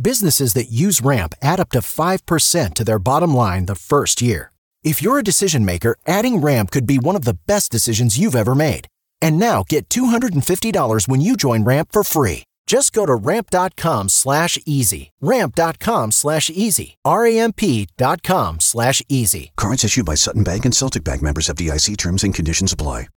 Businesses that use Ramp add up to 5% to their bottom line the first year. If you're a decision maker, adding Ramp could be one of the best decisions you've ever made. And now get $250 when you join Ramp for free. Just go to ramp.com slash easy. Ramp.com slash easy. R-A-M-P dot com slash easy. Cards issued by Sutton Bank and Celtic Bank members of DIC terms and conditions apply.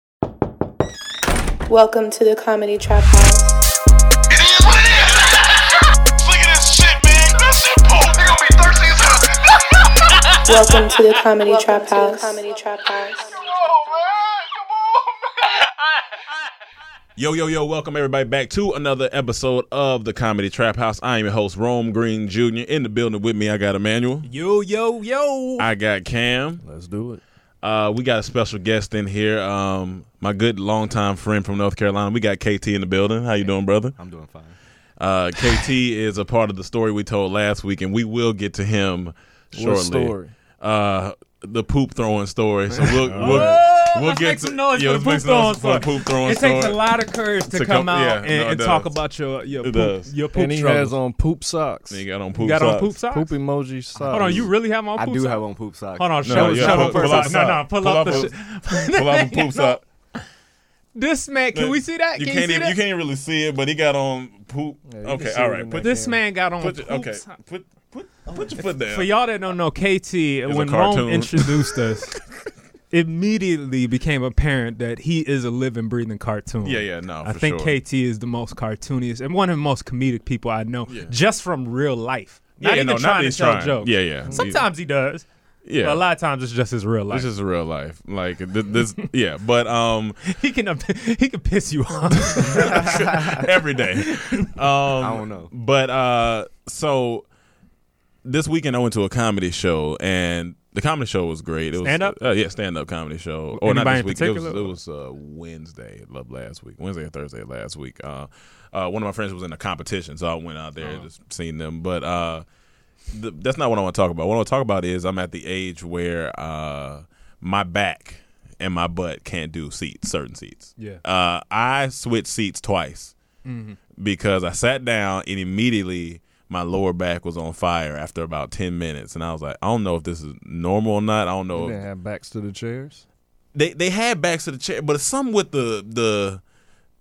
Welcome to the Comedy Trap House. It is what it is. Look at this shit, man. That shit pulled. They gonna be thirsty as hell. Welcome to the Comedy Welcome Trap to the House. Comedy Trap House. Oh, man. Come on, man. Yo, yo, yo, welcome everybody back to another episode of the Comedy Trap House. I am your host, Rome Green Jr. In the building with me, I got Emmanuel. Yo, yo, yo. I got Cam. Let's do it. Uh, we got a special guest in here. Um, my good longtime friend from North Carolina. We got KT in the building. How you doing, brother? I'm doing fine. Uh, KT is a part of the story we told last week, and we will get to him shortly. story? Uh, the poop throwing story. So we'll we'll, Oh, we'll let's get make to some noise yeah, for the let's make poop some noise throwing for story. the poop throwing It story. takes a lot of courage to, To come- come yeah, out and, no, it and talk does. about your your It poop, does. your poop And he struggle. has on poop socks. You got on you poop got on socks. poop socks. Poop emoji socks. Hold on, you really have on I poop do socks? have on poop socks. Hold on, No, show, yeah, show pull- them first. pull out no, no, socks. pull, Pull up out the poop- shit. Pull out the poop sock. This man, can we see that? You can can't you see even that? you can't really see it, but he got on poop. you okay, can see all it right. in Put there. This man got on put poop your, okay. socks. Put put put your foot down. For y'all that don't know, KT, when cartoon. Rome introduced us, immediately became apparent that he is a living, breathing cartoon. Yeah, yeah, no, I Oh, for think sure. KT is the most cartooniest and one of the most comedic people I know, just from real life. Yeah, Not even no, not trying that he's to tell trying. jokes. Yeah, yeah. Sometimes he does. yeah. But a lot of times it's just his real life. This is real life. Like th- this yeah, but um he can he can piss you off. every day. Um I don't know. But uh so this weekend I went to a comedy show and the comedy show was great. It was Stand up? uh, yeah, stand up comedy show. Or Anybody not in this week. It was, it particular? was uh, Wednesday of last week. Wednesday or Thursday of last week. Uh, uh, one of my friends was in a competition, so I went out Oh. there and just seen them. But uh, th- that's not what I want to talk about. What I want to talk about is I'm at the age where uh, my back and my butt can't do seats, certain seats. Yeah. Uh, I switched seats twice because I sat down and immediately my lower back was on fire after about 10 minutes. And I was like, I don't know if this is normal or not. I don't know. You if- didn't have backs to the chairs. they they had backs to the chair, but it's something with the the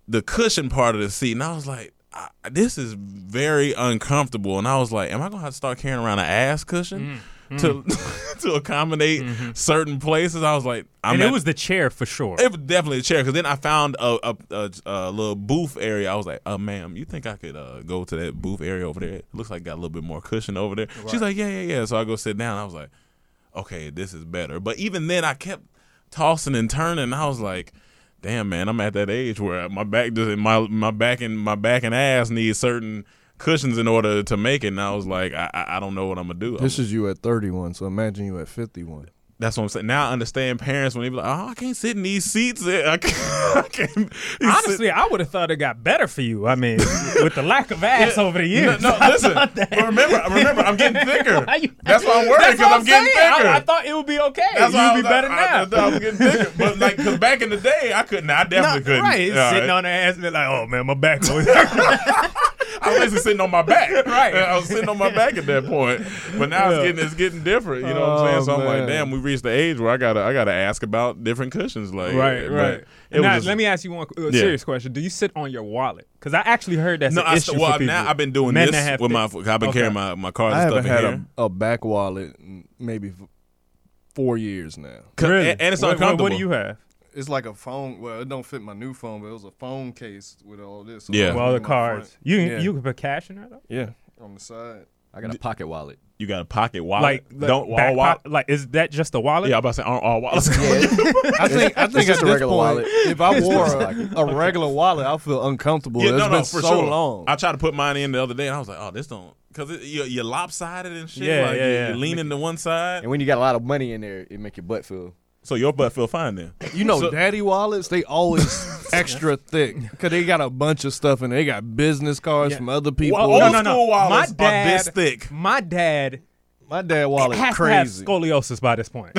the cushion part of the seat, and I was like, I, this is very uncomfortable, and I was like, am I gonna have to start carrying around an ass cushion Mm, to to accommodate certain places? I was like, I'm Mm-hmm. and at- it was the chair for sure. it was definitely a chair because then I found a, a, a, a little booth area. I was like, uh, ma'am, you think I could uh, go to that booth area over there? It looks like it got a little bit more cushion over there. She's like, yeah, yeah, yeah. So I go sit down. I was like, okay, this is better. But even then, I kept tossing and turning. I was like, damn man, I'm at that age where my back doesn't my my back and my back and ass need certain cushions in order to make it. And I was like, I I, I don't know what I'm gonna do. Oh. This is you at 31, so imagine you at 51. That's what I'm saying. Now I understand parents when they be like, oh, I can't sit in these seats. I can't. I can't these sit- Honestly, I would have thought it got better for you. I mean, with the lack of ass over the No, years. no, listen. Remember, remember, I'm getting thicker. Why you- That's why I'm worried That's because what I'm, getting saying. thicker. I, I thought it would be okay. That's why I You'd be was- better I- I, now. thought I was getting thicker, but like, cause back in the day, I couldn't. I definitely No, couldn't. Right, All right. sitting on the ass and be like, oh man, my back. always hurt." I was basically sitting on my back. Right. I was sitting on my back at that point. But now it's Yeah. getting it's getting different. You know what I'm saying? Oh, So I'm like, man. damn, we reached the age where I gotta I gotta ask about different cushions. Like, right, but right. It now, was just- let me ask you one uh, Yeah. serious question. Do you sit on your wallet? Because I actually heard that's No, an I issue st- well for people. now I've been doing Men this that have with thick- my. I've been Okay. carrying my my cards I and stuff haven't in had here. a, a back wallet in maybe f- four years now. Really? and, and it's What- what- uncomfortable. What, do you have? It's like a phone. Well, it don't fit my new phone, but it was a phone case with all this. So Yeah. I Well, was the putting my cards. front- You yeah. you can put cash in there though. yeah on the side. I got a pocket wallet. You got a pocket wallet? Like, don't back all wallet. pocket- like is that just a wallet? Yeah, I'm about to say aren't all wallets. I think I think just a at this regular point, wallet. if I wore a, a regular wallet, I feel uncomfortable. It's been so long. I tried to put mine in the other day, and I was like, "Oh, this don't," because you're, you're lopsided and shit. Yeah, like, yeah, you- yeah. You're leaning to one side, And when you got a lot of money in there, it make your butt feel. so your butt feel fine then. You know, So- daddy wallets, they always extra thick because they got a bunch of stuff in there. They got business cards Yeah. from other people. Well, old Oh, No, no, no. school My wallets dad, are this thick. My dad My dad wallet has crazy. to have scoliosis by this point.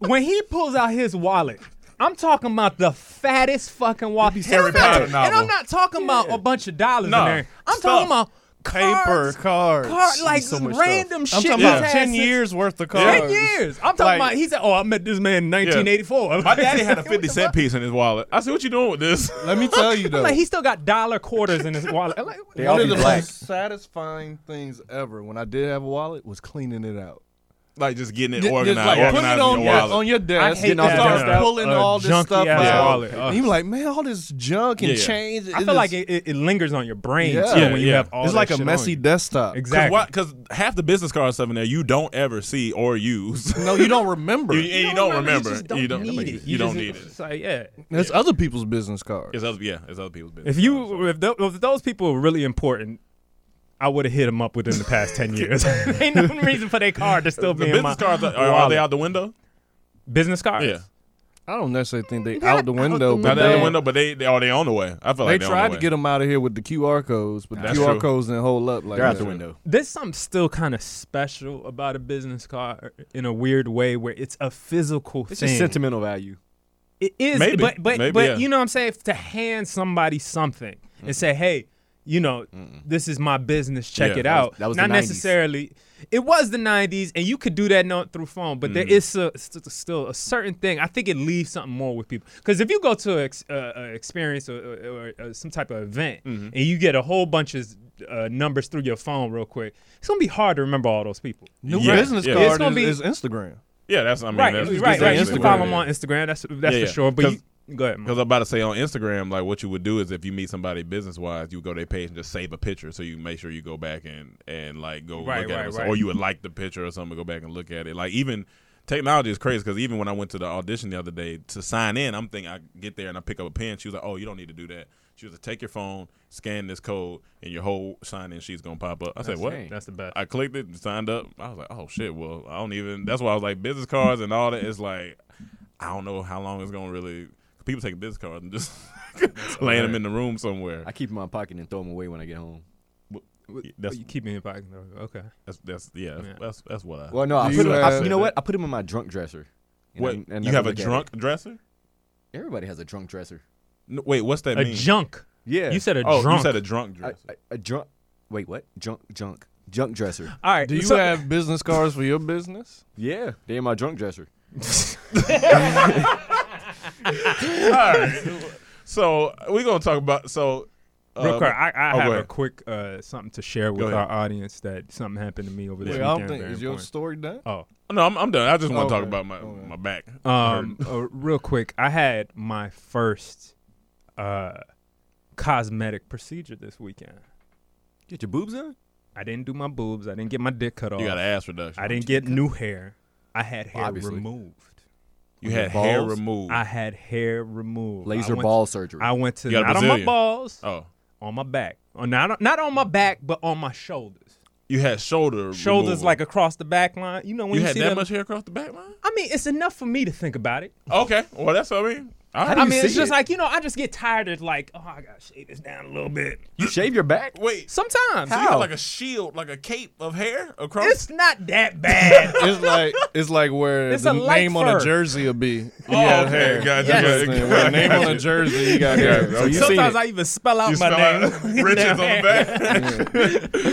when he pulls out his wallet, I'm talking about the fattest fucking wallet. These Harry And I'm not- Potter And I'm novel. not talking about a bunch of dollars Nah, in there. I'm stuff. talking about Paper, cards, cards, card- like so much random stuff. shit. I'm talking his about ass ten is- years worth of cards. Ten years. I'm talking Like- about. He said, "Oh, I met this man in 1984." My daddy had a fifty cent piece in his wallet. I said, "What you doing with this?" Let me tell you though, Like he still got dollar quarters in his wallet. I'm like, They one all of be the black. most satisfying things ever when I did have a wallet was cleaning it out. like just getting it Just, organized, like put organizing it on your your, wallet. on your desk. hate and I that. started Yeah. pulling A all this junky stuff ass out. wallet. And you be like, man, all this junk and Yeah. change. I it feel is- like it, it, it lingers on your brain Yeah. too Yeah, when you yeah. have all. it's that like a shit on messy you. desktop. Exactly. Because half the business card stuff in there you don't ever see or use. No, you don't remember. You, it. and you don't remember. You don't need it. You don't need it. It's like, yeah. That's other people's business cards. It's other, yeah, it's other people's business. If you if, tho- if those people were really important, I would have hit them up within the past ten years. Ain't no reason for their card to still the be in my business cards are, are wallet. they out the window? business cards. Yeah. I don't necessarily think they out the window, Not but out they, the window, but they, they are they on the way. I feel they like they're on tried the to way. get them out of here with the QR codes, but the That's QR true. codes didn't hold up like They're out that. the window. There's something still kind of special about a business card in a weird way, where it's a physical It's thing. just sentimental value. It is, Maybe. but but Maybe, but yeah. you know what I'm saying. To hand somebody something and say, "Hey, you know, this is my business. Check Yeah, it that out." was- that was the Not 90s. necessarily. It was the '90s, and you could do that not through phone, but Mm-hmm. there is a, st- still a certain thing. I think it leaves something more with people because if you go to an ex, uh, uh, experience or, or, or uh, some type of event Mm-hmm. and you get a whole bunch of uh, numbers through your phone real quick, it's gonna be hard to remember all those people. New Yeah. business Yeah. It's card gonna is, be- is Instagram. Yeah, that's I mean right, that's, right, right. You Instagram, can follow them yeah. on Instagram. That's that's Yeah, yeah. for sure. But 'Cause- you, go ahead. Mo. Because I'm about to say on Instagram, like what you would do is if you meet somebody business wise, you would go to their page and just save a picture, so you make sure you go back and and like go Right, look at right, it, or so- right. or you would like the picture or something, go back and look at it. Like even technology is crazy because even when I went to the audition the other day to sign in, I'm thinking I get there and I pick up a pen. She was like, "Oh, you don't need to do that." She was like, "Take your phone, scan this code, and your whole sign in sheet's gonna pop up." I said, "What?" That's the best. I clicked it, signed up. I was like, oh shit. Well, I don't even. That's why I was like, business cards and all that. It's like, I don't know how long it's gonna really. People take business cards and just laying them in the room somewhere. I keep them in my pocket and throw them away when I get home. That's you keep me in your pocket. though. Okay. that's that's yeah. That's that's, that's what I. Well, Oh, no, I Do put you them, I, have- you know what? I put them in my drunk dresser. And I- Wait, and I you have a look at it. drunk dresser? Everybody has a drunk dresser. No, wait, what's that A mean? junk. Yeah. You said a oh, drunk. you said a drunk a, dresser. a, a drunk. Wait, what? Junk, junk, junk dresser. All right. Do you so- have business cards for your business? Yeah, they in my drunk dresser. so we're gonna talk about so. uh, Real quick, I, oh, I go have a ahead. quick uh, something to share with ahead. our audience that something happened to me over the Wait, I weekend. don't think very is your important. story done. oh, No, I'm, I'm done. I just Oh, want to talk Okay. about my Okay. my back. um, uh, real quick, I had my first uh, cosmetic procedure this weekend. Get your boobs in. I didn't do my boobs. I didn't get my dick cut off. you got an ass reduction. I didn't get new hair. I had hair Obviously. removed. You Your had hair balls? removed. I had hair removed. I Laser went ball to- surgery. I went to You got a not on my Brazilian. balls, oh, on my back. Or not not on my back, but on my shoulders. you had shoulder Shoulders removal. like across the back line. You know when You you, had see that them- much hair across the back line? I mean, it's enough for me to think about it. Okay, well that's what I mean. All right. I mean, it's just like you know, I just get tired of like, oh, I gotta shave this down a little bit. you shave your back? wait. So Sometimes you had like a shield, like a cape of hair across. it's not that bad. It's like it's like where It's the a light name on a fur. jersey will be. oh, okay, gotcha. Yes. gotcha, Where the name on a gotcha. jersey, you got hair. Yeah, So oh, you Sometimes I even spell out You my smell name. like riches on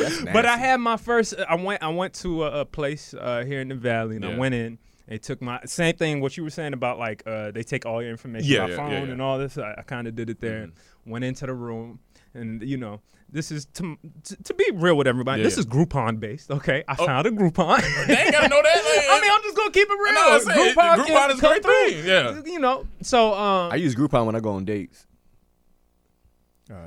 the back. But I had my first. uh, I went. I went to a, a place uh, here in the valley, and I Yeah. went in. They took my same thing. What you were saying about like uh, they take all your information, Yeah, my yeah, phone yeah, yeah. Mm-hmm. and all this. I, I kind of did it there. Went into the room, and you know, this is to to, to be real with everybody. Yeah, this yeah. Oh. is Groupon based. Okay, I found a Groupon. They ain't gotta know that. Like, I mean, I'm just gonna keep it real. No, I'm saying, Groupon, Groupon is a great come thing, through. yeah. you know. So um, I use Groupon when I go on dates.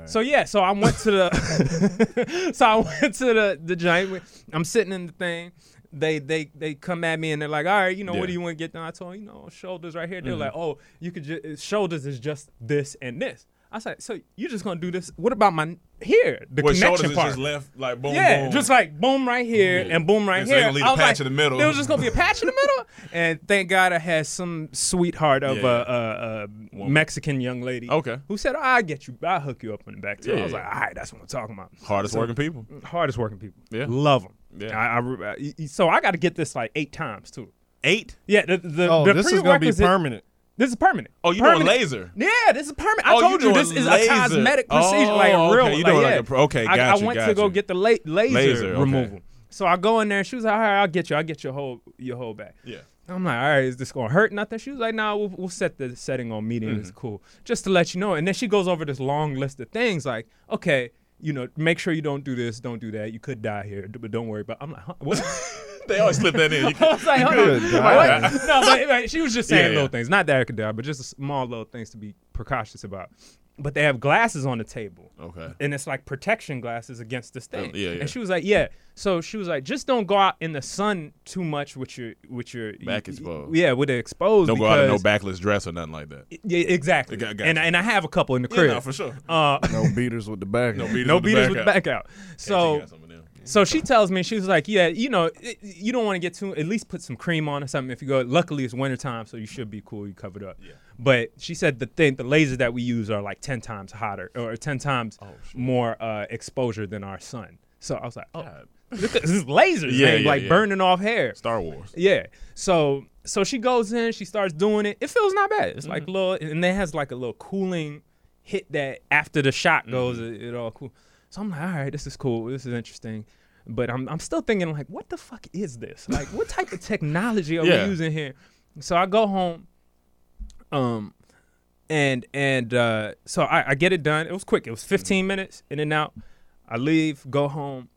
So yeah, so I went to the so I went to the the giant. wi- I'm sitting in the thing. They they they come at me and they're like, all right, you Yeah. know, Mm-hmm. what do you want to get done? I told them, you know, shoulders right here. They're like, oh, you could just shoulders is just this and this. I said, so you're just gonna do this? What about my here the Where shoulders connection is part? just left, like boom, yeah, boom. just like boom right here Yeah. and boom right It's here. gonna leave a I was patch like, in the middle. There was just gonna be a patch in the middle. And thank God I had some sweetheart of Yeah. a, a, a Mexican young lady. Okay. Who said, I'll get you, I'll hook you up in the back too. I Yeah, was yeah. like, all right, that's what I'm talking about. hardest working people. Hardest working people. Yeah. Love them. Yeah. I, I re- I- so I got to get this like eight times too. Eight. Yeah, the, the, Oh, the this is gonna be prerequisite- permanent. This is permanent. Oh, you doing permanent. laser? Yeah, this is permanent. I Oh, you told you, this doing is laser. a cosmetic Oh, procedure, like a real. okay, you like, doing like yeah. a pro- okay, I, I got you, went to got go you. get the la- laser, Laser, okay. removal. So I go in there. She was like, "All right, I'll get you. I'll get your whole your whole back." Yeah. I'm like, "All right, is this gonna hurt nothing?" She was like, "No, nah, we'll, we'll set the setting on meeting. It's Mm-hmm. cool, just to let you know." And then she goes over this long list of things, like, "Okay." You know, make sure you don't do this, don't do that. You could die here, d- but don't worry about. I'm like, huh? what? They always slip that in. You I can- was like, hold on. Good What? No, but like, she was just saying Yeah, yeah. little things. Not that I could die, but just small little things to be precautious about. But they have glasses on the table. Okay. And it's like protection glasses against this thing. Oh. yeah, yeah. And she was like, yeah. So she was like, just don't go out in the sun too much with your with your Back exposed. Yeah, with it exposed. Don't go out in no because- backless dress or nothing like that. Yeah, exactly. Got- got and you. and I have a couple in the crib. no, for sure. Uh, No beaters with the back. No no beaters with the back out. So. So she tells me she was like, "Yeah, you know, it, you don't want to get too. At least put some cream on or something. If you go, luckily it's wintertime, so you should be cool. You covered up. Yeah. But she said the thing, the lasers that we use are like ten times hotter or ten times Oh, more uh, exposure than our sun. So I was like, oh, look at this lasers, Yeah, man, yeah, like yeah. burning off hair. Star Wars. Yeah. So so she goes in, she starts doing it. It feels not bad. It's like little, and then has like a little cooling hit that after the shot goes, it, it all cool. So I'm like, all right, this is cool. This is interesting. But I'm I'm still thinking like, what the fuck is this? Like, what type of technology are Yeah. we using here? So I go home, um, and and uh, so I, I get it done. It was quick. It was 15 minutes in and out. I leave, go home.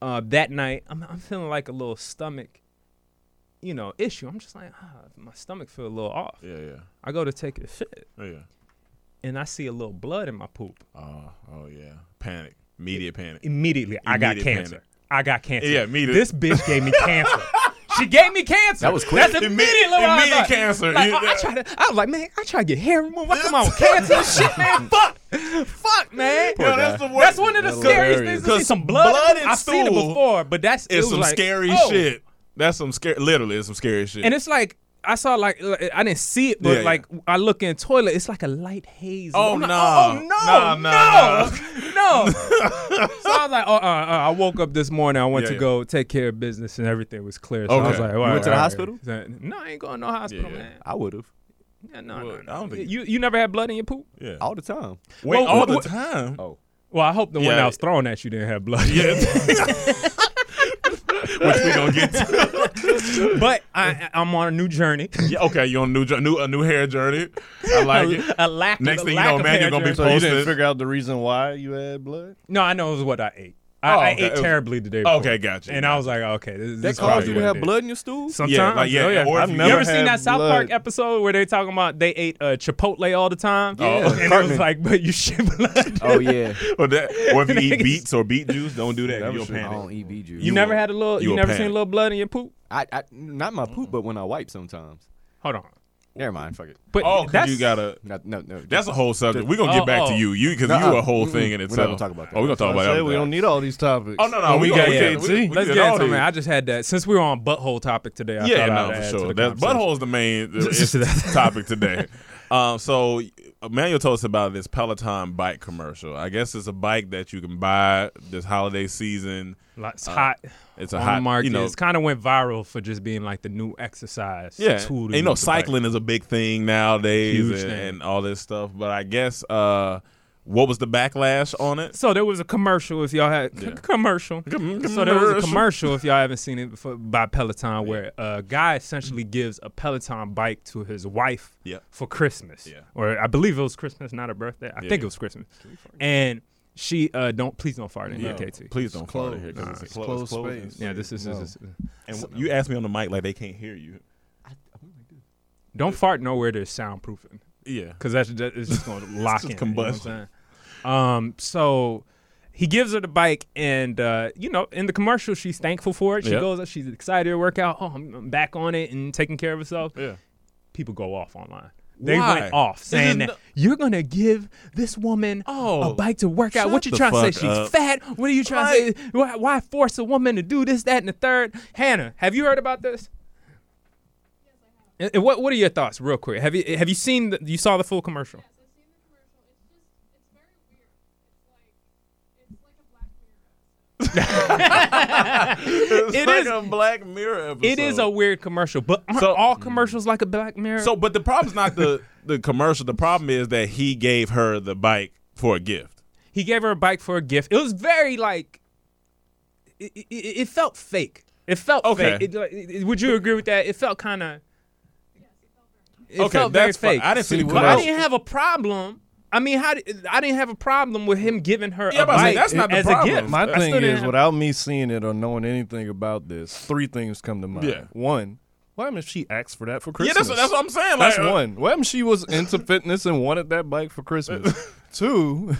Uh, that night, I'm I'm feeling like a little stomach you know, issue. I'm just like, ah, my stomach feel a little off. Yeah, yeah, Oh, I go to take a shit yeah. and I see a little blood in my poop. Oh, oh yeah. Panic. Media panic. Immediately, I got Immediate cancer. panic. I got cancer. Yeah, me too. This bitch gave me cancer. She gave me cancer. That was quick. That's Imme- immediately what I was immediate like- cancer. Like, You- oh, I, tried to, I was like, man, I try to get hair removal. I come out with cancer and shit, man. Fuck. Fuck, man. Yo, that's the worst. That's one of the scariest things to see. Cause Some blood. blood and I've seen it stool before, but that's it It's was some like, scary oh. shit. That's some scary. Literally, it's some scary shit. And it's like I saw like uh, I didn't see it, but Yeah, like I look in the toilet, it's like a light haze. Oh, I'm like, nah. oh, no, Nah, nah, no, no. so I was like, oh, uh, uh, I woke up this morning. I went Yeah, to yeah. go take care of business, and everything was clear. So I was Okay. like, You all went to the all hospital? So, No, I ain't going to no hospital, Yeah, yeah. man. I would have Yeah, no, Well, no, no. I don't think- you you never had blood in your poop. yeah. all the time. Wait, Well, all what- the time. Oh, Well, I hope the one Yeah. I was throwing at you didn't have blood. Yeah. Which we gonna get to. but I, I'm on a new journey. Yeah, okay, you on a new jo- new a new hair journey. I like it. a lack. Next of, thing you lack know, of man, you're hair gonna be journey. So you didn't Posted. figure out the reason why you had blood? No, I know it was what I ate. I, Oh, I okay. ate terribly the day before. Okay, gotcha. And I was like, okay, this, this that is probably caused Oh, you what to it have is. blood in your stool? Sometimes, Yeah, like, yeah, oh, yeah. or if I've you- never you ever seen had that South blood. Park episode where they talking about they ate uh, Chipotle all the time? Oh, Yeah. and it was Cartman. like, but you shit blood. Oh yeah, or, that, or if you eat Niggas- beets or beet juice, don't do that. You'll I panic. don't eat bee juice. You, never will- had a little. you You, will never seen panic. a little blood in your poop? I, I not my poop, but when I wipe sometimes. Hold on. Never mind. Fuck it. But Oh, 'cause that's you gotta. No, no, no. That's a whole subject. We're gonna get Oh, back oh. to you. You because you Nuh-uh. a whole thing in Mm-mm. We're not gonna itself. talk about that. Oh, we're gonna talk about I that. say we don't need all these topics. Oh, no, no, we we got got- yeah, KT. we- Let's did get all into it, these. man. I just had that since we were on butthole topic today. I yeah, thought no, I'd add for to sure. the That's conversation. butthole's the main it's the topic today. Um, so Emmanuel told us about this Peloton bike commercial. I guess it's a bike that you can buy this holiday season. Like, It's hot. Uh, It's a on hot, the market. you know, it's kind of went viral for just being like the new exercise yeah. tool. And, to you know, use to fight. cycling is a big thing nowadays, Huge and, thing. and all this stuff. But I guess uh, what was the backlash on it? So there was a commercial. If y'all had c- commercial, so there was a commercial. If y'all haven't seen it before by Peloton, where a guy essentially gives a Peloton bike to his wife Yep. for Christmas, Yeah. or I believe it was Christmas, not her birthday. I think it was Christmas, and she uh, don't please don't fart in here, KT. Please don't call it here because it's a closed, closed closed space. Yeah, this is, this is And w- you asked me on the mic like they can't hear you. don't fart nowhere there's soundproofing. Yeah. because that's that is just going to lock just in you know what I'm combustion. saying? um, so he gives her the bike, and uh, you know, in the commercial, she's thankful for it. She Yeah. goes, she's excited to work out. Oh, I'm, I'm back on it and taking care of herself. Yeah. People go off online. They Why? went off This saying is that no- you're gonna give this woman Oh, a bike to work out. shut What you the trying to say? fuck She's up. fat. What are you trying to say? Why, why force a woman to do this, that, and the third? Hannah, have you heard about this? And, and what what are your thoughts, real quick? Have you have you seen the, you saw the full commercial? It's It like is- a Black Mirror episode. It is a weird commercial, but aren't So- all commercials like a Black Mirror? So, but the problem's not the the commercial. The problem is that he gave her the bike for a gift. he gave her a bike for a gift. It was very like, it, it, it felt fake. It felt Okay. fake. It, like, it- would you agree with that? It felt kind of. It Okay, felt very that's fine. fake. I didn't see the But I commercial. didn't have a problem. I mean, how did, I didn't have a problem with him giving her Yeah, a but I bike said, that's not the as problem. a gift. I My still thing didn't is, have- without me seeing it or knowing anything about this, three things come to mind. Yeah. One, what happened if she asked for that for Christmas? Yeah, that's what, that's what I'm saying. That's like, uh, one. What happened if she was into fitness and wanted that bike for Christmas? Two,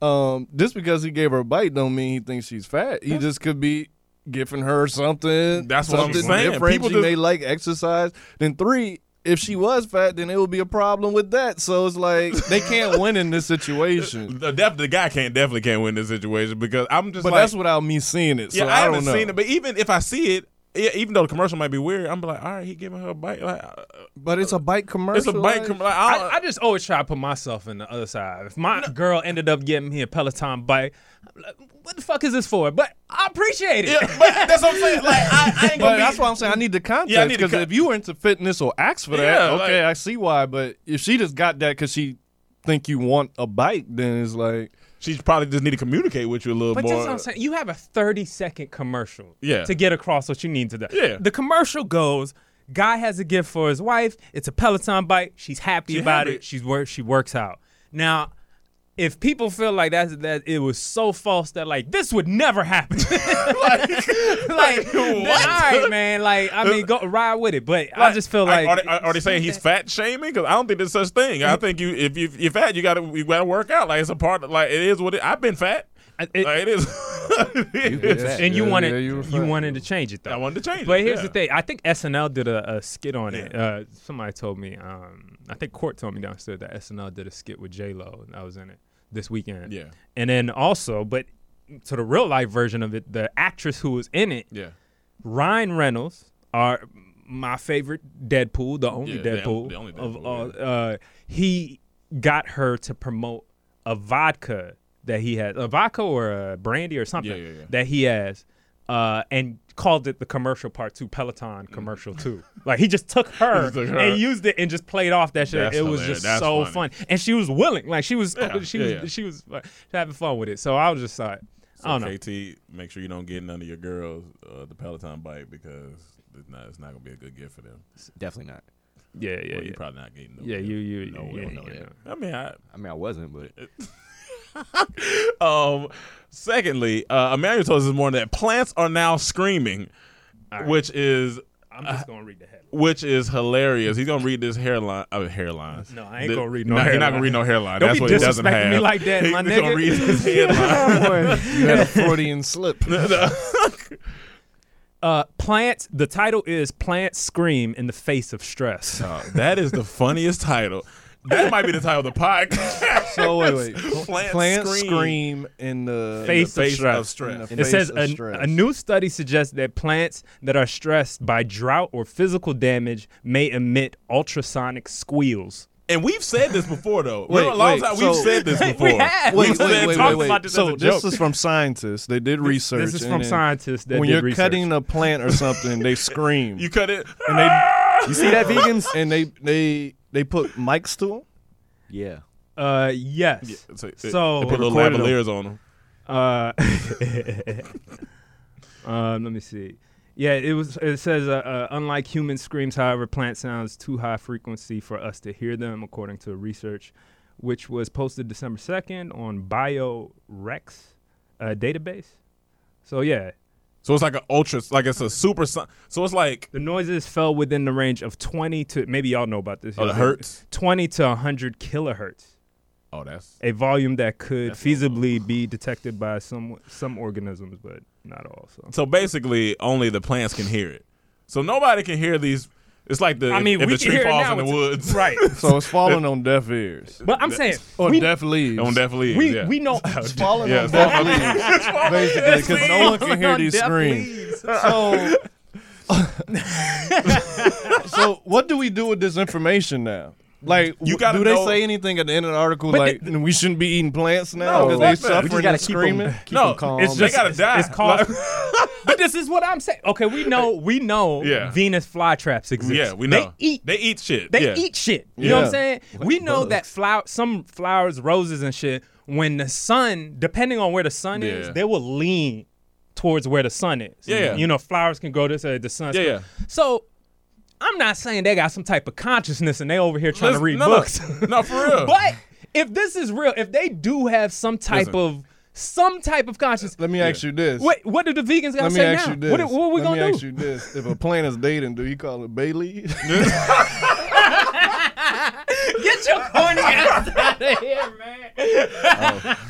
um, just because he gave her a bike don't mean he thinks she's fat. He just could be giving her something. That's what I'm something saying. Different. People she just- may like exercise. Then three. If she was fat, then it would be a problem with that. So it's like they can't win in this situation. The, def- the guy can't definitely can't win this situation because I'm just But like that's without me seeing it. So yeah I, don't haven't know. seen it. But even if I see it, yeah, even though the commercial might be weird, I'm like all right, he giving her a bike. Like uh, But it's a bike commercial. it's a bike. like- Com- like, I, don't- I, I just always try to put myself in the other side. If my girl ended up getting me a Peloton bike, I'm like, what the fuck is this for? But I appreciate it. yeah, but that's what I'm saying. Like I, I ain't gonna But be, that's why I'm saying I need the context. Yeah, I need the Because con- if you were into fitness or asked for that, Yeah, okay, like- I see why. But if she just got that because she think you want a bike, then it's like she probably just need to communicate with you a little But more. that's what I'm saying. You have a 30 second commercial Yeah. to get across what you need to do. Yeah. The commercial goes. Guy has a gift for his wife. It's a Peloton bike. She's happy She about happy. it. She's work. She works out. Now, if people feel like that's that it was so false that like this would never happen. like, like then, what? all right, man. Like, I mean, go ride with it. But I just feel like are, they, are they saying he's fat shaming? Because I don't think there's such thing. I think you if you you're fat, you gotta you gotta work out. Like it's a part. Of, like it is what it. I've been fat. I- it- like, it is. fat. and you Yeah, wanted yeah, you you, were fat. wanted to change it though. I wanted to change But it, here's yeah. the thing: I think SNL did a, a skit on it. Uh, somebody told me. Um, I think Court told me downstairs that SNL did a skit with J Lo, and I was in it this weekend. Yeah. And then also, but to the real life version of it, the actress who was in it, yeah. Ryan Reynolds, are my favorite Deadpool, the only Yeah, the- Deadpool the only of Deadpool, all. Uh, he got her to promote a vodka that he has, a vodka or a brandy or something Yeah, yeah, yeah. that he has, uh, and called it the commercial part two, Peloton commercial two. Like he just took her, Mm. He took her. and used it and just played off that shit. That's it was hilarious. just That's so funny. fun, and she was willing. Like she was, Yeah, she yeah, was, yeah. she was uh, having fun with it. So I was just like, I So don't know. KT, make sure you don't get none of your girls uh, the Peloton bike because it's not, it's not gonna be a good gift for them. Definitely not. Yeah, yeah, well, yeah. you probably not getting. No Yeah, you, you, No, you, we yeah, don't know yeah. that. I mean, I, I mean, I wasn't, but Um, secondly, uh, Emmanuel told us this morning that plants are now screaming, which is I'm just gonna read the headline. which is hilarious. He's gonna read this hairline. Uh, hairlines. No, I ain't gonna read no Nah, He's not gonna hairline. read no hairline. Don't That's be what he doesn't disrespecting have. me like that, He- my he's gonna nigga. read his headline. you had a Freudian slip. No, no. Uh, plants. The title is "Plants Scream in the Face of Stress." Uh, that is the funniest title. That might be the title of the podcast. So wait, wait. Plants Plants scream. scream in the Face, face of stress. of stress. In the It face says of a, stress. a new study suggests that plants that are stressed by drought or physical damage may emit ultrasonic squeals. And we've said this before, though. Wait, Remember a long wait, time so- we've said this We before. have. We've Wait, said- wait, wait, talked wait, wait. about this as So a this joke. is from scientists. They did research. is and from then scientists that when did you're research. cutting a plant or something, they scream. you cut it. and they, You see that, vegans? and they they they put mics to them. yeah. Uh, yes. So, So- they put little Recorded 'em. lavaliers on them. Uh, um, let me see. Yeah, it was. It says, uh, uh, unlike human screams, however, plant sounds too high frequency for us to hear them, according to research, which was posted December second on BioRex uh, database. So yeah, So it's like an ultra, like it's a super. So it's like the noises fell within the range of twenty to maybe y'all know about this. Oh, the y'all- hertz? Twenty to hundred kilohertz, oh, that's a volume that could feasibly be detected by some some organisms, but not all. So so basically only the plants can hear it. So nobody can hear these. It's like the I mean, if we the can tree hear it falls now, in the it's- woods, right. So it's falling on deaf ears But I'm saying or we, deaf leaves. on deaf leaves. we, yeah. we know It's falling Yeah, on it's deaf falling on- leaves, basically, because no one can hear on these deaf screams. So, so what do we do with this information now? Like, You w- gotta do they know- say anything at the end of the article? But like, we shouldn't be eating plants now because they fuck that. We suffering and screaming. no, it's they just gotta it's, die. It's called, but this is what I'm saying. Okay, we know we know Yeah. Venus flytraps exist. yeah, we know They eat They eat shit. They yeah. eat shit. You know what Yeah. I'm saying? we know that flower, some flowers, roses, and shit. When the sun, depending on where the sun Yeah. is, they will lean towards where the sun is. Yeah. You know, flowers can go this way. The sun. Yeah, yeah. So. I'm not saying they got some type of consciousness and they over here trying Listen, to read no, no. books. No, for real. but if this is real, if they do have some type Listen. of some type of consciousness, Let me ask you this. wait, what do the vegans got to Let me say ask now? you this. What, what are we Let gonna me do? ask you this: If a plant is dating, do you call it Bailey? Get your corny ass out of here, man.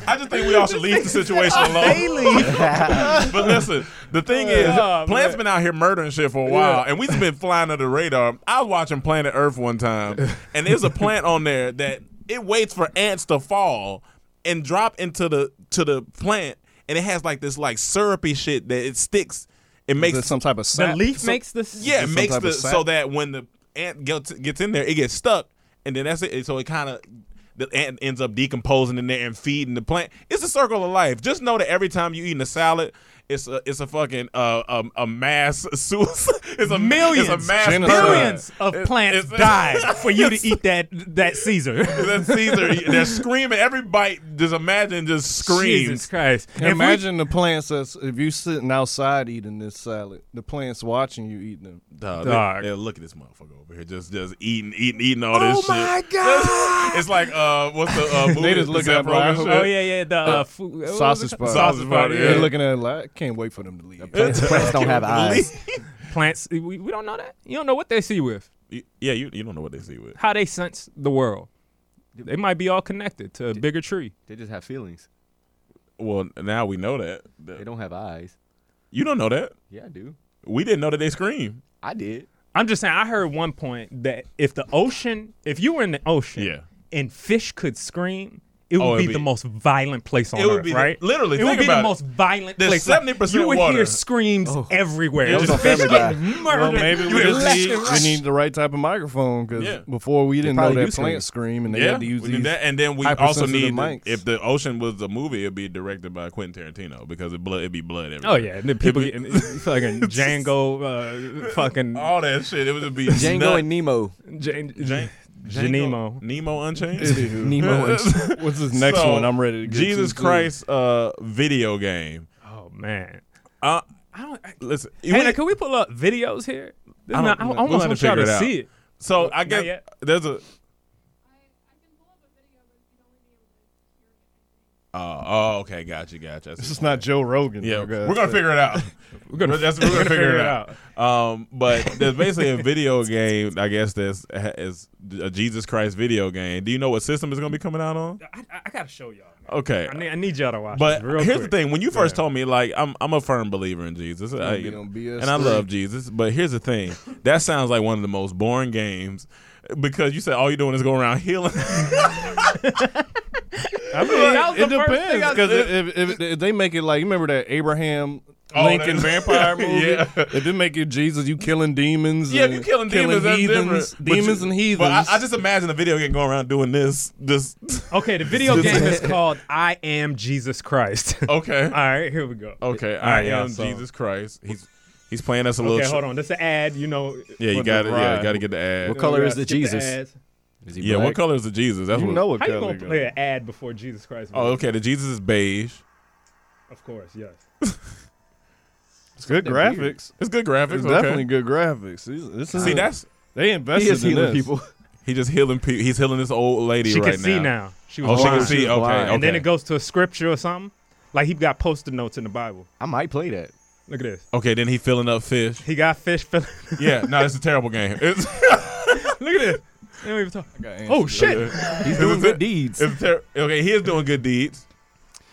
I just think we all should leave the situation alone. But listen, the thing is, Oh, Plant's man. been out here murdering shit for a while, and we've been flying under the radar. I was watching Planet Earth one time, and there's a plant on there that it waits for ants to fall and drop into the to the plant, and it has like this like syrupy shit that it sticks. It Is it makes some type of The sap? leaf makes this. yeah, it some makes type the of sap? so that when the ant gets gets in there, it gets stuck, and then that's it. And so it kind of the ant ends up decomposing in there and feeding the plant. It's a circle of life. Just know that every time you eating a salad. It's a it's a fucking uh, um, a mass suicide. It's a Millions. It's a mass Genocide. Billions of It- plants it's- died for you to eat that that Caesar. That Caesar, they're screaming every bite. Just imagine just Jesus screams. Christ! If we- Imagine the plants that's if you sitting outside eating this salad, the plants watching you eating them. Dog, Dog. Uh, yeah, look at this motherfucker over here, just just eating, eating, eating all Oh this shit. my God. it's like uh, what's the uh, movie? just The look Seth at Black Rogen Hole. shit? oh yeah, yeah, the uh, food, Sausage party. Sausage party, yeah. They're looking at it like, I can't wait for them to leave. Plants, plants don't have eyes. plants. We, we don't know that. You don't know what they see with, Y- Yeah, you, you don't know what they see with. how they sense the world. They might be all connected to a bigger tree. They just have feelings. Well, now we know that. That- They don't have eyes. You don't know that. Yeah, I do. We didn't know that they scream. I did. I'm just saying. I heard one point that if the ocean, if you were in the ocean, Yeah. and fish could scream, it would Oh, be, it'd the be- most violent place on It would earth, be the- right? literally, it would think be the about it. most violent There's place. Like, 70% you would hear water. screams everywhere. It was Just on fish Family getting Well, murdered. maybe we You're just left need, and we right. need the right type of microphone because Yeah. before we didn't know probably that do plant scream and they yeah, had to use we knew these that. And then we also hypersensitive need mics. if the ocean was a movie, it'd be directed by Quentin Tarantino because it blood it'd be blood everywhere. Oh yeah, and then people It would- getting fucking Django, uh, fucking all that shit. It would be Django nuts. and Nemo. Jan- Jan- Janemo. Nemo Unchained. Nemo and What's this next So, one? I'm ready to get Jesus to, too. Christ uh, video game. Oh man, Uh, I don't. I, listen, Hey, we- now, can we pull up videos here? This I don't is not- I, know. I We'll almost have want to y'all to figure it see out. it. so I guess yet. there's a. Oh, oh, okay, gotcha, gotcha. This is not Joe Rogan. Yeah, for God's we're gonna sake. figure it out. we're gonna, that's, we're gonna figure it out. Um, but there's basically a video game, I guess. That's is a Jesus Christ video game. Do you know what system it's gonna be coming out on? I, I gotta show y'all. man. Okay. I need, I need y'all to watch. But this real here's quick. the thing: when you first told me, like, I'm I'm a firm believer in Jesus, I- be on BS and I three. love Jesus. But here's the thing: that sounds like one of the most boring games because you said all you're doing is going around healing. I mean, That was it the first thing depends I because said. if, if, if they make it like you remember that Abraham Oh, Lincoln that- vampire movie, Yeah. if they make it Jesus, you killing demons. yeah, and you killing, demons, heathens, that's different. But demons you- and heathens. But I, I just imagine a video game going around doing this. This Okay, the video game is called "I Am Jesus Christ." okay, All right, here we go. okay. All I right, y'all, am so- Jesus Christ. He's he's playing us a little. Okay, tr- hold on. That's an ad. You know. Yeah, you For the got to Yeah, ride. you got to get the ad. What color we is gotta the skip Jesus? ads. Is he yeah, black? what color is the Jesus? That's you what. know what How you color? gonna play an ad before Jesus Christ? Oh, okay. The Jesus is beige. of course, yes. It's good They're weird. graphics. It's good graphics. It's okay. definitely good graphics. These- This is See, that's they He invested is in healing this. people. He just healing people. He's healing this old lady She right can see now. She was Oh, she blind. can see. She's Okay, blind. okay. And then it goes to a scripture or something. Like he got post-it notes in the Bible. I might play that. Look at this. Okay, then he filling up fish. He got fish filling. Yeah, no, it's a terrible game. It's, Look at this. They don't even talk. answers. Oh shit! it's He's doing a- good deeds. It's a ter- okay, he is doing good deeds.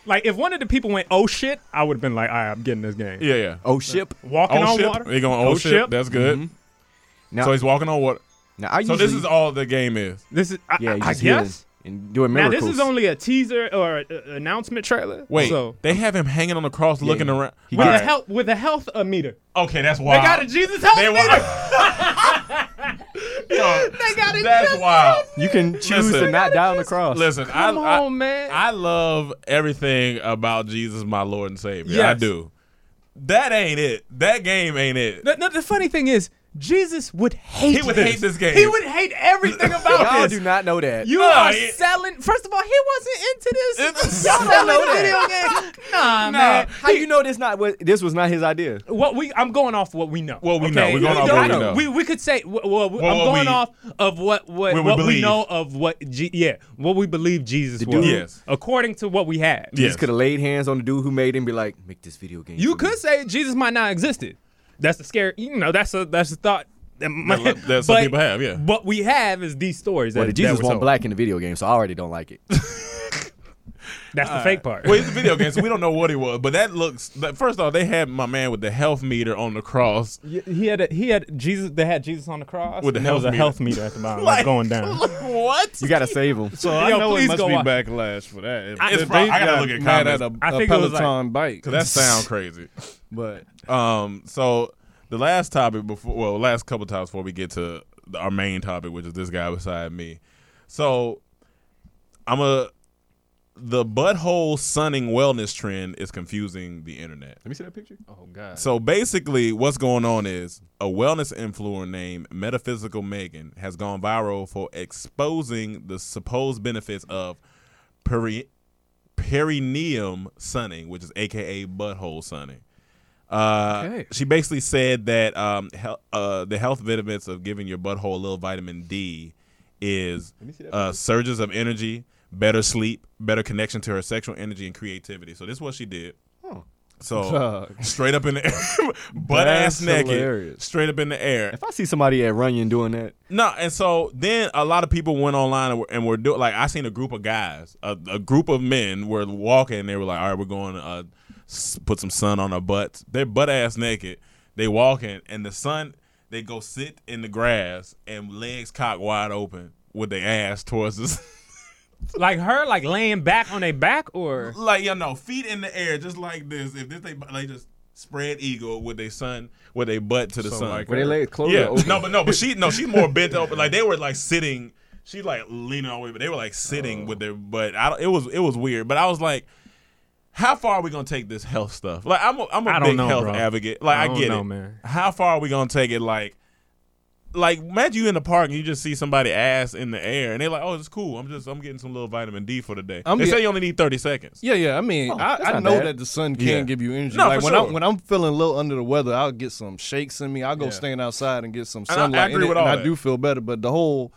Like if one of the people went, "Oh shit," I would have been like, "All right, I'm getting this game." Yeah, yeah. Oh ship. Walking Old on ship. water. Oh, He going old Old ship. ship. That's good. Mm-hmm. Now, So he's walking on water. now I So usually this is all the game is. This is. I, yeah. I- He's I just healing guess. and doing Now miracles. this is only a teaser or a, a- announcement trailer. Wait, So they have him hanging on the cross, looking around. He with got a Alright. health with a health uh, meter. Okay, that's wild. They got a Jesus health They meter. Yo, They got a that's Jesus- wild. you can choose Listen. to not die on the cross. Listen, Come I, I- on, man. I love everything about Jesus, my Lord and Savior. I Yes. do. That ain't it. That game ain't it. The, the, the funny thing is, Jesus would hate. He would this. hate this game. He would hate everything about Y'all this. do not know that. You No, are it- selling. First of all, he wasn't into It's- this. Y'all I know selling video games. Nah, man. How you know this not what this was not his idea? What we? I'm going off what we know. What we know. okay? We're going off don't what we know. We, we could say. w- Well, we- Well, I'm what going we- off of what What what, we what we believe. know of what. G, yeah, what we believe Jesus The was. dude- Yes. According to what we had. Yes. Just could have laid hands on the dude who made him be like, make this video game. You for me." could say Jesus might not existed. That's the scary. You know, that's a that's a thought. That, might, lo- that some people have, yeah. What we have is these stories. That, Well, the Jesus that were was told. black in the video game, so I already don't like it. That's the fake part. Well, it's a video game, so we don't know what he was. But that looks. That, first off, they had my man with the health meter on the cross. Y- He had a, he had Jesus. They had Jesus on the cross. With the and there was a health health meter at the bottom Like- going down. what? You gotta save him. So I Yo, know it please must go be watch. backlash for that. If, I- it's if prob- they I gotta got look at mad at a, comments. I a think it was like- Peloton bike, Cause that sound crazy. but Um. So the last topic before, well, last couple times before we get to the, our main topic, which is this guy beside me. So I'm a the butthole sunning wellness trend is confusing the internet. me see that picture. Oh god. So basically, what's going on is a wellness influencer named Metaphysical Megan has gone viral for exposing the supposed benefits of peri- perineum sunning, which is AKA butthole sunning. Uh, Okay. She basically said that um, hel- uh, the health benefits of giving your butthole a little vitamin D is uh, surges of energy, better sleep, better connection to her sexual energy and creativity. So this is what she did. So Dog. straight up in the butt That's ass naked, hilarious. straight up in the air. If I see somebody at Runyon doing that, No, and so then a lot of people went online and were, and were doing like I seen a group of guys, a, a group of men were walking. and They were like, "All right, we're going to uh, s- put some sun on our butts." They're butt ass naked. They walking, and the sun. They go sit in the grass and legs cocked wide open with their ass towards us. like her, like laying back on their back, or like you know, feet in the air just like this. If this they like just spread eagle with their sun with their butt to the sun. were they laid closed? Yeah, Or Oh. open? no, but no, but she no, she's more bent over. Like they were like sitting, she like leaning all the way, but they were like sitting with their butt. I don't, it was it was weird, but I was like, how far are we gonna take this health stuff? Like I'm a, I'm a I big don't know, health bro. advocate. Like I, I don't get know, it, man. How far are we gonna take it? Like. Like imagine you in the park and you just see somebody ass in the air and they're like, "Oh, it's cool. I'm just I'm getting some little vitamin D for the day." I'm they be- say you only need 30 seconds. yeah, yeah. I mean, Oh, that's I, I not know bad. that the sun can Yeah. give you energy. No, like for when sure. I when I'm feeling a little under the weather, I'll get some shakes in me. I'll go Yeah. stand outside and get some I- I sunlight. in agree it, with all and that. I do feel better, but the whole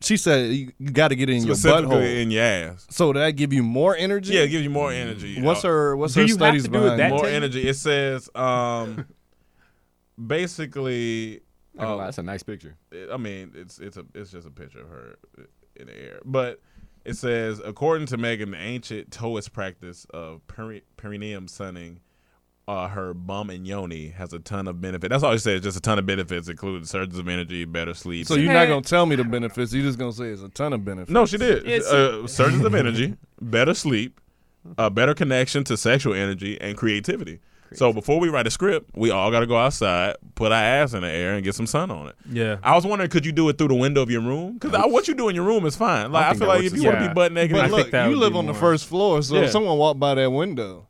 she said you, got to get it in your specifically butthole. in your ass. so that give you more energy. Yeah, it gives you more energy. What's Uh, her What's Do her you have studies to do with behind that it? more take? energy? It says um basically um, Not gonna lie, that's a nice picture. I mean, it's it's a it's just a picture of her in the air. But It says, according to Megan, the ancient Taoist practice of peri- perineum sunning uh, her bum and yoni has a ton of benefit. That's all it says, just a ton of benefits, including surges of energy, better sleep. So and- you're not gonna tell me the benefits. You're just gonna say it's a ton of benefits. No, she did. It's- Uh, surges of energy, better sleep, a better connection to sexual energy and creativity. So before we write a script, we all got to go outside, put our ass in the air, and get some sun on it. Yeah. I was wondering, could you do it through the window of your room? Because what you do in your room is fine. Like I, think feel that like works if you as want to well. be butt naked, But I look, think that you would live be on the more- first floor, so Yeah. if someone walked by that window,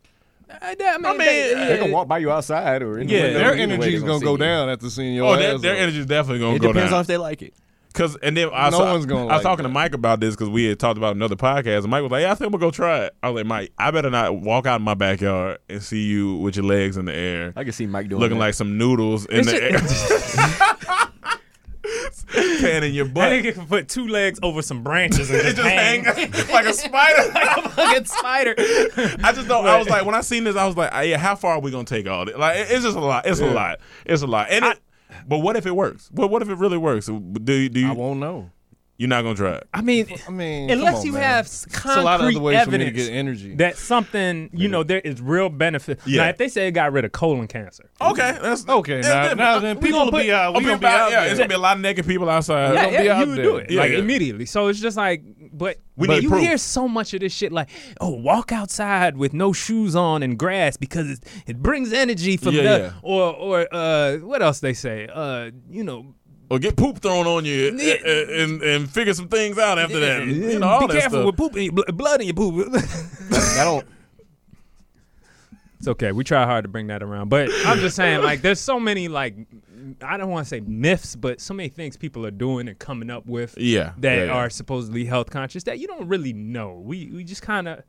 I, Uh, I mean, They they- can walk by you outside or in the Yeah, window their either way, they energy's gonna, see go you. down after seeing your Oh, ass. their, their up. energy is definitely gonna It go depends down. on if they like it. Cause and then I No saw, one's gonna I was like talking to that. Mike about this because we had talked about another podcast. And Mike was like, "Yeah, I think I'm gonna go try it." I was like, "Mike, I better not walk out in my backyard and see you with your legs in the air, I can see Mike doing looking that. like some noodles in It's the air, fanning your That butt, nigga can put two legs over some branches and just, just hang hang. like a spider." a fucking spider. I just don't. I was like, when I seen this, I was like, "Ah, "Yeah, how far are we gonna take all this?" Like, it- it's just a lot. It's a lot. It's a lot. And it, but what if it works? What what if it really works? Do you, do I you, won't know. you're not gonna try it? I mean, I mean, unless come on, you man. have s- There's concrete a lot of other ways evidence for me to get energy. that something, you know, there is real benefit. Yeah. Now, if they say it got rid of colon cancer, Okay, that's Okay, that's now- different. now then We people gonna will be out- we oh, gonna people be out yeah, there. It's gonna be a lot of naked people outside. yeah, gonna be yeah, out you would there. do it Yeah. like immediately. So it's just like, but We but need you proof. hear so much of this shit, like, oh, walk outside with no shoes on and grass because it, it brings energy for Yeah, the yeah. or or uh, what else they say, uh, you know. Or get poop thrown on you and, Yeah. and, and figure some things out after that. You know, all be that careful stuff. with poop, in your, bl- blood in your poop. I don't. It's okay. We try hard to bring that around, but I'm just saying, like, there's so many like, I don't want to say myths, but so many things people are doing and coming up with, Yeah, that yeah, yeah. are supposedly health conscious that you don't really know. We we just kind of,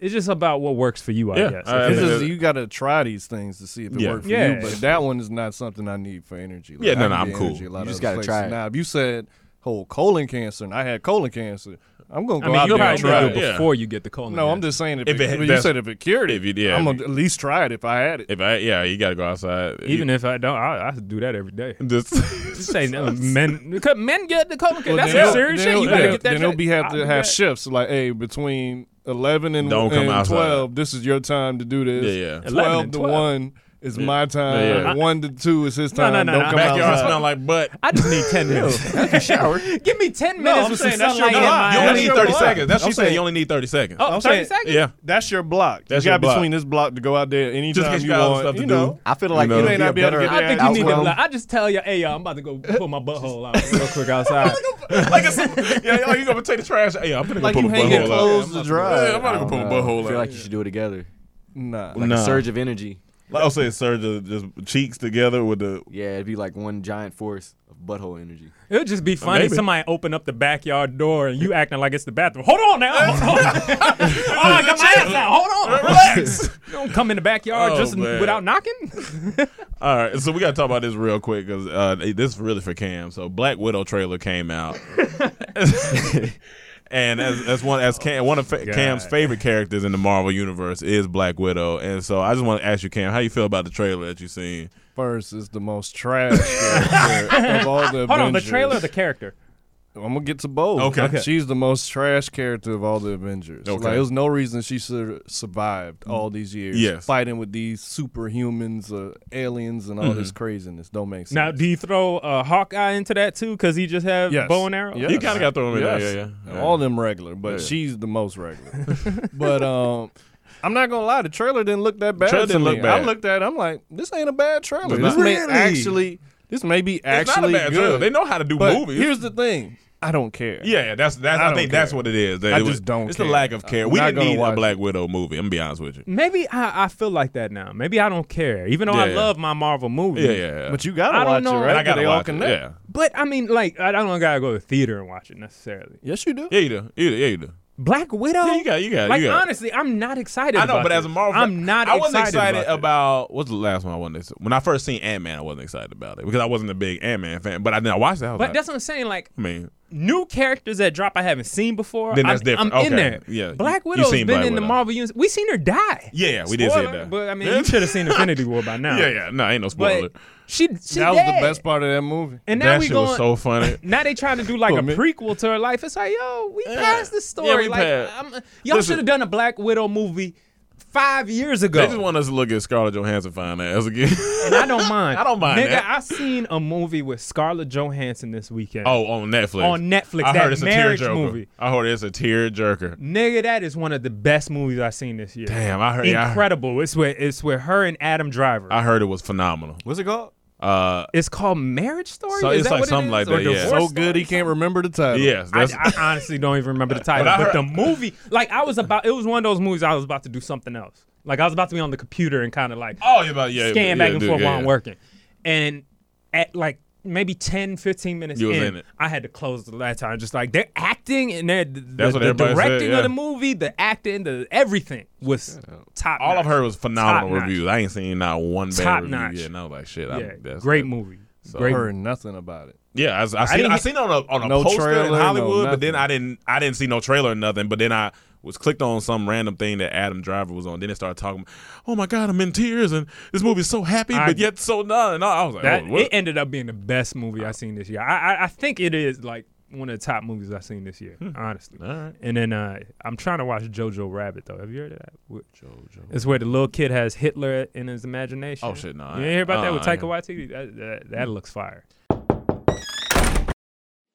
it's just about what works for you, I Yeah, guess. I- It's just, Yeah. you got to try these things to see if it Yeah. works for Yeah. you. But that one is not something I need for energy. Like, Yeah, no, I no, can I'm get cool. energy a lot You of just other gotta places. try it. Now, if you said whole colon cancer and I had colon cancer, I'm gonna I go mean, out you there probably and need try to it. do it Yeah. before you get the colon. No, I'm just saying if, If it- it, well, you that's- said if it cured it, if you- yeah, I'm if gonna at least try it if I had it. If I, yeah, you gotta go outside. even if I don't, I, I do that every day. you, just, Just say no, men, because men get the colon. Well, then That's some it'll- serious then shit. You it'll- gotta yeah, get that. Then it'll shit. be have I'll to do have that. shifts. Like, hey, between eleven and, Don't come and outside. twelve, this is your time to do this. Yeah, yeah. 11 Twelve and to 12. one is my time. Yeah, yeah. One to two is his No, no, time. no, don't no. come backyard outside. smell like butt. I just need ten minutes. shower. Give me ten minutes I'm with saying some that's your sunlight in block. my. you that's only need your 30 block. seconds. That's I'm she said. saying- You only need 30 seconds. Oh, I'm 30 saying- seconds. yeah. That's your block. That's you your got block. between this block to go out there anytime Just in case you, you got want. other stuff to you do. know, I feel like You it may may not not be be able better. to get I think you need to. outwhelm. Like, I just tell you, hey, y'all, I'm about to go pull my butthole out real quick outside. like it's, yeah, like you gonna take the trash. Yeah, I'm gonna Like go you pull my hang your butthole out. clothes Yeah, to I'm dry. Yeah, I'm about to go pull my I feel butthole out. like you should do it together. Nah. Like Nah. a surge of energy. Like I'll say, surge of just cheeks together with the Yeah, it'd be like one giant force of butthole energy. It would just be funny. Maybe. Somebody open up the backyard door and you acting like it's the bathroom. Hold on now. Hold on. oh, I got my ass out. Hold on. Relax. you don't come in the backyard Oh, just man. without knocking. All right, so we gotta talk about this real quick because uh, this is really for Cam. So Black Widow trailer came out, and as, as one as Cam, one of fa- Cam's favorite characters in the Marvel universe is Black Widow, and so I just want to ask you, Cam, how you feel about the trailer that you seen? First is the most trash character of all the Avengers. Hold on. The trailer or the character? I'm gonna get to both. Okay. Okay. She's the most trash character of all the Avengers. Okay. Like, there's no reason she sur- survived all these years Yes. fighting with these superhumans, uh, aliens, and all this Mm-hmm. craziness. Don't make sense. Now, do you throw uh, Hawkeye into that too? Because he just have Yes. bow and arrow? Yes. You kind of got thrown in there, yeah, Yes. yeah. yeah. All them regular, but she's the most regular. but um I'm not gonna lie, the trailer didn't look that bad. Trailer to didn't me. look bad. I looked at it, I'm like, this ain't a bad trailer. It's This not. may Really? actually this may be it's actually not a bad good. trailer. They know how to do but movies. Here's the thing. I don't care. yeah, yeah, that's that's. I, I don't think that's care. what it is. I It was- just don't It's the care. lack of care. I'm we not didn't gonna need a watch Black Widow movie. I'm gonna be honest with you. Maybe I, I feel like that now. Maybe I don't care, even though I Yeah. love my Marvel movie. Yeah, yeah. yeah. But you I gotta don't watch know. it, right? and I gotta they all watch it. connect. Yeah, But I mean, like, I don't gotta go to the theater and watch it necessarily. Yes, you do. yeah, you do. You do. Yeah, you do. Black Widow. Yeah, you got- you got- you Like, got- honestly, I'm not excited. I know, about but as this. a Marvel, I'm not. I wasn't excited, excited about what's the last one I wasn't excited. When I first seen Ant Man, I wasn't excited about it because I wasn't a big Ant Man fan. But I then I watched that. I was But like, that's what I'm saying. Like, I mean, new characters that drop I haven't seen before. Then that's I'm, different. I'm in Okay. there. Yeah, Black you- you Widow's seen been Black in the Widow. Marvel universe. We seen her die. Yeah, we did see her Spoiler, die. But I mean, you should have seen Infinity War by now. Yeah, yeah. No, ain't no spoiler. But she, she that was the dead. best part of that movie. And now that we shit going. was so funny. now they trying to do like For a me- prequel to her life. It's like, yo, we passed the story. Oh, Yeah, we like, passed. I'm- y'all Listen. should have done a Black Widow movie five years ago. They just want us to look at Scarlett Johansson fine ass again. and I don't mind. I don't mind Nigga, that. I seen a movie with Scarlett Johansson this weekend. oh, on Netflix. On Netflix, I that heard it's a marriage tearjerker. movie. I heard it's a tearjerker. Nigga, that is one of the best movies I've seen this year. Damn, I heard- yeah, Uh, I heard- Incredible. It's where it's where her and Adam Driver. I heard it was phenomenal. What's it called? Uh, it's called Marriage Story. So Is it's that like what it something is? like Or that, yeah. So Divorce So Oh, Story? good he can't remember the title. yes, I, that's I honestly don't even remember the title, But I but, heard- the movie, like I was about, it was one of those movies I was about to do something else. Like I was about to be on the computer and kind of like Oh, yeah, about- yeah, scan yeah, back and dude, forth yeah, while I'm yeah. working. And at like maybe 10, 15 minutes You was in, in it. I had to close the laptop. Just like they're acting and they're the, That's what the everybody said, directing yeah. of the movie, the acting, the everything was top. all I've notch. heard was phenomenal Top notch. reviews. I ain't seen not one bad Top review notch. yet. And I was like, shit, Yeah, I'm, that's great that- movie. So- great. Heard nothing about it. Yeah, I, I, seen, didn't I get- seen it on a on a No poster in trailer, no Hollywood, but then nothing. I didn't I didn't see no trailer or nothing. But then I was clicked on some random thing that Adam Driver was on. Then it started talking. Oh my God, I'm in tears, and this movie's so happy, I- but yet so not. And I I was like, That oh, what? it ended up being the best movie I've seen this year. I, I I think it is like one of the top movies I've seen this year, honestly. Hmm. All right. And then uh, I'm trying to watch Jojo Rabbit though. Have you heard of that? Jojo. It's where the little kid has Hitler in his imagination. Oh, shit, no, I- You didn't hear about that with uh, I Taika Waititi? That, that, that looks fire.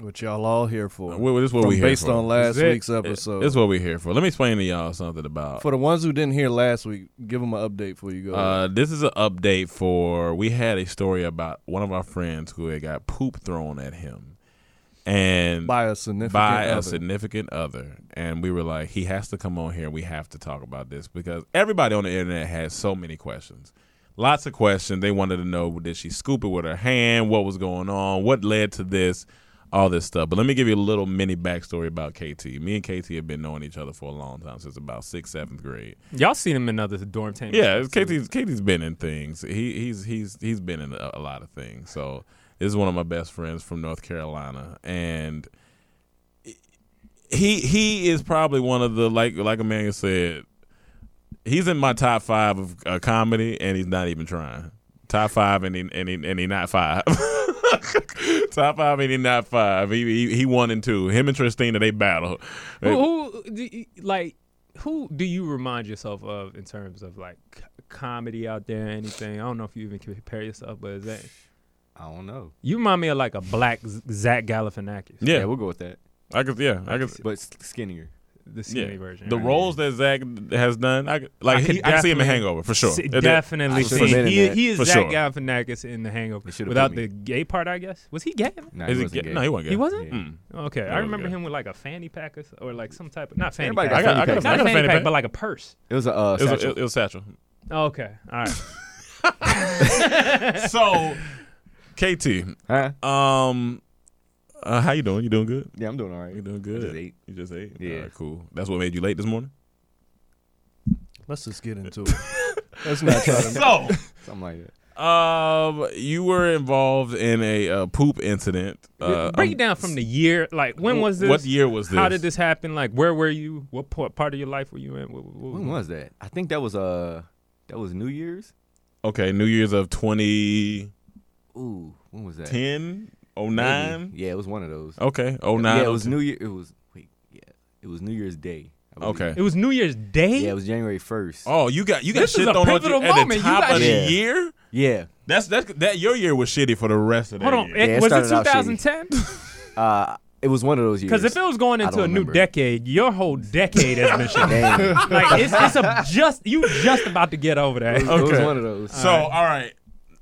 What y'all all here for? Well, this is what From we here based for. on last This is it. week's episode. this is what we're here for. Let me explain to y'all something about. for the ones who didn't hear last week, give them an update before you go. Uh, this is an update for we had a story about one of our friends who had got poop thrown at him, and by a significant by other. a significant other, and we were like, he has to come on here. We have to talk about this because everybody on the internet has so many questions, lots of questions. They wanted to know did she scoop it with her hand? What was going on? What led to this? All this stuff. But let me give you a little mini backstory about KT. Me and KT have been knowing each other for a long time since about sixth, seventh grade. y'all seen him in other dorm teams? Yeah, it's KT's KT's been in things. He he's he's he's been in a, a lot of things. So this is one of my best friends from North Carolina, and he he is probably one of the like like Amanda said, he's in my top five of uh, comedy, and he's not even trying. Top five, and he and he and he not five. Top five, and he not five. He, he he one and two. Him and Tristina, they battle. Who, who do you, like who do you remind yourself of in terms of like c- comedy out there? Anything? I don't know if you even compare yourself, but is that I don't know. you remind me of like a black Z- Zach Galifianakis, Yeah, Yeah, we'll go with that. I could. Yeah, I could. But s- skinnier. the skinny version. The right? roles that Zach has done, I could- like I I, could he, I see him in definitely Hangover for sure. See- It- it- definitely. I should've see- been in He, that. he is For Zach sure. Galifianakis in The Hangover. They should've put Without me. the gay part, I guess. Was he gay? Nah, Is he wasn't gay? gay. No, he wasn't. Gay. Hmm. Mm. He wasn't. Yeah. Okay, I was remember gay. him with like a fanny pack or, s- or like some type of not fanny Everybody pack. got not fanny packs. fanny, I got a fanny pack, pack. but like a purse. It was a uh, It was, satchel. it was Satchel. Oh, okay, all right. so, KT, huh? um, uh, how you doing? You doing good? Yeah, I'm doing all right. You doing good? just ate. You just ate. Yeah. All right, cool. That's what made you late this morning. Let's just get into it. Let's not try to. So, Something like that. Um, you were involved in a uh, poop incident. Uh, Break um, it down from the year. Like when was this? What year was How this? did this happen? Like where were you? What part, part of your life were you in? What, what- what- When was that? I think that was uh that was New Year's. Okay, New Year's of 2010, Ooh, when was that? 09? Yeah, it was one of those. Okay, 09. yeah, it was New Year. It was wait, yeah, it was New Year's Day. I believe. Okay. It was New Year's Day. Yeah, it was January first. Oh, you got you got This is shit a thrown on you pivotal at the moment. You top got of Yeah. the year. Yeah, That's that's that your year was shitty for the rest of the Hold on. year. it- Yeah, it was it started out shitty. 2010? uh, it was one of those years. Because if it was going I into don't a new remember. decade, your whole decade has been shit. Damn. like it's, it's a just you just about to get over that. It was Okay. one of those. so all right.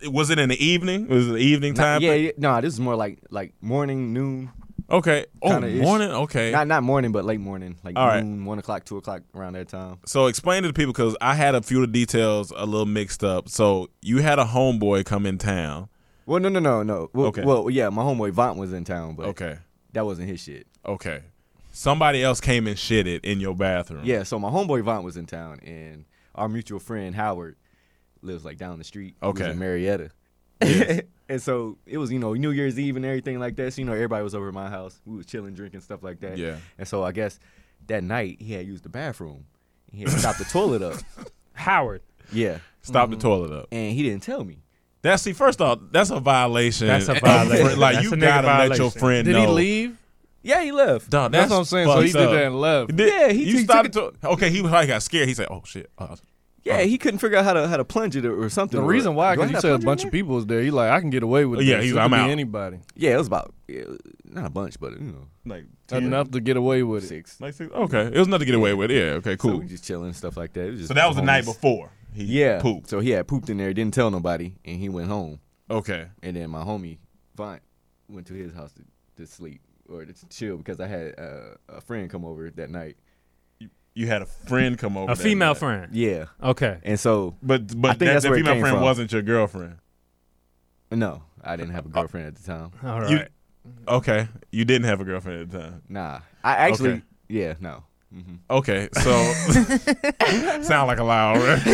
was it in the evening? Was it the evening Nah, time? yeah, yeah, no, this is more like like morning, noon. Okay. Oh, Kinda ish. morning. Okay. Not not morning, but late morning, like All right. noon, one o'clock, two o'clock, around that time. so explain to the people because I had a few of the details a little mixed up. So you had a homeboy come in town. Well, no, no, no, no. Well, Okay. well yeah, my homeboy Vaughn was in town, but Okay. that wasn't his shit. Okay. Somebody else came and shitted in your bathroom. Yeah, so my homeboy Vaughn was in town, and our mutual friend Howard lives like down the street. He lives Okay. in Marietta. and so it was, you know, New Year's Eve and everything like that. So you know, everybody was over at my house. We was chilling, drinking stuff like that. Yeah. And so I guess that night he had used the bathroom. He had stopped the toilet up. Howard. Yeah. Stop the toilet up. Mm-hmm. And he didn't tell me. That's see. First off, that's a violation. That's a of- violation. like That's you a nigga gotta let your violation. friend Did know. he leave? Yeah, he left. Dog, That's, what I'm saying. So he did fucked that up. and left. He did- Yeah, he you took- stopped took to- okay, he probably got scared. He said, "Oh shit." Uh, Yeah, he couldn't figure out how to how to plunge it or, or something. The or- reason why, Do I because you have said a plunger in bunch there? of people was there. He like, I can get away with Yeah, this. he's It like, could "I'm be out." anybody. Yeah, it was about yeah, not a bunch, but you know, like Enough to get away with it. six. Like six- okay, it was nothing to get away with. Yeah, okay, So cool. we So, just chilling and stuff like that. It was just that was the night homies. before. He Yeah. pooped. So he had pooped in there, didn't tell nobody, and he went home. Okay, And then my homie Vaughn went to his house to, to sleep or to chill because I had uh, a friend come over that night. you had a friend come over. A that female night. friend. Yeah. Okay. And so but but think that, that's that where it female came friend from. wasn't your girlfriend. no, I didn't have a girlfriend at the time. All right. You- okay, you didn't have a girlfriend at the time. Nah, I actually Okay. yeah no. Mm-hmm. Okay, so sound like a lie already.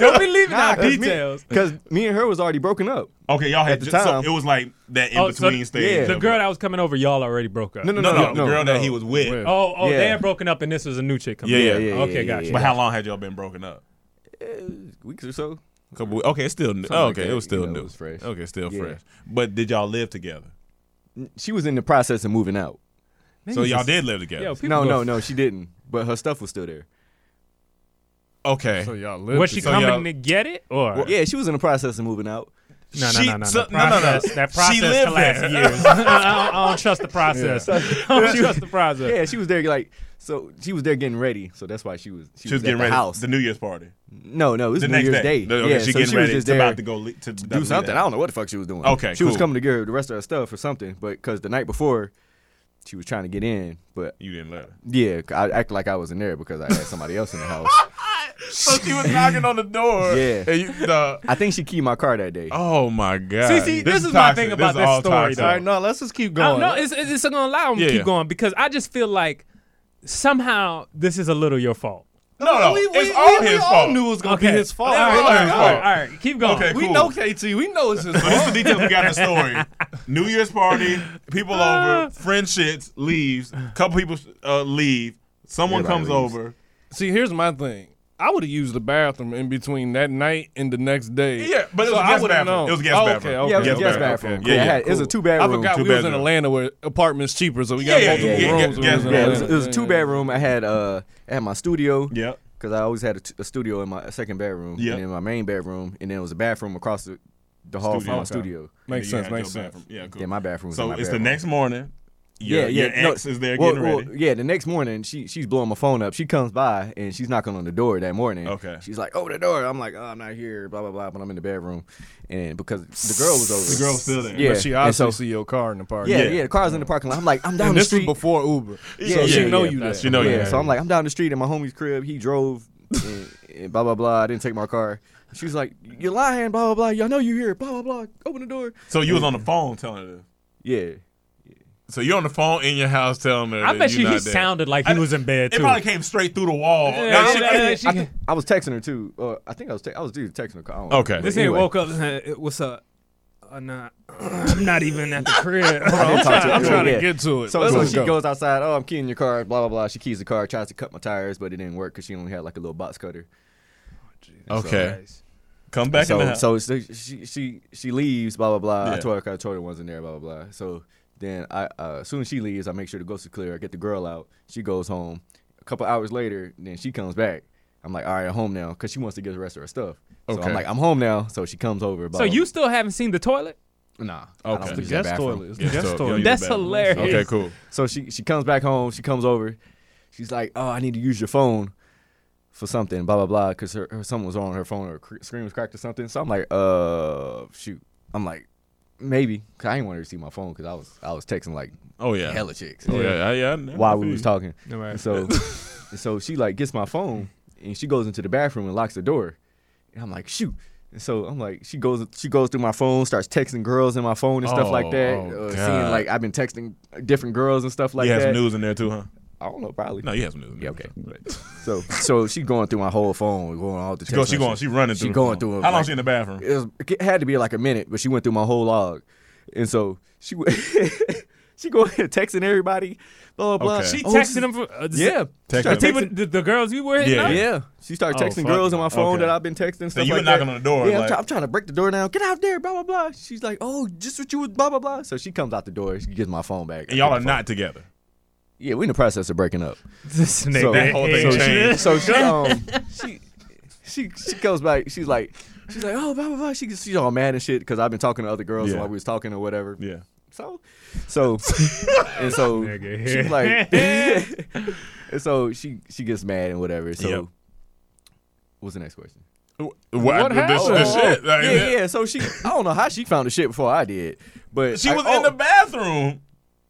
Don't be leaving out Nah, 'cause me- details. Cause me and her was already broken up. Okay, y'all had At the just- time. So it was like that in Oh, so between stage. yeah. of- The girl that was coming over, y'all already broke up. No, no, no, no, the no, girl that he was with. With. Oh, oh, they Yeah. had broken up, and this was a new chick coming. Yeah, in. yeah, yeah, yeah, okay, yeah, gotcha. Uh, yeah. But how long had y'all been broken up? Weeks or so. Couple. Okay, it's still new. Something like okay, that, it was you still know, it new. was fresh. Okay, still Yeah. fresh. But did y'all live together? She was in the process of moving out. so y'all did live together. Yo, people No, go- no, no, she didn't. But her stuff was still there. okay. So y'all lived. Was she So coming y'all- to get it or? Yeah, she was in the process of moving out. No, no, She- no, no, so- the process- That process She can lived last there. years. I, don't, I don't trust the process. I don't trust the process. Yeah, she was there like so she was there getting ready, so that's why she was she, She was getting at ready. the house. The New Year's party. no, no, it was The New next Year's day. Day. No, okay, yeah, she so getting she ready. was just to there about to go le- to E do something. I don't know what the fuck she was doing. Okay, she was cool. coming to get her the rest of her stuff or something, but because the night before she was trying to get in, but You didn't let her. yeah, I act like I wasn't there because I had somebody else in the house. So she was knocking on the door. Yeah. and you- the- I think she keyed my car that day. oh my god. See, see, this is my toxic. thing about this all story, toxic. All though. right, no, let's just keep I going. don't know. It's, it's, it's gonna allow him Yeah, to yeah. keep going because I just feel like somehow this is a little your fault. No, no, We- we- it's all we- we his all fault. knew it was gonna be his fault. All right, It all was right, his all right, fault. all right, keep going. Okay, We- KT. cool. We know it's his But this is the details we got in the story. Ah. New Year's party, people over, friend shits, leaves, couple people uh, leave, someone Everybody comes leaves. over. See, here's my thing. I would have used the bathroom in between that night and the next day. Yeah, but it so was a I guest would've bathroom. known. It was a guest Oh, bathroom. Okay, okay. Yeah, it was Guest a guest bathroom. Yeah, bathroom. Yeah, yeah, I had- it was a cool. two bedroom. I forgot Two we was in bedroom. Atlanta where apartments cheaper, so we Yeah, got yeah, multiple yeah, rooms. yeah, when we was in yeah, Yeah, it was, it Atlanta. was a two bedroom. I had uh, I had my studio. Yep. Because I always had a, t- a studio in my second bedroom, Yeah. and then my main bedroom, and then it was a bathroom across the, the Studio, hall from my okay. studio. Makes You had sense. your Makes sense. bathroom. Yeah, cool. Then my bathroom. Was in So my it's the bedroom. next morning. Your, yeah, yeah. Your no, ex is there well, getting well, ready. yeah, the next morning she she's blowing my phone up. She comes by and she's knocking on the door that morning. Okay. She's like, "Open the door." I'm like, "Oh, I'm not here." Blah blah blah. But I'm in the bedroom, and because the girl was over, The girl's still there. Yeah. But she and obviously so- see your car in the park. Yeah, yeah, The car's in the parking lot. I'm like, I'm down And the this was street. before Uber. Yeah, so she yeah, know yeah. you there. She know you yeah, there. so I'm like, I'm down the street at my homie's crib. He drove and, and blah blah blah. I didn't take my car. She was like, "You're lying." Blah blah blah. Y'all know you here. Blah blah blah. Open the door. So you was on the phone telling her. Yeah. So you're on the phone in your house telling her. I that bet you're you he not there. sounded like I- he was in bed It too. probably came straight through the wall. Yeah, That shit- yeah, she- I, thi- I was texting her too. Uh, I think I was te- I was due to texting her. I don't know. Okay. But Oh, this anyway, nigga woke up. uh, What's up? Uh, nah, I'm not even at the crib. didn't talk to her. I'm Yeah, trying yeah. to get to it. So, Let's so go. she goes outside. Oh, I'm keying your car. Blah blah blah. She keys the car. Tries to cut my tires, but it didn't work because she only had like a little box cutter. Okay. Come back in the so, house. so so she she she leaves. Blah blah blah. I Yeah. told her I told her one's in there. Blah blah blah. So then I uh, as soon as she leaves, I make sure the ghost is clear. I get the girl out. She goes home. A couple hours later, then she comes back. I'm like, all right, I'm home now, because she wants to get the rest of her stuff. So Okay. I'm like, I'm home now. So she comes over. Blah, so blah, you still haven't seen the toilet? Nah. Okay. I don't The use that guest bathroom. toilet. Yeah, Guest so you toilet. don't use That's the bathroom. hilarious. Okay, cool. So she she comes back home. She comes over. She's like, "Oh, I need to use your phone for something." Blah blah blah. Because her, her something was on her phone. Her cr- screen was cracked or something. So I'm like, "Uh, shoot." I'm like, "Maybe." Cause I didn't want her to see my phone because I was I was texting like Oh yeah. hella chicks Oh yeah. I- yeah, I- I while feel we was you. talking. All right. And so and so she like gets my phone and she goes into the bathroom and locks the door. And I'm like, shoot. And so I'm like, she goes she goes through my phone, starts texting girls in my phone and stuff Oh, like that. oh, God. uh, seeing like I've been texting different girls and stuff like you had that. some news in there too, huh? I don't know, probably. No, you had some news. In Yeah, there okay. But- So so she going through my whole phone, going all the She, go, text she going. messages. She running. She through the going phone. through it, How long like- she in the bathroom? it, was, it had to be like a minute, but she went through my whole log, and so she w- she going and texting everybody, blah blah Okay. blah. She Oh, texted him for uh, Yeah, Texting She him. started People, texting- the, the girls you were hitting Yeah, up? yeah, she started Oh, texting fuck girls no. on my phone Okay. that I've been texting. So stuff you were like that. knocking on the door, Yeah, I'm, like- try- I'm trying to break the door down. Get out there, blah blah blah. She's like, oh, just what you was, blah blah blah. So she comes out the door. She gets my phone back. And y'all I are get the phone. not together. Yeah, we in the process of breaking up. This nigga. So- That whole thing so changed. So she um she she she comes back. She's like she's like oh blah blah blah. She she's all mad and shit because I've been talking to other girls Yeah. while we was talking or whatever. Yeah. So so and so Nigga, she's yeah. like and so she she gets mad and whatever. So Yep. what's the next question? What happened? This, this shit. Like, Oh. yeah yeah. So she I don't know how she found the shit before I did, but She I- was oh, in the bathroom.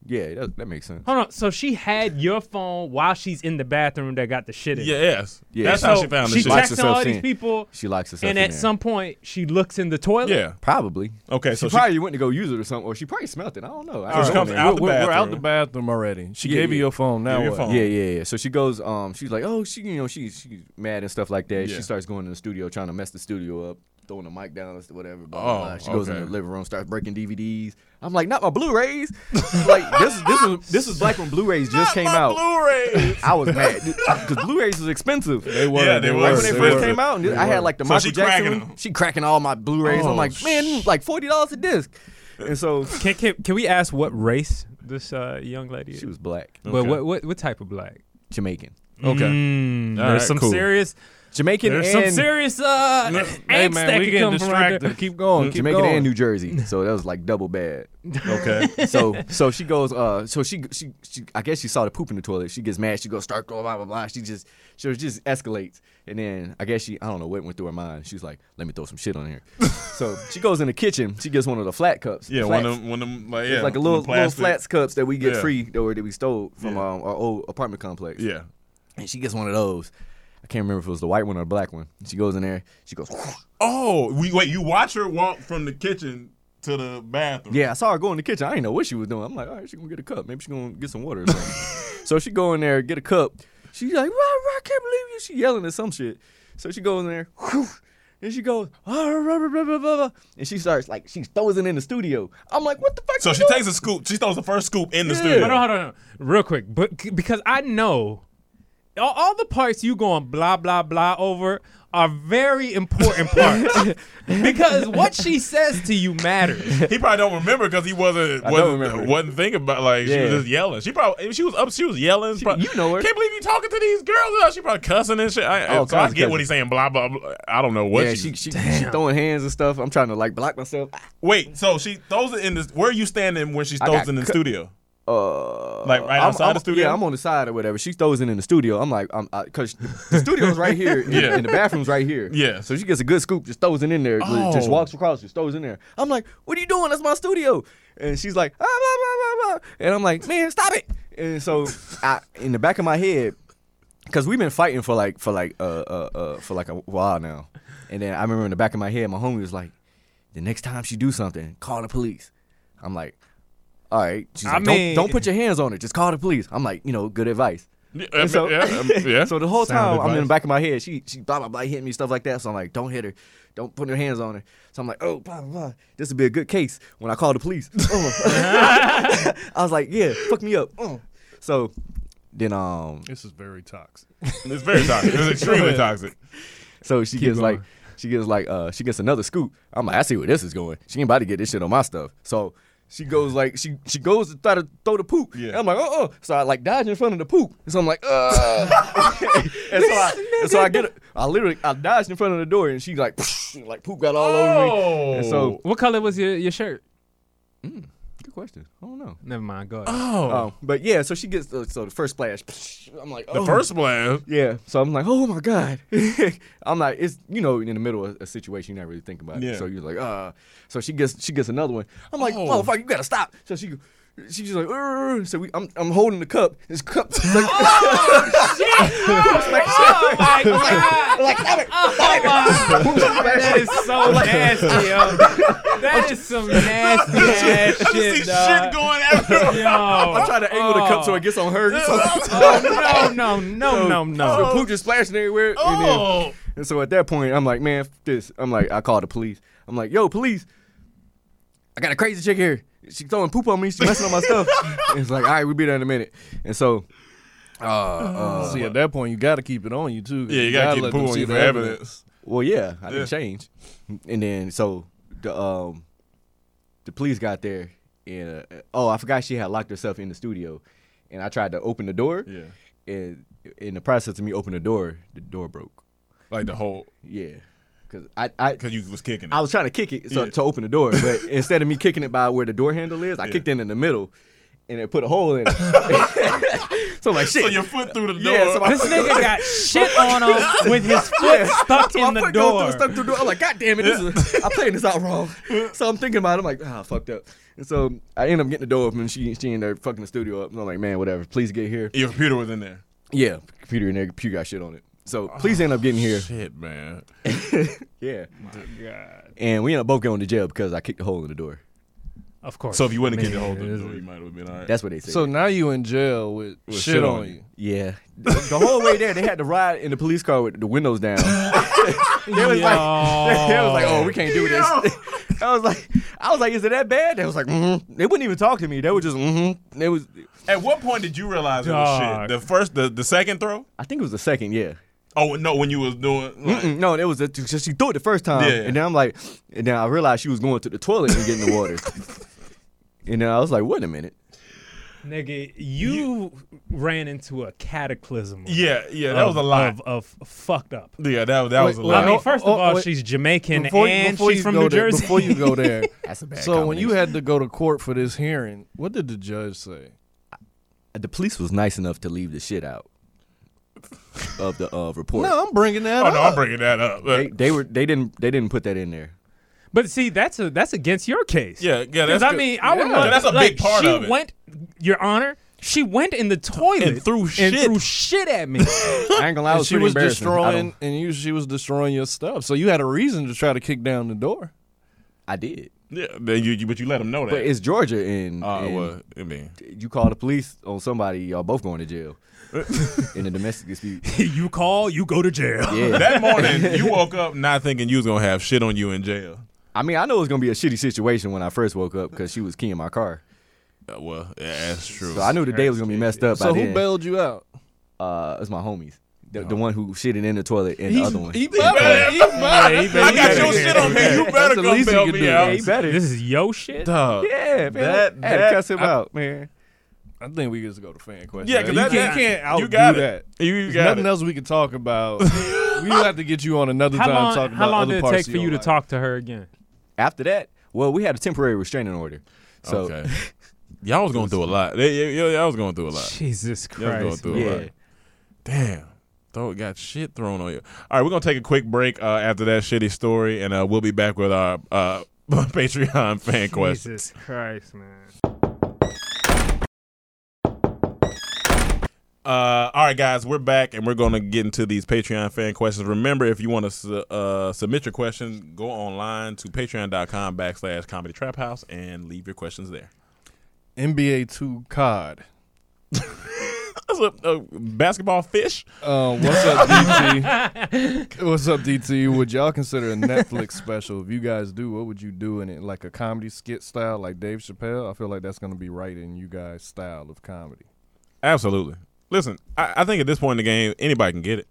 yeah that, that makes sense. Hold on. So she had your phone while she's in the bathroom that got the shit in. it. Yes. Yeah. That's So how she found She the shit. Locks text- texting herself all these in. people, She likes herself. and in at there. some point she looks in the toilet. yeah. probably Okay. So she, she, probably went to go use it or something, or she probably smelt it. I don't know. I So she don't know, comes man. out the we're, we're out the bathroom. bathroom already. She Yeah, gave you yeah. your phone. Now Give your what? phone. Yeah, yeah, yeah. So she goes, um, she's like, oh, she, you know, she, she's mad and stuff like that. Yeah. She starts going to the studio, trying to mess the studio up, throwing the mic down, whatever. Blah, Oh, blah, blah. She goes in okay. the living room, starts breaking DVDs. I'm like, not my Blu-rays. like this, this was this was like when Blu-rays just came My out. Blu-ray. I was mad because Blu-rays was expensive. They were. Yeah, they were. Like when they They first were. came out, and I had like the So Michael she Jackson. cracking one. them. She cracking all my Blu-rays. Oh, I'm like, man, like forty dollars a disc. And so Can, can can we ask what race this uh, young lady is? she was black, But what, what what type of black? Jamaican, Okay. Mm, All there's right, some cool. serious. Jamaican, There's some and serious uh, Hey angst that man, we could getting come from right there. distracted. Keep going. Keep Mm-hmm. Jamaican going. and New Jersey. So that was like double bad. Okay. So so she goes uh so she she she I guess she saw the poop in the toilet. She gets mad, she goes start going blah blah blah. She just she just escalates. And then I guess she I don't know what went through her mind. She's like, let me throw some shit on here. so she goes in the kitchen, she gets one of the flat cups. Yeah. flats. One of them. One of them. Like yeah. It's like a one little of them plastic. little flats cups that we get Yeah. free or that we stole from Yeah. um, our old apartment complex. Yeah. And she gets one of those. I can't remember if it was the white one or the black one. She goes in there, she goes Oh, we wait. You watch her walk from the kitchen to the bathroom. Yeah, I saw her go in the kitchen. I didn't know what she was doing. I'm like, all right, she gonna get a cup. Maybe she gonna get some water or something. so she go in there, get a cup. She's like, "Rah, rah, I can't believe you. She yelling at some shit. So she goes in there, whew, and she goes, "Ah, rah, rah, rah, rah, rah, rah," and she starts like she throws it in the studio. I'm like, what the fuck? So you she doing? takes a scoop. She throws the first scoop in the Yeah. studio. Hold on, hold on, real quick, but c- because I know all, all the parts you going blah blah blah over are very important parts because what she says to you matters. He probably don't remember because he wasn't I don't remember. wasn't, wasn't thinking about like she was Yeah. just yelling. She probably she was up. She was yelling. prob- you know her. Can't believe you talking to these girls. Uh, She probably cussing and shit. I, All so I kinds of get what cussing. he's saying. Blah blah. blah. I don't know what Yeah, she, she she, she throwing hands and stuff. I'm trying to like block myself. Wait. So she throws it in the. Where are you standing when she I throws got it in the cut- studio? Uh, Like, right I'm- outside I'm- the studio? Yeah, I'm on the side or whatever. She throws it in the studio. I'm like, I'm because the studio's right here, Yeah. yeah. and the bathroom's right here. Yeah. So she gets a good scoop, just throws it in there, just- just Oh. walks across, just throws it in there. I'm like, what are you doing? That's my studio. And she's like, ah, blah, blah, blah, blah. and I'm like, man, stop it. And so, I in the back of my head, because we've been fighting for like for like uh uh uh for like a while now, and then I remember in the back of my head, my homie was like, the next time she do something, call the police. I'm like, all right. She's I like, don't, mean- don't put your hands on it. Just call the police. I'm like, you know, good advice. Yeah, I mean, so- yeah, I mean, yeah. So the whole Sound time I'm in the advice. back of my head, she she blah blah blah hitting me stuff like that. So I'm like, don't hit her, don't put her hands on her. So I'm like, oh blah blah, blah. this would be a good case when I call the police. Uh. I was like, yeah, fuck me up. Uh. So then um, This is very toxic. it's very toxic. It's extremely toxic. so she gets going. like she gets like uh she gets another scoop. I'm like, I see where this is going. She ain't about to get this shit on my stuff. So. She goes like she she goes to try to throw the poop. Yeah. And I'm like, uh uh So I like dodge in front of the poop. And so I'm like, uh and so I and so I get I literally I dodged in front of the door and she like like poop got all over me. And Oh, so What color was your, your shirt? good question. I don't know. Never mind. Go ahead. Oh, Um, but yeah, so she gets uh, so the first splash. I'm like, the oh. first blast. Yeah, so I'm like, oh my god, I'm like, it's you know, in the middle of a situation, you're not really thinking about Yeah. it. So you're like, uh, so she gets she gets another one. I'm like, Oh. oh fuck, you gotta stop. So she she's just like, "Urgh." so we, I'm I'm holding the cup. This cup, like, oh shit, like, my I'm like, stop it, stop it. that is so nasty, yo. That is some nasty ass I just see shit, shit dog. going after him. Yo. I'm trying to angle the cup so it gets on her. So, Oh no, no, no, no, the no. poop just splashing everywhere. and then- Oh, And so at that point, I'm like, man, f- this. I'm like, I call the police. I'm like, yo, police, I got a crazy chick here. She throwing poop on me. She messing up my stuff. And it's like, all right, we'll be there in a minute. And so, uh, uh, See, at that point, you got to keep it on you too. 'cause Oh. yeah, you gotta keep let them poo on see you the for evidence. well, yeah, I Yeah. didn't change. And then so the um the police got there, and uh, oh, I forgot she had locked herself in the studio, and I tried to open the door. Yeah. And in the process of me opening the door, the door broke. Like the whole Yeah. Cause I, I because you was kicking it. I was trying to kick it so, Yeah. to open the door, but instead of me kicking it by where the door handle is, I kicked it in the middle, and it put a hole in it. so I'm like shit. so your foot through the door. yeah, so my Oh This nigga got shit on him with his foot stuck so my in the foot goes door. Through, stuck through the door. I'm like, God damn it, this is, I'm playing this out wrong. So I'm thinking about it. I'm like, ah, fucked up. And so I end up getting the door open, and she she in there fucking the studio up. And I'm like, man, whatever. Please get here. your computer was in there. Yeah, computer in there, computer got shit on it. So please end up getting here. Shit, man. Yeah. My God. And we end up both going to jail because I kicked a hole in the door. Of course. So if you wouldn't get the Man, hold of the this door, is- you might have been all right. That's what they said. So now you in jail with, shit, on you. Yeah. The the whole way there, they had to ride in the police car with the windows down. they, was like, they was like, oh, we can't do this. I was like, I was like, is it that bad? They was like, mm They wouldn't even talk to me. They were just, mm-hmm. They was, At what point did you realize Dog. it was shit? The first, the, the second throw? I think it was the second, yeah. Oh no, when you was doing like, Mm-mm, no, it was, a, just- she threw it the first time. Yeah. And then I'm like, and then I realized she was going to the toilet and getting the water. and then I was like, wait a minute. Nigga, you, ran into a cataclysm. of- yeah, yeah, that of- was a lot. Of, of fucked up. yeah, that that was a Wait, lot. I mean, Oh, first of oh, all, wait. she's Jamaican Before, and before she's you from go New there, Jersey. Before you go there, That's a bad so when you had combination. to go to court for this hearing, what did the judge say? The police was nice enough to leave the shit out of the uh, report. No, I'm bringing that oh up. no, I'm bringing that up. Uh, They, they were they didn't they didn't put that in there. But see, that's a that's against your case. Yeah, yeah, Because that's I good. mean, I would Yeah. want- That's a like, big part she of it. went, Your Honor, she went in the toilet And threw shit. and threw shit at me. I ain't gonna lie, it And she pretty was embarrassing. I don't- destroying, and you she was destroying your stuff. So you had a reason to try to kick down the door. I, did, yeah, then you, you but you let them know that. but it's Georgia, and, uh, and well, I mean, you call the police on somebody, y'all both going to jail in a domestic dispute. you call, you go to jail. Yeah, that morning you woke up not thinking you was gonna have shit on you in jail. I mean, I know it was gonna be a shitty situation when I first woke up because she was keying my car, Uh, well, yeah, that's true. so I knew the day was gonna be messed up. So by who then. bailed you out? Uh, it was my homies, the, Oh. the one who shitted in the toilet and the other one. He better. He better. he better- I got he your better- shit on me. You That's better the come least he bail could me do. out. He better. This is yo shit. Dog. yeah, man. That- I had that- to cuss him I- out, man. I think we just go to fan questions. Yeah, 'cause you that- can't, that- you can't outdo you got that. it. You There's got nothing it. else we can talk about. We'll have to get you on another How time long? talking How about long other did it parts take of for your you to life. talk to her again? After that, well, we had a temporary restraining order, so Okay. Y'all was going through a lot. They- y- y- Y'all was going through a lot. Jesus Y'all was going Christ. through a yeah. lot. Damn. Throw got shit thrown on you. All right, we're gonna take a quick break uh, after that shitty story, and uh, we'll be back with our uh, Patreon fan question. Jesus Christ, man. Uh, all right, guys, we're back, and we're gonna get into these Patreon fan questions. Remember, if you want to su- uh, submit your questions, go online to patreon.com backslash comedy trap house and leave your questions there. NBA Two COD. That's a, a basketball fish. Um, what's up, DT? what's up, DT? Would y'all consider a Netflix special? If you guys do, what would you do in it? Like a comedy skit style, like Dave Chappelle? I feel like that's gonna be right in you guys' style of comedy. Absolutely. Listen, I, I think at this point in the game, anybody can get it.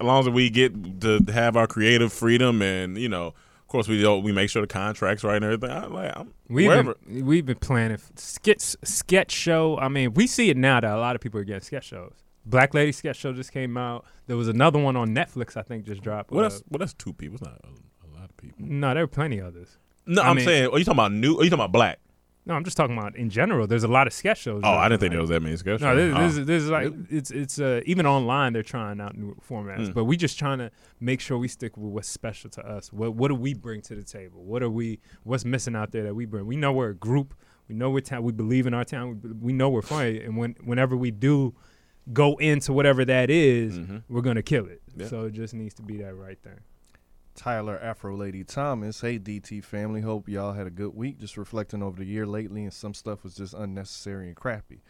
As long as we get to have our creative freedom, and you know, of course, we do, we make sure the contracts right and everything. I, like, I'm, We've wherever. been, we've been planning f- skits, sketch show. I mean, we see it now that a lot of people are getting sketch shows. Black Lady sketch show just came out. There was another one on Netflix, I think, just dropped. Well, Uh, that's well, that's two people. It's not a, a lot of people. no, there were plenty others. No, I I'm mean- saying, are you talking about new? Are you talking about black? No, I'm just talking about in general. There's a lot of sketch shows. Oh, I dropping, didn't think like- there was that many sketch No, shows. this, Oh. this, is- this is like it's it's uh, even online they're trying out new formats, Hmm. but we just trying to make sure we stick with what's special to us. What what do we bring to the table? What are we? What's missing out there that we bring? We know we're a group. We know we're town. We believe in our town. We, be- we know we're funny, and when whenever we do go into whatever that is, Mm-hmm. we're gonna kill it. So it just needs to be that right there. Tyler Afro Lady Thomas. Hey, DT family. Hope y'all had a good week. Just reflecting over the year lately, and some stuff was just unnecessary and crappy.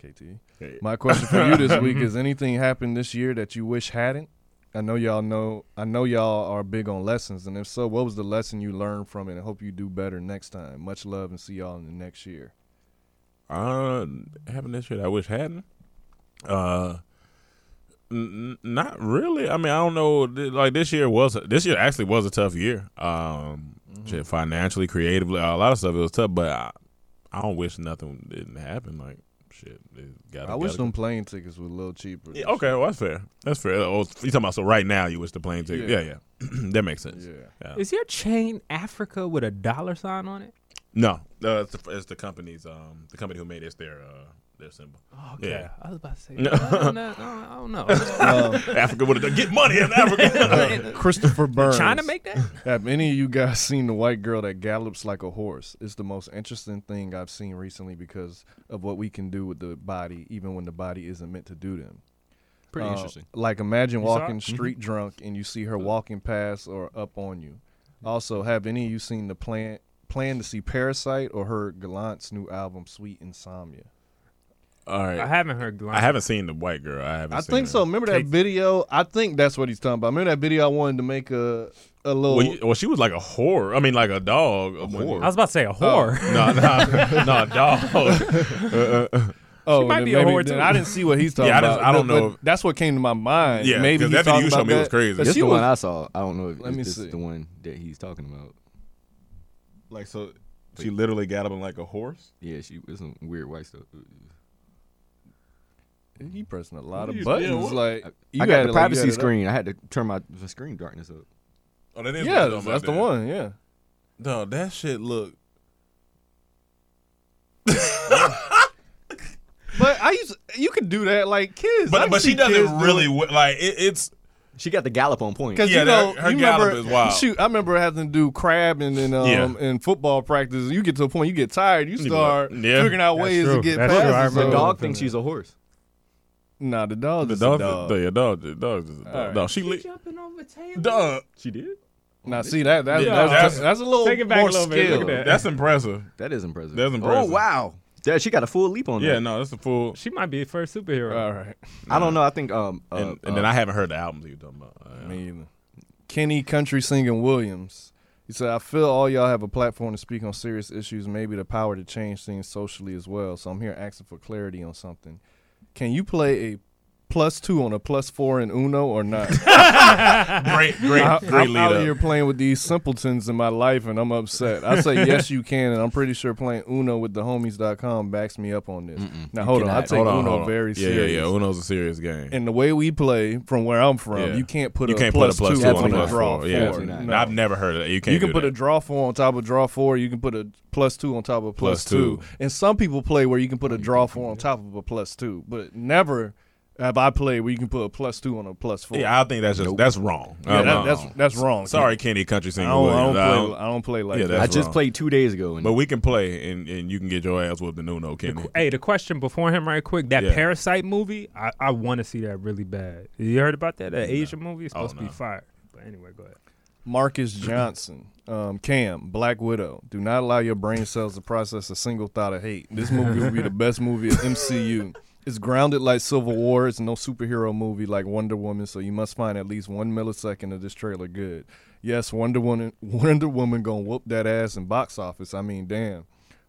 KT. My question for you this week is: Anything happened this year that you wish hadn't? I know y'all know. I know y'all are big on lessons, and if so, what was the lesson you learned from it? And hope you do better next time. Much love, and see y'all in the next year. Uh, having this shit, I wish hadn't. Uh, n- n- not really. I mean, I don't know. Th- Like this year was this year actually was a tough year. Um, shit, financially, creatively, a lot of stuff it was tough. But I, I don't wish nothing didn't happen. Like shit, it got. I wish them plane tickets were a little cheaper. Yeah, okay, well that's fair. That's fair. Oh, you talking about so right now? You wish the plane ticket? Yeah, Yeah. yeah. that makes sense. Yeah. Is your chain Africa with a dollar sign on it? No, uh, it's, the, it's the company's um the company who made this their uh their symbol. Oh, Okay, Yeah. I was about to say. I don't know. I don't know. Africa would have get money in Africa. Uh, Christopher Burns. Trying to make that. Have any of you guys seen the white girl that gallops like a horse? It's the most interesting thing I've seen recently because of what we can do with the body, even when the body isn't meant to do them. Pretty Uh, interesting. Like imagine saw walking it? street drunk and you see her walking past or up on you. Also, have any of you seen the plan plan to see Parasite or heard Gallant's new album Sweet Insomnia? All right. I haven't heard. Glam. I haven't seen the white girl. I haven't. I seen think her. so. Remember that Kate- video? I think that's what he's talking about. Remember that video I wanted to make a a little Well, you- well, she was like a whore. I mean, like a dog. A I was about to say Oh. a whore. No, no, no, dog. uh, Oh, might then be a maybe whore, then too. I didn't see what he's talking Yeah, I about. just- I don't But- know but if- That's what came to my mind. Yeah, maybe 'cause he's that video talking you showed about me was that. crazy. But This That's she the was one I saw. I don't know if Let it's me this see. the one that he's talking about. like so, she literally galloping like a horse. Yeah, she was some weird white stuff. he pressing a lot You- of buttons. yeah, what- like you I got had the it, like, you privacy had it up. screen. I had to turn my the screen darkness up. Oh, that is what Yeah, you're talking that's, about the there. one. Yeah. Dog, that shit look. But I used you could do that like kids. But but she doesn't really wa- like it, it's. She got the gallop on point. because Yeah, you know that- her you gallop remember is wild. shoot I remember having to do crab and then um Yeah. in football practice you get to a point you get tired you be start like, yeah. figuring out That's ways to true. get That's true. I past The remember so, dog thinks she's a horse. nah the dog The is dog, a dog. the, yeah, dog, the dog, is a dog. All right. Dog, she, li- dog. She did. now see that that's Yeah, that's, that's- that's, a little Take it back more a little bit. skill. Look at that. That's impressive. That is impressive. That's Oh impressive. wow. Yeah, she got a full leap on Yeah, that. no, that's a full. She might be the first superhero. Uh, All right. I don't know. I think um uh, and and then I haven't heard the albums that you're talking about. Uh, Me either. Kenny Country Singing Williams. He said, I feel all y'all have a platform to speak on serious issues, maybe the power to change things socially as well. So I'm here asking for clarity on something. Can you play a plus two on a plus four in Uno or not? Great, great, I, great I'm lead out up. here playing with these simpletons in my life and I'm upset. I say, yes, you can. And I'm pretty sure playing Uno with the homies.com backs me up on this. Now, hold on. I cannot. take Uno very yeah, serious. Yeah, yeah, Uno's a serious game. And the way we play, from where I'm from, Yeah. you can't put you a can't plus put a plus two on a on a plus draw four. four. Yeah, Absolutely not. No, I've never heard of that. You can't. You can do put that. a draw four on top of draw four. You can put a plus two on top of a Plus plus, plus two. two. And some people play where you can put a draw four on top of a plus two, but never have I played where you can put a plus two on a plus four. Yeah, I think that's just that's wrong. Yeah, Uh, that- no. that's that's wrong. Sorry, Kenny Country I Singer. don't, I, don't Williams. I play, I, don't- don't, play like Yeah, that. that's I just wrong. played two days ago. And but we can play, and, and you can get your ass whooped in Uno, Kenny. Hey, the question before him, right quick. That Yeah. Parasite movie, I, I want to see that really bad. You heard about that? That Asian movie is supposed to Oh, no. be fire. But anyway, go ahead. Marcus Johnson. Um, Cam, Black Widow. Do not allow your brain cells to process a single thought of hate. This movie will be the best movie of MCU. It's grounded like Civil War. It's no superhero movie like Wonder Woman, so you must find at least one millisecond of this trailer good. Yes, Wonder Woman, Wonder Woman gonna whoop that ass in box office. I mean, damn,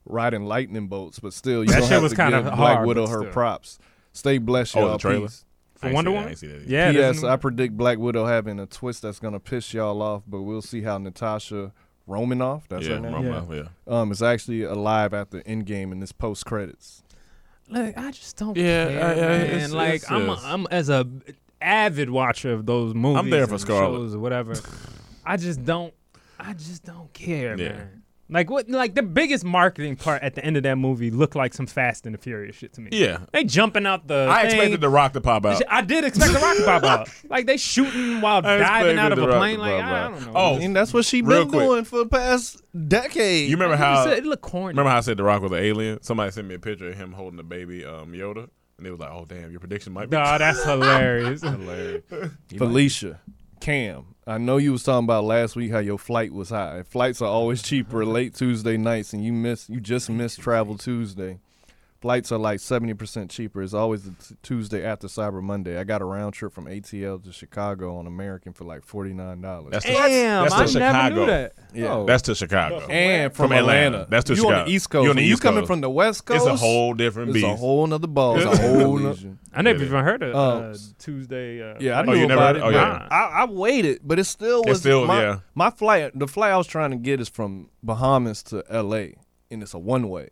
riding lightning bolts, but still, you That don't shit have was to kinda give Black hard, Widow but her still. props. Stay blessed, Oh, y'all. the trailer? Peace. For I ain't Wonder see that. I Woman? ain't see that yet. Yeah. P.S. there's I predict Black Widow having a twist that's gonna piss y'all off, but we'll see how Natasha Romanoff, that's yeah, her name, Roma, yeah. um, is actually alive at the end game in this post credits. Like, I just don't Yeah, care, I- I- man. it's- like it's- I'm, a, it's- I'm as a avid watcher of those movies. I'm there for and Scarlett. shows or whatever. I just don't. I just don't care, Yeah. man. Like what? Like the biggest marketing part at the end of that movie looked like some Fast and the Furious shit to me. Yeah. they jumping out the. I thing. expected the rock to pop out. I did expect the rocket pop out. Like they shooting while I diving expected out of the a rocket plane. Like pop I, I out. don't know. Oh, And that's what she Real been quick. doing for the past decade. You remember It how? just- it looked corny. Remember how I said the Rock was an alien? Somebody sent me a picture of him holding the baby um, Yoda, and they was like, "Oh damn, your prediction might be." Nah, that's hilarious. Felicia, Cam, I know you was talking about last week how your flight was high. Flights are always cheaper late Tuesday nights, and you miss you just missed Travel Tuesday. Flights are like seventy percent cheaper. It's always the t- Tuesday after Cyber Monday. I got a round trip from ATL to Chicago on American for like forty nine dollars. That's the- Damn, That's I the never Chicago. knew that. yeah. That's to Chicago. and from, From Atlanta. That's to you on Chicago. the East Coast. You on the When you East coming Coast. from the West Coast? it's a whole different It's beast. a whole nother ball. It's a whole. nother- I never Yeah. even heard of Oh. uh, Tuesday. Uh, Yeah, I Flight. knew you never about heard- it. oh, but yeah. I, I waited, but it still It was still- my, yeah. my flight. The flight I was trying to get is from Bahamas to L.A. and it's a one way.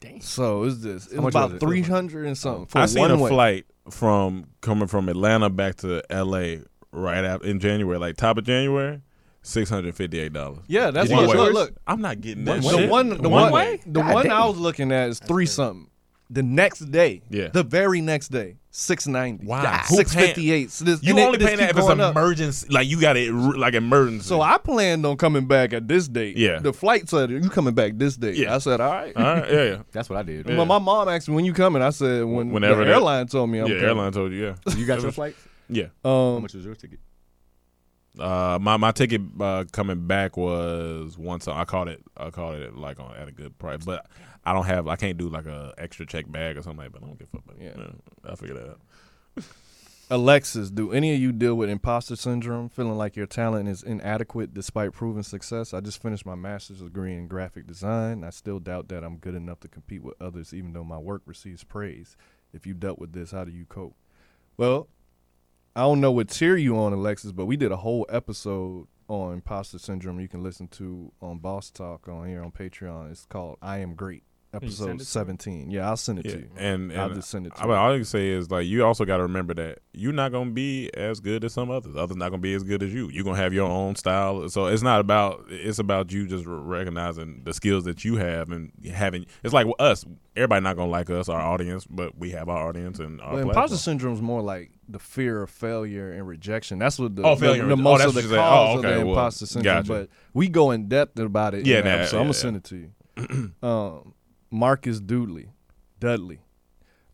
Damn. So it's just it was much about was it? three hundred and something for I seen one a way. flight from coming from Atlanta back to L.A. right out in January, like top of January, six hundred fifty-eight dollars. Yeah, that's One what. way. Look, look, I'm not getting that. the shit. one, the one, the one I was looking at is three something. The next day, Yeah. the very next day, six ninety. Wow. Who six fifty eight. So this, You and it- only this paying that if keep it's going an up. emergency, like you got it, like emergency. So I planned on coming back at this date. Yeah. The flight said you coming back this date. Yeah. I said all right. All right, yeah, yeah. That's what I did. Well, my mom asked me when you coming. I said when Whenever the that- airline told me I'm yeah, coming. airline told you, yeah, You got your flight? yeah. How Um, much was your ticket? Uh, my my ticket uh, coming back was one time I caught it. I caught it like on at a good price, but I don't have. I can't do like a extra check bag or something. like But I don't give a fuck. About it. Yeah. I'll figure that out. Alexis, do any of you deal with imposter syndrome, feeling like your talent is inadequate despite proven success? I just finished my master's degree in graphic design. I still doubt that I'm good enough to compete with others, even though my work receives praise. If you dealt with this, how do you cope? Well, I don't know what tier you on, Alexis, but we did a whole episode on imposter syndrome. You can listen to on Boss Talk on here on Patreon. It's called "I Am Great," send it to episode me? seventeen. Yeah, I'll send it Yeah, to you. and, and I'll just send it to I you. mean, all I can say is like you also got to remember that you're not gonna be as good as some others. Others not gonna be as good as you. You're gonna have your own style. So it's not about. It's about you just recognizing the skills that you have and having. It's like with us. Everybody not gonna like us, our audience, but we have our audience and our Well, platform. imposter syndrome is more like the fear of failure and rejection. That's what the, Oh, the- failure and the reje- most oh, of the that's cause what you're saying. Oh, of the okay, well, imposter syndrome. gotcha. But we go in depth about it. Yeah, Yeah, in the nah, episode. I'm yeah, gonna send it to you. um, Marcus Dooley, Dudley.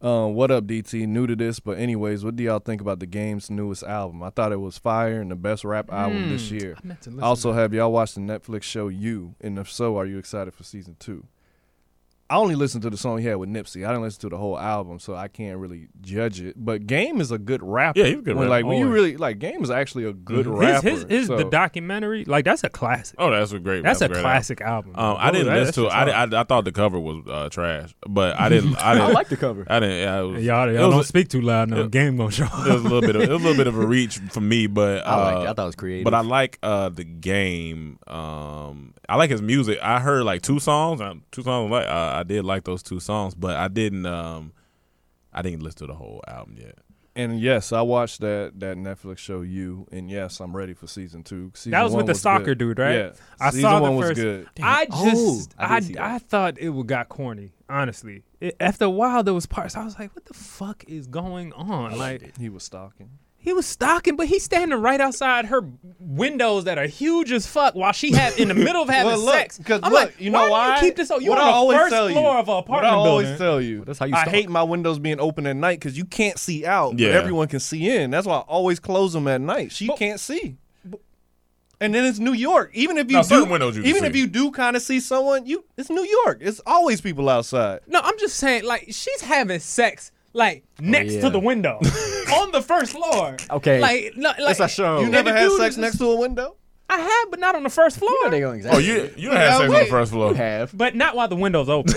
Um, what up, DT? New to this, but anyways, what do y'all think about the game's newest album? I thought it was fire and the best rap album this year. Hmm. meant to listen Also, have y'all watched the Netflix show You? And if so, are you excited for season two? I only listened to the song he had with Nipsey. I didn't listen to the whole album, so I can't really judge it. But Game is a good rapper. Yeah, he's a good rapper. When, Like when you Always. really like Game is actually a good his rapper. Mm-hmm. his, his so- the documentary. Like that's a classic. Oh, that's a great. that's a great album. classic album. Um, I Bro, didn't that- listen to it. that's I, just did, I, I thought the cover was uh, trash, but I didn't. I didn't like the cover. I didn't. Yeah, it was, hard. Y'all, it y'all don't was, speak too loud. No game gonna show. It was a little bit. Of, it was a little bit of a reach for me, but uh, I liked it. I thought it was creative. But I like uh, the game. Um, I like his music. I heard like two songs. Um, two songs. Like uh, I did like those two songs, but I didn't. Um, I didn't listen to the whole album yet. And yes, I watched that that Netflix show You, and yes, I'm ready for season two. Season That was one with the stalker good. dude, right? Yeah, I season saw the one first. was good. I Oh, just, I I, did see that. I, thought it would got corny. Honestly, It- after a while, there was parts I was like, "What the fuck is going Oh, on?" Like He was stalking. he was stalking, but he's standing right outside her windows that are huge as fuck, while she had in the middle of having Well, look, sex. 'cause I'm look, like, you know why? why? Do you keep this on you What I on always the first tell you, floor of an What I apartment always building. tell you, That's how you I stalk. hate my windows being open at night because you can't see out, Yeah. but everyone can see in. That's why I always close them at night. She can't see. And then it's New York. Even if you No, do, certain windows you can even see. if you do kind of see someone, you it's New York. It's always people outside. No, I'm just saying, like, she's having sex, like, Oh, next yeah. to the window on the first floor. Okay. Like, no, like, That's a show. You And never the had dude sex is- next to a window. I have, but not on the first floor. They go Oh, exactly. you you don't have sex on the wait. first floor. have. But not while the window's open.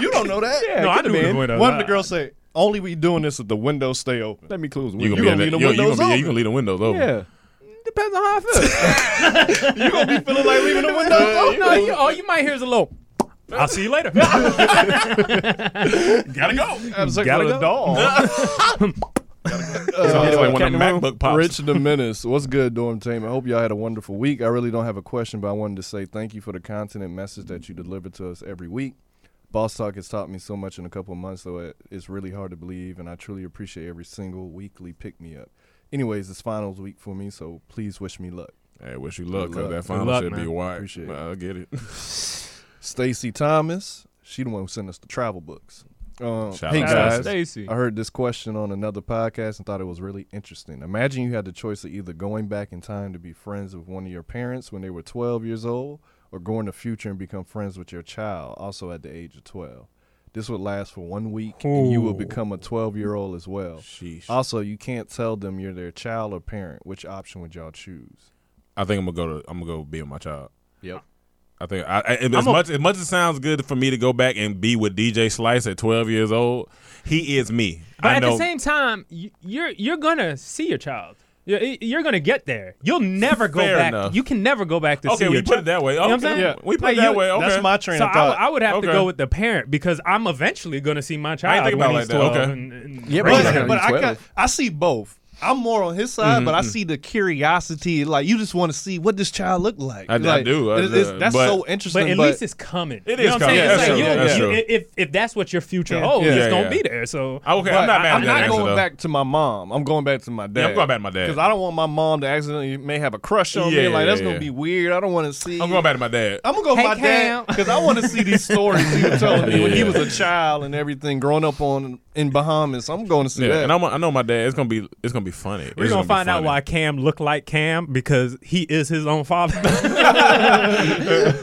You don't know that. no, I do it with the windows. One of I- the girls say, "Only we doing this if the windows stay open." Let me close. You You gonna You be gonna in that- leave the you you gonna windows be yeah, you open. gonna leave the windows open. Yeah. Depends on how I feel. Oh, You gonna be feeling like leaving the Oh, windows open? no, you, all you might hear is a little. I'll see you later. Gotta Gotta go. Have sex Gotta with a go. doll. So it's like when the Cat in the MacBook pops. Rich the Menace. What's good, Dorm Team? I hope y'all had a wonderful week. I really don't have a question, but I wanted to say thank you for the content and message that you deliver to us every week. Boss Talk has taught me so much in a couple of months, so it, it's really hard to believe, and I truly appreciate every single weekly pick me up. Anyways, it's finals week for me, so please wish me luck. Hey, wish you luck, cause luck. that final luck, should be man. wide. Appreciate it. Nah, I get it. Stacy Thomas, she the one who sent us the travel books. Um, Shout hey out guys, to Uh, Stacy. I heard this question on another podcast and thought it was really interesting. Imagine you had the choice of either going back in time to be friends with one of your parents when they were 12 years old, or go in the future and become friends with your child also at the age of 12. This would last for one week, and you will become a 12 year old as well. Sheesh. Also, you can't tell them you're their child or parent. Which option would y'all choose? I think I'm gonna go to. I'm gonna go be with my child. Yep. I think I, I- as much as much as it sounds good for me to go back and be with DJ Slice at 12 years old, he is me. But I at know. the same time, you, you're you're gonna see your child. You're, you're gonna get there. You'll never go Fair back. enough. You can never go back to see okay, your we put it child. that way. You know what I'm Okay, saying? Yeah. we put Like, it that you- way. Okay, That's my train So of I, thought. I would have to Okay. go with the parent because I'm eventually gonna see my I child. ain't think about when it he's like that. 12 Okay. and- and- Yeah, but- But, Yeah, but I, he's ca- 12. I see both. I'm more on his side, but I see the curiosity. Like you just want to see what this child look like. I- I Like, do, I it- do, it's- that's but- so But interesting. at least it's coming. It you is know what I'm coming. saying? Yeah, It's that's like true. you- That's you- true. i- If, if that's what your future Yeah. holds, Yeah, it's gonna yeah. be there. So okay. but I'm not mad I'm at not that answer, going though. back to my mom. I'm going back to my dad. Yeah, I'm going back to my dad. because I don't want my mom to accidentally may have a crush on Yeah, me. Like that's yeah, yeah. gonna be weird. I don't want to see. I'm going back to my dad. I'm gonna go Hey, with my dad Cam. because I want to see these stories he was telling me when he Yeah. was a child and everything, growing up on in Bahamas. I'm going to see yeah, that. and I'm, I know my dad. It's gonna be it's gonna be funny. we're gonna, find out why Cam looked like Cam because he is his own father.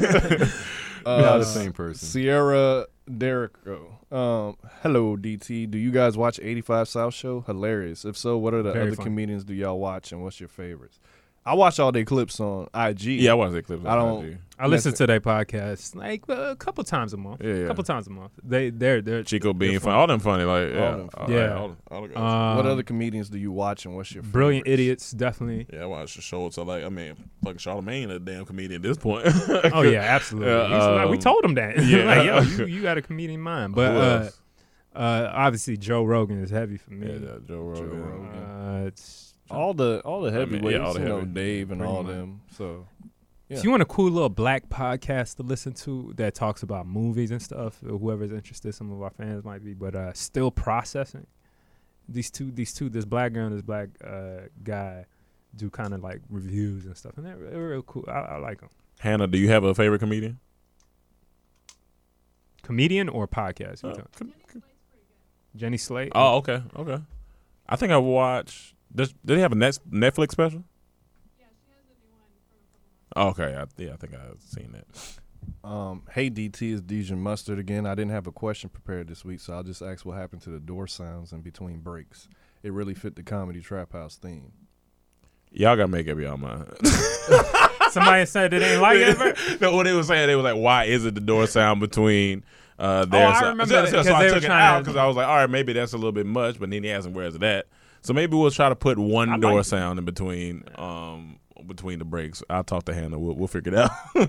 Not the same person. Sierra Derrico. Um, hello, DT. Do you guys watch 85 South Show? Hilarious. If so, what are the Very other funny. comedians do y'all watch and what's your favorites? I watch all their clips on IG. Yeah, I watched that clip. I don't- IG. I listen to their podcast like a couple times a month. Yeah, yeah. A couple times a month. They they're they're Chico being funny. All them funny. Like yeah, All them All Yeah. right, all them- all them guys. um, what other comedians do you watch and what's your favorite? brilliant idiots definitely. Yeah, I watched the show. So like, I mean, fucking Charlemagne, a damn comedian at this point. Oh yeah, absolutely. Yeah, He's like, we um, told him that. yeah. like, yo, you, you got a comedian mind, but Who uh, else? uh, obviously Joe Rogan is heavy for me. yeah, yeah, Joe Rogan. Uh, it's, All the all the I mean, heavyweights, yeah, all the you know, heavy- Dave and pretty all much. them. So Yeah. If you want a cool little black podcast to listen to that talks about movies and stuff, whoever's interested, some of our fans might be, but uh, still processing. These two, these two, this black girl and this black uh, guy do kind of like reviews and stuff, and they're, they're real cool. I, I like them. Hannah, do you have a favorite comedian? Comedian or podcast? you Uh, talking- com- com- Jenny Slate. Oh, okay, okay. I think I watched. Does, do they have a Net, Netflix special? Yeah, she has a new one. Okay, I, yeah, I think I've seen that. um hey DT is Dejan Mustard again. I didn't have a question prepared this week, so I'll just ask what happened to the door sounds in between breaks. It really fit the comedy trap house theme. Y'all gotta make up y'all mind. Somebody said it ain't like it. bro. no, what they was saying, they was like, "Why is it the door sound between?" Uh, their Oh, I so- remember so, that, so, 'cause so I they were took it trying out to- because I was like, "All right, maybe that's a little bit much." But then he asked him, "Where's that?" So maybe we'll try to put one door liked it. sound in between, um, between the breaks. I'll talk to Hannah. We'll, we'll figure it out.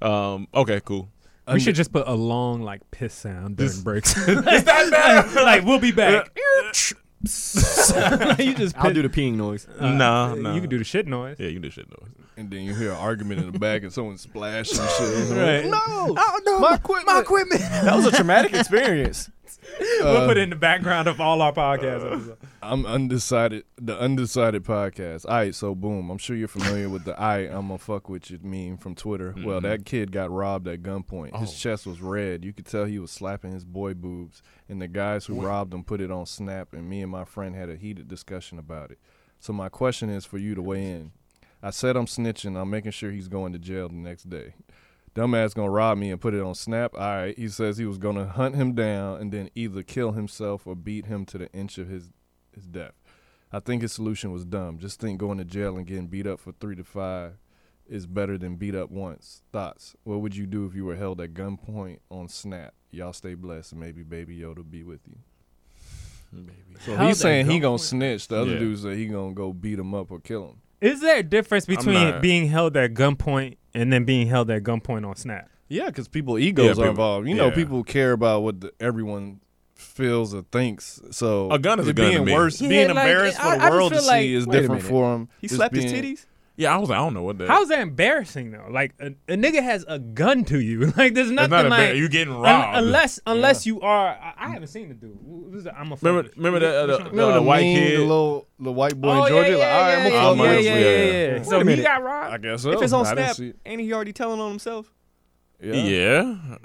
um, okay, cool. We should just put a long like piss sound during breaks. Is that better? like we'll be back. you just I'll piss- do the peeing noise. no, no. You can do the shit noise. Yeah, you can do shit noise. And then you hear an argument in the back and someone splashing shit. No. Oh no. My equipment. My equipment. that was a traumatic experience. we'll put it in the background of all our podcasts. episodes. I'm undecided. The undecided podcast. All right, so boom. I'm sure you're familiar with the "I I'm a fuck with you" meme from Twitter. Well, that kid got robbed at gunpoint. His chest was red. You could tell he was slapping his boy boobs. And the guys who robbed him put it on Snap. And me and my friend had a heated discussion about it. So my question is for you to weigh in. I said I'm snitching. I'm making sure he's going to jail the next day. Dumbass gonna rob me and put it on snap. All right. He says he was gonna hunt him down and then either kill himself or beat him to the inch of his his death. I think his solution was dumb. Just think going to jail and getting beat up for three to five is better than beat up once. Thoughts. What would you do if you were held at gunpoint on snap? Y'all stay blessed. and Maybe baby Yoda be with you. So Held at he's saying he gonna gunpoint? snitch. The other Yeah. dude said he gonna go beat him up or kill him. Is there a difference between not- being held at gunpoint and then being held at gunpoint on snap? Yeah, because people egos people- are involved. You know, yeah. people care about what the, everyone feels or thinks. So A gun is a gun to being me. worse, Yeah, being like, embarrassed I- for I the just world to feel like- see is Wait a different minute. for him. He slapped his titties. Yeah, I was like, I don't know what that. How's that embarrassing though? Like a, a nigga has a gun to you. Like there's nothing not embar- like you getting un- robbed. unless unless you are. I, I haven't seen the dude. Who- who's the- I'm a Remember, fuck- remember that uh, the, Remember the the white meme, kid. the little the white boy Oh, in Georgia. yeah, like, all right, yeah, I'm yeah, gonna yeah, fuck yeah, with yeah, you. yeah, yeah. Wait So a he minute. got robbed. I guess so. If it's on I didn't Snap, see it. ain't he already telling on himself? yeah. Yeah,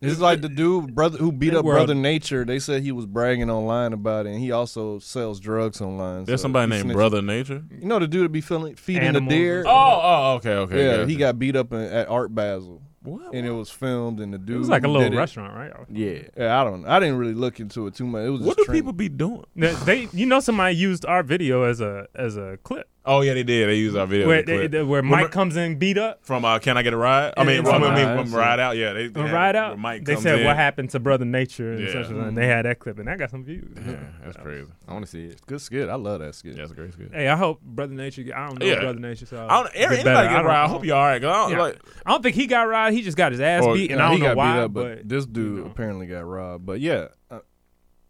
It's like the dude brother who beat Big up world. brother nature. They said he was bragging online about it, and he also sells drugs online. there's so somebody he named snitched. Brother Nature. You know the dude that be feeling, feeding Animals. the deer. Oh, oh, okay, okay. yeah, gotcha. he got beat up in, at Art Basel, What? and it was filmed, and the dude It was like a who little did it- restaurant, right? Yeah, yeah, I don't. I didn't really look into it too much. It was What do just people be doing? They, they- you know, somebody used our video as a as a clip Oh yeah, they did. They used our video where to clip. they- where Mike comes in beat up from uh, "Can I Get a Ride"? I Yeah, mean, yeah, from, I yeah. mean, Yeah, from "Ride Out." Yeah, they, they and had- ride where out. Mike they comes said in. what happened to Brother Nature and Yeah. such and such, and they had that clip and that got some views. Yeah, that's crazy. I want to see it. Good skit. I love that skit. Yeah, that's great. Good. Hey, I hope Brother Nature. get- I don't know Yeah. Brother Nature. So I don't. Every, get better. anybody get don't- a ride? I hope you're all right. 'cause I don't, Yeah. like, I don't think he got robbed. He just got his ass Or- beat, and Yeah, I uh, he don't got know beat why. up, but, but this dude know. apparently got robbed. But yeah, I, am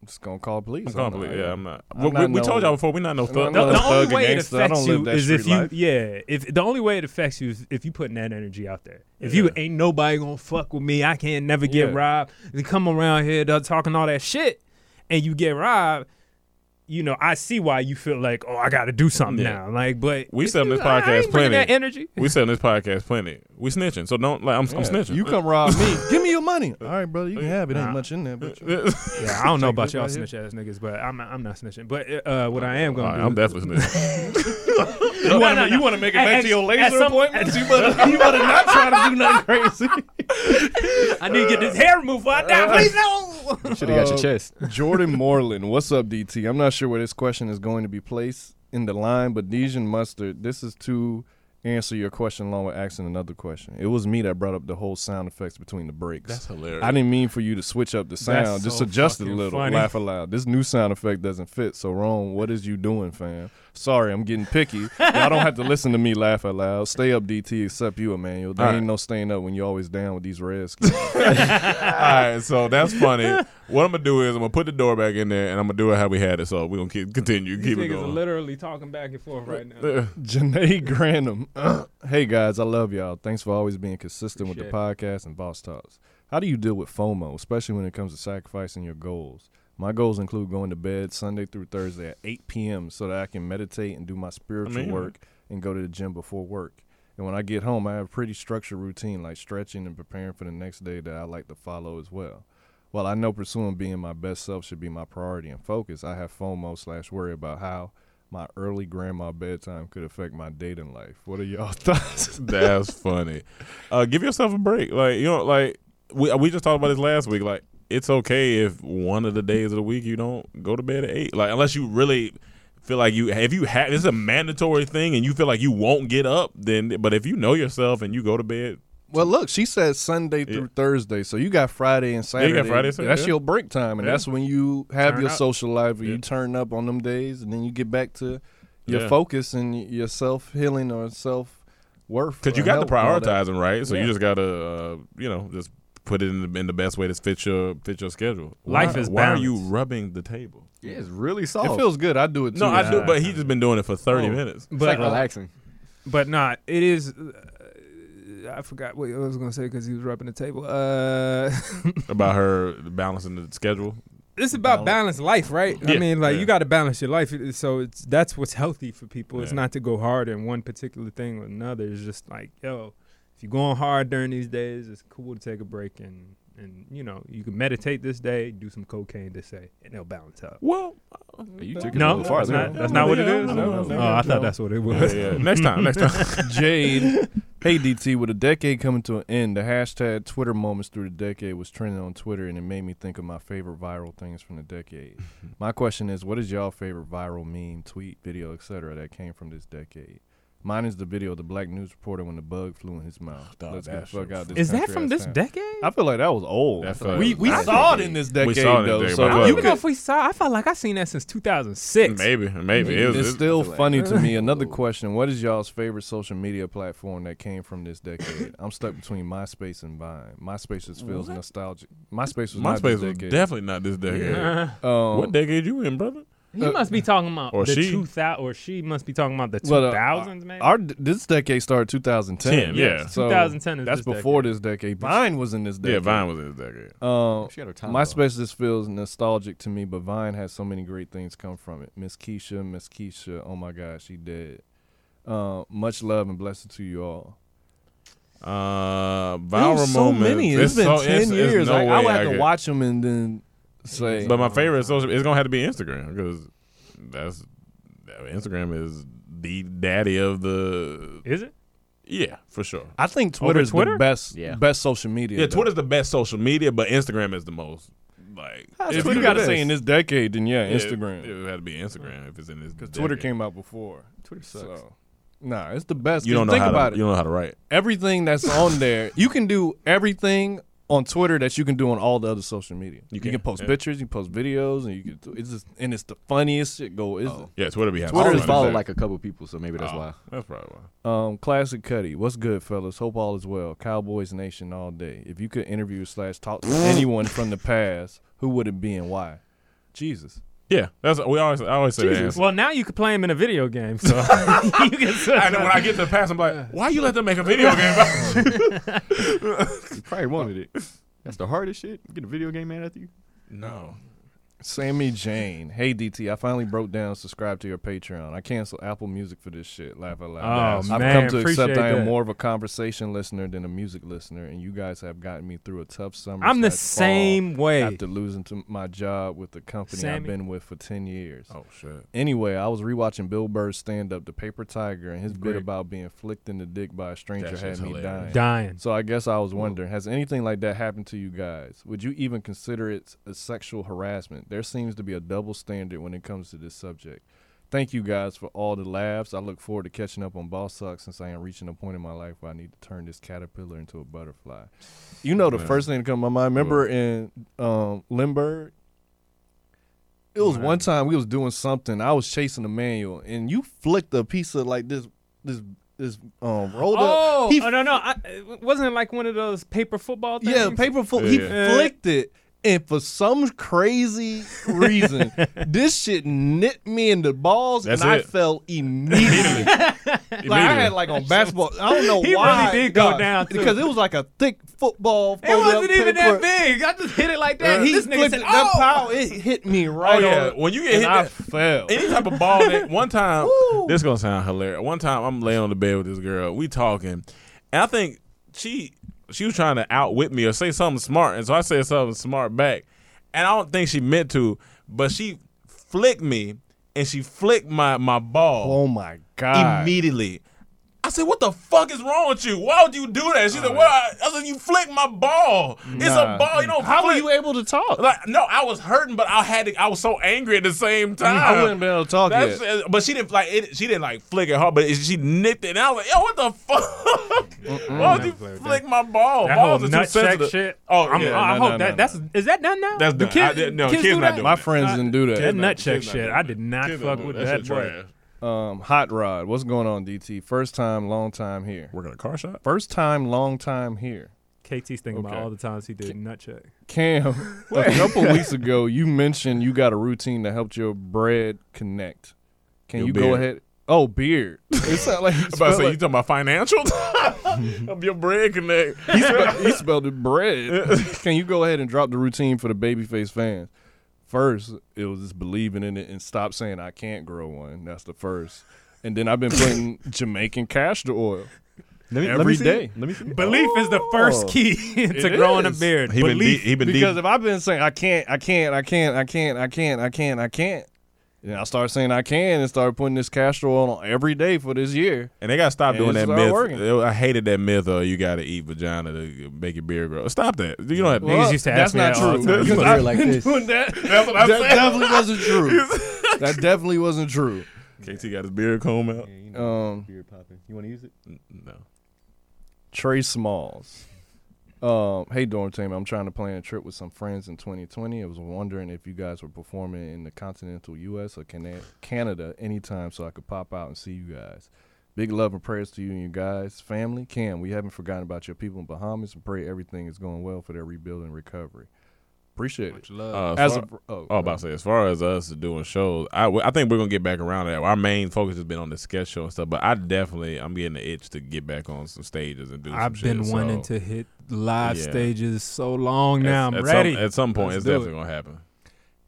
just gonna call police. I'm on calling that. police. Yeah, I'm not. I'm we, not we, we no- told y'all before. We're not no I'm thug. not no the, the only thug or way it gangster. I affects don't live you that is if street you life. yeah if the only way it affects you is if you putting that energy out there if you ain't nobody gonna fuck with me I can't never get Yeah. robbed they come around here they're talking all that shit and you get robbed you know I see why you feel like oh I gotta do something Yeah. now like but We if selling you- this I ain't podcast bringing that plenty. energy We selling this podcast plenty. We snitching, so don't like. I'm, I'm Yeah, snitching. You come rob me. Give me your money. All right, brother. You can have it. Ain't Nah. much in there, but you- yeah I don't know about this y'all right here. snitch ass niggas but I'm I'm not snitching but uh, what I am All gonna right, do I'm definitely snitching. you want to make it back to your laser appointments? You better, you better not try to do nothing crazy. I need to get this hair removed before I die. Please no. Should have got your Uh, chest. Jordan Moreland, what's up, DT? I'm not sure where this question is going to be placed in the line, but Dijon Mustard, this is to answer your question along with asking another question. It was me that brought up the whole sound effects between the breaks. That's hilarious. I didn't mean for you to switch up the sound. just so adjust it a fucking little. funny. Laugh aloud. This new sound effect doesn't fit. So, Rome, what is you doing, fam? Sorry, I'm getting picky. Y'all don't have to listen to me laugh aloud. Stay up, DT, except you, Emmanuel. There All right. ain't no staying up when you always down with these Redskins. All right, so that's funny. What I'm gonna do is I'm gonna put the door back in there, and I'm gonna do it how we had it. So we're gonna keep continue, These keep it niggas are going. literally talking back and forth right now. Uh, Janae Granum. hey guys, I love y'all. Thanks for always being consistent with the podcast and boss talks. How do you deal with FOMO, especially when it comes to sacrificing your goals? My goals include going to bed Sunday through Thursday at 8 p.m. so that I can meditate and do my spiritual mean- work and go to the gym before work. And when I get home, I have a pretty structured routine like stretching and preparing for the next day that I like to follow as well. While I know pursuing being my best self should be my priority and focus, I have FOMO slash worry about how my early grandma bedtime could affect my dating life. What are y'all thoughts? That's funny. Uh, give yourself a break. Like you know, like we we just talked about this last week. Like it's okay if one of the days of the week you don't go to bed at eight. Like unless you really feel like you if you have it's a mandatory thing and you feel like you won't get up. Then but if you know yourself and you go to bed, well, look, she said Sunday through Thursday, so you got Friday and you Saturday. got Friday, Saturday, That's yeah. your break time, and that's when you have Turn your up. social life. Where Yeah. You turn up on them days, and then you get back to your Yeah. focus and y- your self healing or self worth. because you or got to health and all that. prioritize them right. So you Yeah. just gotta uh, you know just put it in the, in the best way that fits your fit your schedule. Life Why- is why are you balanced. rubbing the table? Yeah, it's really It soft. feels good. I do it too. No, I uh, do, Uh, but he just been doing it for thirty minutes. It's like But relaxing. but not. It is. uh, I forgot what I was gonna say because he was rubbing the table. Uh, About her balancing the schedule. it's about balance life, right? I Yeah, mean, like yeah. you got to balance your life. It- So it's that's what's healthy for people. It's Yeah. not to go hard in one particular thing or another. It's just like, yo, if you're going hard during these days, it's cool to take a break and and you know you can meditate this day, do some cocaine this day, and it'll balance out. Well, you took it a No, little far that's there. not, that's not what it is. No, no, oh, I no. thought that's what it was. Yeah, yeah. Next time, next time. Jade. Hey DT, with a decade coming to an end, the hashtag Twitter moments through the decade was trending on Twitter and it made me think of my favorite viral things from the decade. my question is, what is y'all favorite viral meme, tweet, video, etc. that came from this decade? Mine is the video of the black news reporter when the bug flew in his mouth. Oh, Dog, Let's get the that fuck shit out this Is that country from ass this town. decade? I feel like that was old. That felt- we we I saw it think- in this we decade saw it in though. this decade, so but I Well, don't you even know if we saw. I felt like I seen that since 2006. maybe, maybe it was. it's- it's still funny to me. Another question: What is y'all's favorite social media platform that came from this decade? I'm stuck between MySpace and Vine. MySpace just feels nostalgic. MySpace was not this MySpace was decade. definitely not this decade. Um, What decade you in, brother? You Uh-huh. must be talking about or the she. 2000, or she must be talking about the well, uh, 2000s, maybe. Our this decade started 2010. Ten, yeah. So 2010 is that's this before this decade. Vine was in this decade. Yeah, Vine was in this decade. Um, She had her time. MySpace just feels nostalgic to me, but Vine has so many great things come from it. Miss Keisha, Miss Keisha, oh my God, she dead. Uh, much love and blessing to you all. Uh, There's viral so moments. many. It's been so- ten it's- it's years. no like, I way would have I to could- watch them and then say. But my favorite social it's gonna have to be Instagram because that's I mean, Instagram is the daddy of the Is it? yeah for sure. I think Twitter's Twitter? the best, Yeah. best social media. Yeah, though. Twitter's the best social media, but Instagram is the most like. If you got to say in this decade, then yeah, Instagram. It, would have to be Instagram if it's in this. Because Twitter decade. came out before. Twitter sucks. So. Nah, it's the best. You don't know think how about to, it. You don't know how to write. everything that's on there, you can do everything on Twitter that you can do on all the other social media. You can, can, post yeah. pictures, you post videos, and you can. do- It's just and it's the funniest shit. Go is it? Yeah, Twitter be having. I fun with Twitter is Oh. Twitter's it. only follow like a couple people, so maybe that's Oh, why. That's probably why. Um, classic Cuddy. What's good, fellas? Hope all is well. Cowboys Nation all day. If you could interview slash talk to anyone from the past, who would it be and why? Jesus. Yeah, that's we always. I always say that. answer. Well, now you can play him in a video game, so you can. And then when I get to the past, I'm like, why you let them make a video game? about you? You probably wanted it. That's the hardest shit. Get a video game mad at you. no. Sammy Jane. Hey DT, I finally broke down. Subscribe to your Patreon. I cancel Apple Music for this shit. Laugh out loud. Oh, I've man, come to appreciate accept I am that. more of a conversation listener than a music listener, and you guys have gotten me through a tough summer. I'm the slash fall same way. After losing to my job with the company I've Sammy. been with for ten years. Oh shit. Anyway, I was rewatching Bill Burr's stand up, The Paper Tiger, and his bit about being flicked in the dick by a stranger That had shit's me dying. hilarious. Dying. So I guess I was wondering, has anything like that happened to you guys? Would you even consider it a sexual harassment? There seems to be a double standard when it comes to this subject. Thank you guys for all the laughs. I look forward to catching up on Ball Suck since I am reaching a point in my life where I need to turn this caterpillar into a butterfly. You know the first thing that come to my mind. Remember in um, Lindbergh, it was one time we was doing something. I was chasing a manual, and you flicked a piece of like this, this, this um, rolled Oh, up. He oh, no, no. I, it wasn't it like one of those paper football things? yeah, paper foot. He Yeah. flicked it, and for some crazy reason, this shit nipped me in the balls, That's and I it. fell immediately. like I had like on basketball. I don't know He why. really did go dog, down, too. because it was like a thick football. It wasn't even that big. I just hit it like that. And he this nigga flipped said, it, that "Oh, power, it hit me right Oh, yeah. on. When you get and hit I that- fell. Any type of ball that one time Woo. this gonna sound hilarious. One time I'm laying on the bed with this girl, we talking, and I think she she was trying to outwit me or say something smart, and so I said something smart back. And I don't think she meant to, but she flicked me and she flicked my, my ball oh my god! immediately. I said, "What the fuck is wrong with you? Why would you do that?" She said, "Well, I, I said you flicked my ball. It's a Oh, Nah. ball. You don't How were flick." you able to talk? Like, no, I was hurting, but I had to, I was so angry at the same time. I wouldn't been able to talk That's, yet. uh, but she didn't like it. She didn't like flick it hard, but it, she nicked it. And I was like, "Yo, what the fuck? Why would you flick my ball? that whole Balls are too nut sack sensitive." shit." Oh, I'm- yeah, I no, hope no, that no, that's is that done now? That's the done. I kid, didn't- no, kids kids do not that? doing My friends didn't do that. That not- nut check kids not shit. doing I that. did not Kids fuck don't with do that shit boy. trash. Um, Hot Rod, what's going on, DT? First time, long time here. Working a car shop. First time, long time here. KT's thinking about Okay. all the times he did nut check. Cam, a couple weeks ago, you mentioned you got a routine that helped your bread connect. Can Your you go beard. ahead? Oh, beard. It sounded like you I'm about to spelled, say you like, talking about financials of your bread connect. he spelled, he spelled it bread. Can you go ahead and drop the routine for the babyface fans? First, it was just believing in it and stop saying I can't grow one. That's the first. And then I've been putting Jamaican castor oil. Let me, let me Every see. day. Let me see. Belief is the first key to It growing a is. beard. He been Belief. deep. He been because deep. if I've been saying I can't, I can't, I can't, I can't, I can't, I can't, I can't, then I start saying I can and start putting this castor oil on every day for this year. And they gotta stop And doing it's that not myth. working. Uh, I hated that myth. of you gotta eat vagina to make your beard grow. Stop that. You don't have. Niggas used to ask that's me not that all true. the time. Because You look I've like been this. doing that. That's what I'm that saying. definitely wasn't true. that definitely wasn't true. KT got his beard comb out. Um, Beard popping. You want to use it? No. Trey Smalls. Um, hey dorm team, I'm trying to plan a trip with some friends in 2020. I was wondering if you guys were performing in the continental U.S. or Cana- Canada anytime, so I could pop out and see you guys. Big love and prayers to you and your guys, family. Cam, we haven't forgotten about your people in Bahamas and pray everything is going well for their rebuilding and recovery. Appreciate it. Uh, As far- a, oh, Oh, about to say, as far as us doing shows, I, w- I think we're gonna get back around to that. Our main focus has been on the sketch show and stuff, but I definitely I'm getting the itch to get back on some stages and do. some I've been shit, wanting so to hit live Yeah. stages so long at- now. I'm at some- ready. at some point, Let's it's do definitely it. gonna happen.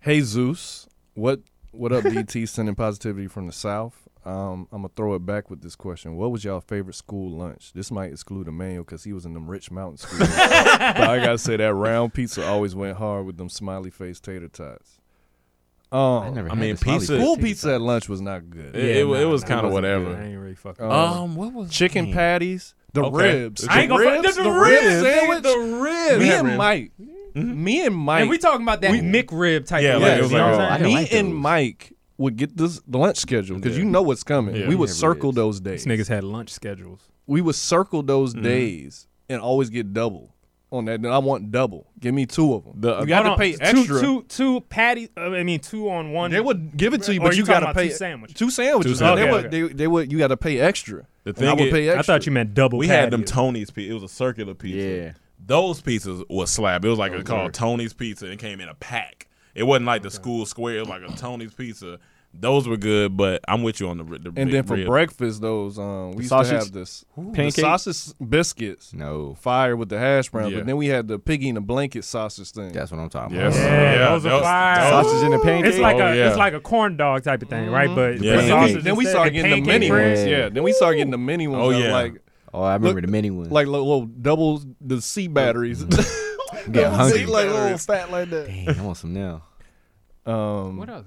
Hey Zeus, what what up, DT? Sending positivity from the South. Um, I'm gonna throw it back with this question: What was y'all favorite school lunch? This might exclude Emmanuel because he was in them rich mountain schools. but I gotta say that round pizza always went hard with them smiley face tater tots. Um, I never. I had mean, the smiley pizza- face. school pizza at lunch was not good. It, it, wa- nah, it was nah, kind of wasn't good. I whatever. ain't really fucking. Um, Mm. Um, what was chicken damn. patties, the Okay. ribs, I ain't the gonna fuck- ribs, the the ribs, rib ain't sandwich, the ribs. Me and Mike, me and Mike, and we talking about that We- Mick rib type. Yeah, of like, rib, it was you like, know what oh, I'm I didn't saying? me like and those. Mike would get this the lunch schedule because you Yeah. know what's coming. Yeah. We would Never circle is. those days. These niggas had lunch schedules. We would circle those days and always get double on that. Then I want double. Give me two of them. The- you got to uh, Hold on, pay two- extra. Two, two patty. uh, I mean, two on one. They would give it to you, Or but you you got talking to about pay two sandwiches? Two sandwiches. Two And They, sandwiches. would, they, they would. You got to pay extra. The And thing I would is- pay extra. I thought you meant double. We had patty. them Tony's pizza. It was a circular pizza. Yeah. Those pizzas was slab. It was like it was called Tony's pizza. and It came in a pack. It wasn't like the school square. It was like a Tony's pizza. Those were good, but I'm with you on the ri- the And ri- then for rib. breakfast, those um, we used to sausage? have this Pancake? the sausage biscuits. No, Fire with the hash brown, Yeah. but then we had the piggy in the blanket sausage thing. that's what I'm talking Yes. about. Yeah, those are fire. Sausage in the pancake. Oh, It's like Oh, a yeah. it's like a corn dog type of thing, right? But Yeah. but Pancake. sausage Then we instead, started getting the pancake mini bread. ones. Yeah. Then we started getting the mini ones. Oh, that were yeah. Like Oh, I remember Look- the mini one. like little, little double the C batteries. get hungry. like little fat like that. Dang, I want some now. Um, What else?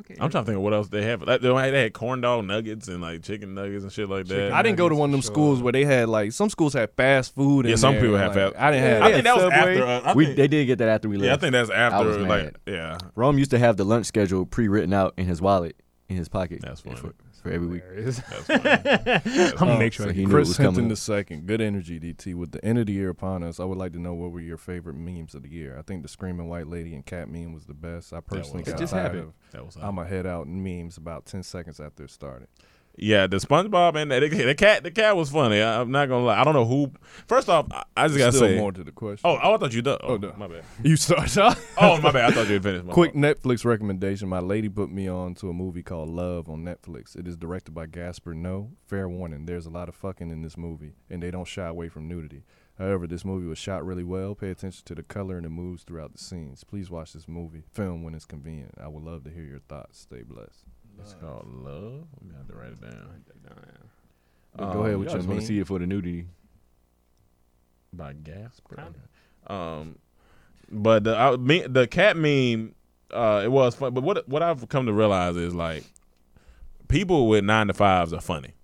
Okay. I'm trying to think of what else they have. Like, they they had corn dog nuggets and like chicken nuggets and shit like that. I didn't go to one of them schools where they had like some schools had fast food. Yeah, in some there, people have like, fast- I didn't have. I think that was Subway. after. Uh, I we think, they did get that after we left. yeah, I think that's after. was like, mad. yeah, Rome used to have the lunch schedule pre-written out in his wallet, in his pocket. That's funny. For, for every week. that's fine. I'm gonna make sure. Oh, So I he knew it get Chris was coming. Hinton the second. Good energy, DT. With the end of the year upon us, I would like to know what were your favorite memes of the year. I think the screaming white lady and cat meme was the best. I personally was- It got just tired happened. of. That was I'm a head out in memes about ten seconds after it started. yeah, the SpongeBob and the, the cat. The cat was funny. I, am not gonna lie. I don't know who. First off, I, I just gotta Still say. more to the question. Oh, oh, I thought you done. Oh, no. my bad. you start off. Oh, my bad. I thought you had finished. My Quick fault. Netflix recommendation. My lady put me on to a movie called Love on Netflix. It is directed by Gaspar No. Fair warning, there's a lot of fucking in this movie, and they don't shy away from nudity. However, this movie was shot really well. Pay attention to the color and the moves throughout the scenes. Please watch this movie, film when it's convenient. I would love to hear your thoughts. Stay blessed. It's called love. I'm gonna have to write it down. But go ahead with I your Um, just want meme. to see it for the nudity. by Gasper. Um, but the I, me, the cat meme, uh, it was fun. But what what I've come to realize is like people with nine to fives are funny.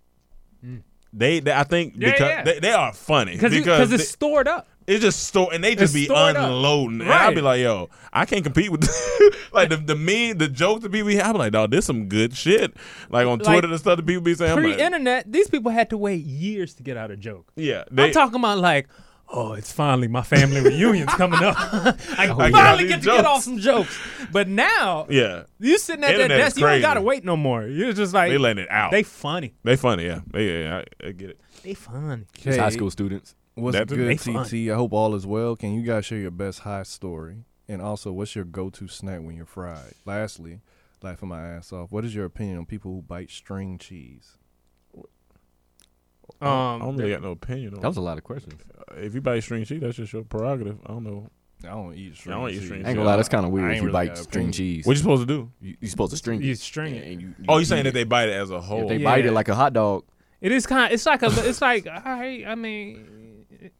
They, they, I think, Yeah, because yeah. They, they are funny Cause you- because 'cause it's they- stored up. it's just store and they just It's be stored up. unloading. And I'll Right. be like, yo, I can't compete with like the the meme, the jokes that people be having. Like, dog, this some good shit. Like on Like, Twitter, the stuff that people be saying. I'm like, Pre-internet, these people had to wait years to get out a joke. yeah, they, I'm talking about like, oh, it's finally my family reunion's coming up. I I can get all finally these get to get jokes. off some jokes. But now, yeah, you sitting at that Internet is desk, you don't crazy. gotta wait no more. You're just like they letting it out. they They, funny. funny, yeah, they, yeah, I, I get it. They funny. It's Hey, high school students. What's That- they good, fun. TT? I hope all is well. Can you guys share your best high story? And also, what's your go-to snack when you're fried? Lastly, laughing my ass off. What is your opinion on people who bite string cheese? I don't Um, really got no opinion on Uh, That was a lot of questions. If you buy string cheese, that's just your prerogative. I don't know. I don't eat I string. don't eat cheese. string I ain't Yeah, gonna lie, that's kind of I weird if ain't you really bite got an string opinion. cheese. What you supposed to do? you, you supposed to string you it. string it. And you- Oh, you you saying eat that they bite it as a it. whole? If they bite Yeah. it like a hot dog, It is kind. It's like a. It's like all right. I mean,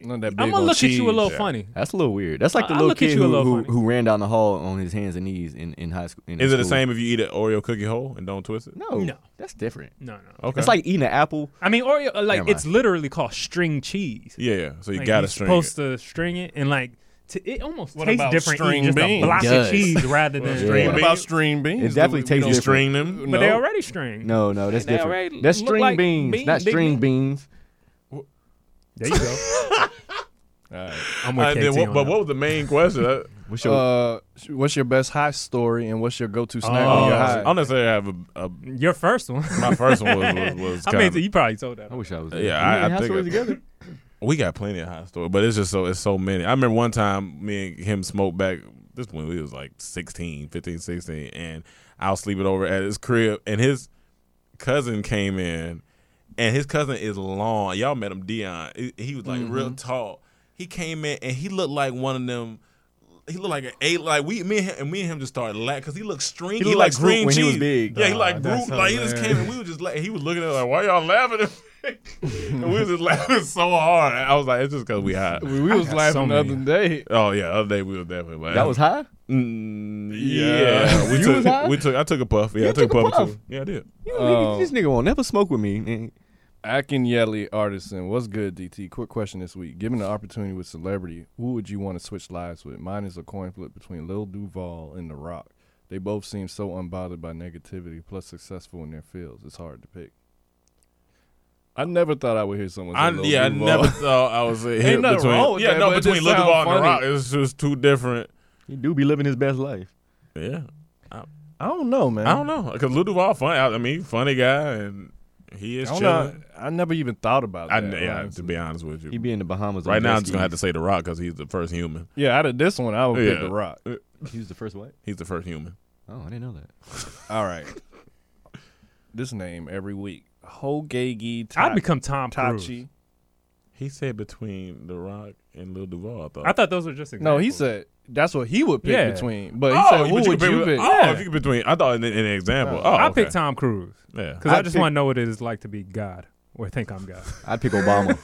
None of that big I'm gonna old look at you a cheese. little funny. That's a little weird. That's like the I- I little look at kid you a who, little who, funny. who ran down the hall on his hands and knees in, in high school. in Is it the school. same if you eat an Oreo cookie whole and don't twist it? No, No. that's different. No, no. Okay. It's like eating an apple. I mean, Oreo. uh, Like Never it's literally called string cheese. yeah, yeah. So you Like, gotta you're string it. supposed to string it and like. To, it almost What tastes about different string eating just a beans? block Does. of cheese rather than string What beans? about string beans? It definitely Do we- we tastes You don't- different. string them. But they No. already string. No, no, that's They different. already That's look string like beans, beans, not they- string they- beans. There you go. I'm with Uh, KT then what, on but that. what was the main question? I, What's your Uh, sh- what's your best high story and what's your go-to snack Oh, when you're I high? don't necessarily have a, a Your first one. My first one was was, was I kinda- mean, you probably told that. I wish I was. yeah, We I- in I high think school I- together. we got plenty of hot stories, but it's just so it's so many. I remember one time me and him smoked back this when we was like 16, 15, 16, and I was sleeping over at his crib and his cousin came in and his cousin is long. Y'all met him Dion. He- He was like Mm-hmm. real tall. He came in and he looked like one of them he looked like an eight. Like we, me and him, and me and him just started laughing because he looked stringy. He looked like like, Groot green when cheese. he was big. Yeah, he Nah, like that's Groot. Like he just came and we were just like he was looking at us like why y'all laughing? at me?" and we was just laughing so hard. I was like it's just because we high. We we was laughing the other day. Oh yeah, other day we was definitely laughing. That was high. Mm, yeah. Yeah. we You took was high? we took I took a puff. Yeah, You I took, a puff, puff? too. Yeah, I did. You Um, know, nigga, this nigga won't never smoke with me. man. Akinyele Artisan, what's good, DT? Quick question this week. Given the opportunity with celebrity, who would you want to switch lives with? Mine is a coin flip between Lil Duval and The Rock. They both seem so unbothered by negativity, plus successful in their fields. It's hard to pick. I never thought I would hear someone say I, Lil yeah, I Duval. never thought I was hit nothing between wrong with yeah that, no but it between just Lil sound Duval and The funny. Rock. It's just two different. He do be living his best life. Yeah. I don't know, man. I don't know because Lil Duval funny. I I mean, funny guy, and he I is don't chilling. know. I never even thought about I, that. yeah, honestly. to be honest with you, He be in the Bahamas. on right now I'm jet just gonna have to skis. say The Rock because he's the first human. yeah, out of this one, I would pick Yeah. The Rock. He was the first white. He's the first human. Oh, I didn't know that. All right. this name every week. Hogegi I'd become Tom Cruise. Tachi. He said between The Rock and Lil Duval. I thought. I thought those were just examples. No, he said that's what he would pick Yeah. between. But he Oh, said, but who could would pick you with- pick? Oh, if you could between, I thought in, in an example. Oh, I okay. picked Tom Cruise Yeah. because I, I'd just pick- want to know what it is like to be God or think I'm God. I'd pick Obama.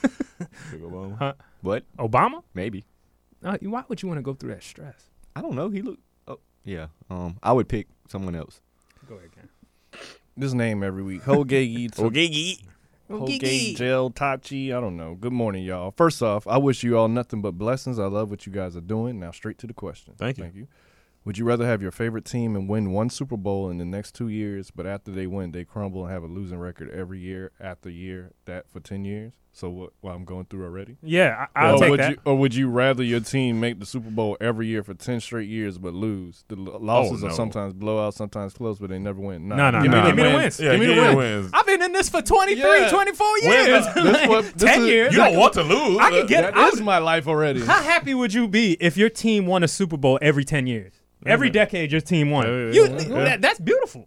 Pick Obama. what? Obama? Maybe. Uh, you- why would you want to go through that stress? I don't know. He look. Oh, yeah. Um, I would pick someone else. Go ahead, Ken. This name every week. Hogegi Ogigi. Hogei Jail Tachi. I don't know. Good morning, y'all. First off, I wish you all nothing but blessings. I love what you guys are doing. Now straight to the question. Thank you. Thank you. Would you rather have your favorite team and win one Super Bowl in the next two years, but after they win, they crumble and have a losing record every year after year, that for ten years? So what? What I'm going through already? Yeah, I, I'll or take would that. You, or would you rather your team make the Super Bowl every year for ten straight years but lose? The l- losses no. are sometimes blowouts, sometimes close, but they never win. Nah, No, no, give no. me Give me the win. wins. Yeah, Give me the yeah, wins. wins. I've been in this for 23, Yeah. 24 Wins. years. This what- this 10 is- years. You don't want to lose. I could get- That I is would- my life already. How happy would you be if your team won a Super Bowl every 10 years? Every decade, your team won. You, that- that's beautiful.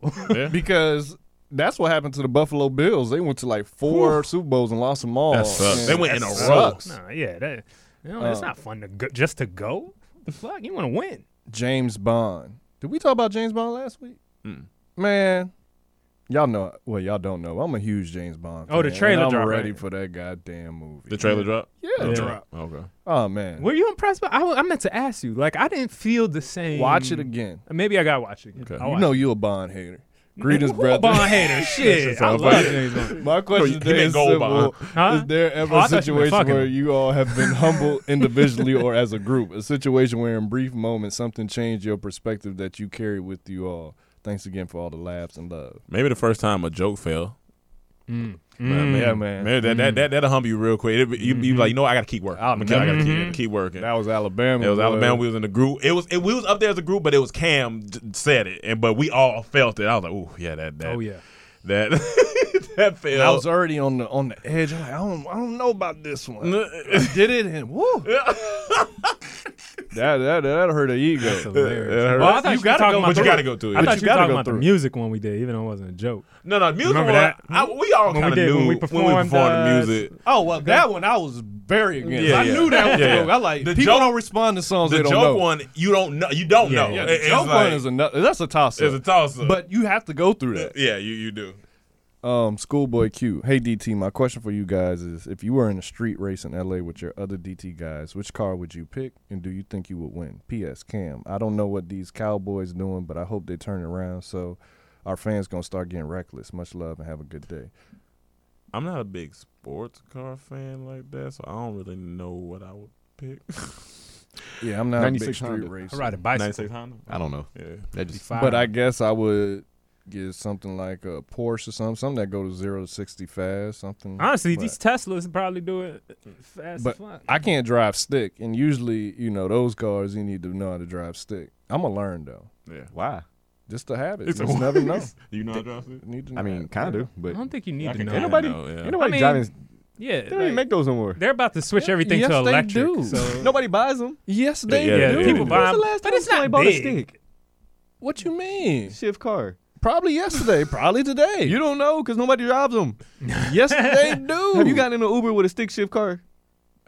because that's what happened to the Buffalo Bills. They went to like four Super Bowls and lost them all. That sucks. And They went in a that row. sucks. nah, yeah, that, you know, Uh, it's not fun to go, just to go. The fuck, you want to win? James Bond. Did we talk about James Bond last week? Mm. Man, y'all know. Well, y'all don't know. I'm a huge James Bond. Oh, the fan, and trailer I'm dropped, ready right? for that goddamn movie. The trailer drop. Yeah, Okay. drop. Okay. Oh man, Were you impressed? By, I, wa- I meant to ask you. Like, I didn't feel the same. watch it again. Maybe I got to watch it. Again. I'll You watch know it. you a Bond hater. Greetings, Who a brother. Bond hater. Shit, I love James Bond. My question he today meant is gold simple. Huh? Is there ever Oh, I a thought you meant situation fucking where him. you all have been humble individually or as a group? A situation where in brief moments something changed your perspective that you carry with you all. Thanks again for all the laughs and love. Maybe the first time a joke fell. Mm. Yeah, man. Maybe that, that that that'll humble you real quick. It'll be, you Mm-hmm. be like, you know, what? I gotta keep working. I'm gonna keep- I gotta keep, keep working. That was Alabama. It was boy. Alabama. We was in the group. It was it, we was up there as a group, but it was Cam d- said it, and but we all felt it. I was like, oh yeah, that that Oh, yeah. that that And I fell. was already on the on the edge. I'm like, I don't I don't know about this one. I did it and woo. that that that hurt her ego. Well, I thought You you, were gotta talking go- about but you the- gotta go through it. I But thought you you were gotta talking go about the through it. music one we did, even though it wasn't a joke. no, no, music. Remember was- that? I, we all When we kind of did- knew when we when we performed, performed uh, the music. Oh well, that one I was very against. Yeah, I yeah. knew that one. Yeah, yeah. I like The people joke- don't respond to songs The they joke don't know. one, you don't know. You don't Yeah, know. yeah, It- the it's joke like- one is another. That's a toss. It's a toss-up. But you have to go through that. yeah, you you do. Um, Schoolboy Q. Hey DT, my question for you guys is: If you were in a street race in LA with your other DT guys, which car would you pick, and do you think you would win? P.S. Cam, I don't know what these cowboys doing, but I hope they turn around so our fans gonna start getting reckless. Much love and have a good day. I'm not a big sports car fan like that, so I don't really know what I would pick. Yeah, I'm not a big 96 street Honda. racer. I ride a bicycle. 96 Honda? I don't know. Yeah. That just But I guess I would get something like a Porsche or something, something that go to zero to sixty fast, something. Honestly, but- these Teslas probably do it fast But as fuck. I can't drive stick, and usually, you know, those cars you need to know how to drive stick. I'm gonna learn though, Yeah. why? just to have it. It's a Just never know. Do you know how to drive it? Need to I know. mean, kind of, but I don't think you need to can- know. ain't ain't that. nobody, No, yeah. ain't nobody I mean, driving. Yeah, They don't even like, make those no more. they're about to switch everything yes, to they electric. do. So Nobody buys them. yes, they Yeah, yeah, do. they people do. buy When's the them, last but time it's somebody not bought big. a stick? What you mean? Shift car. Probably yesterday. Probably today. You don't know because nobody drives them. yes, they do. Have you gotten in an Uber with a stick shift car?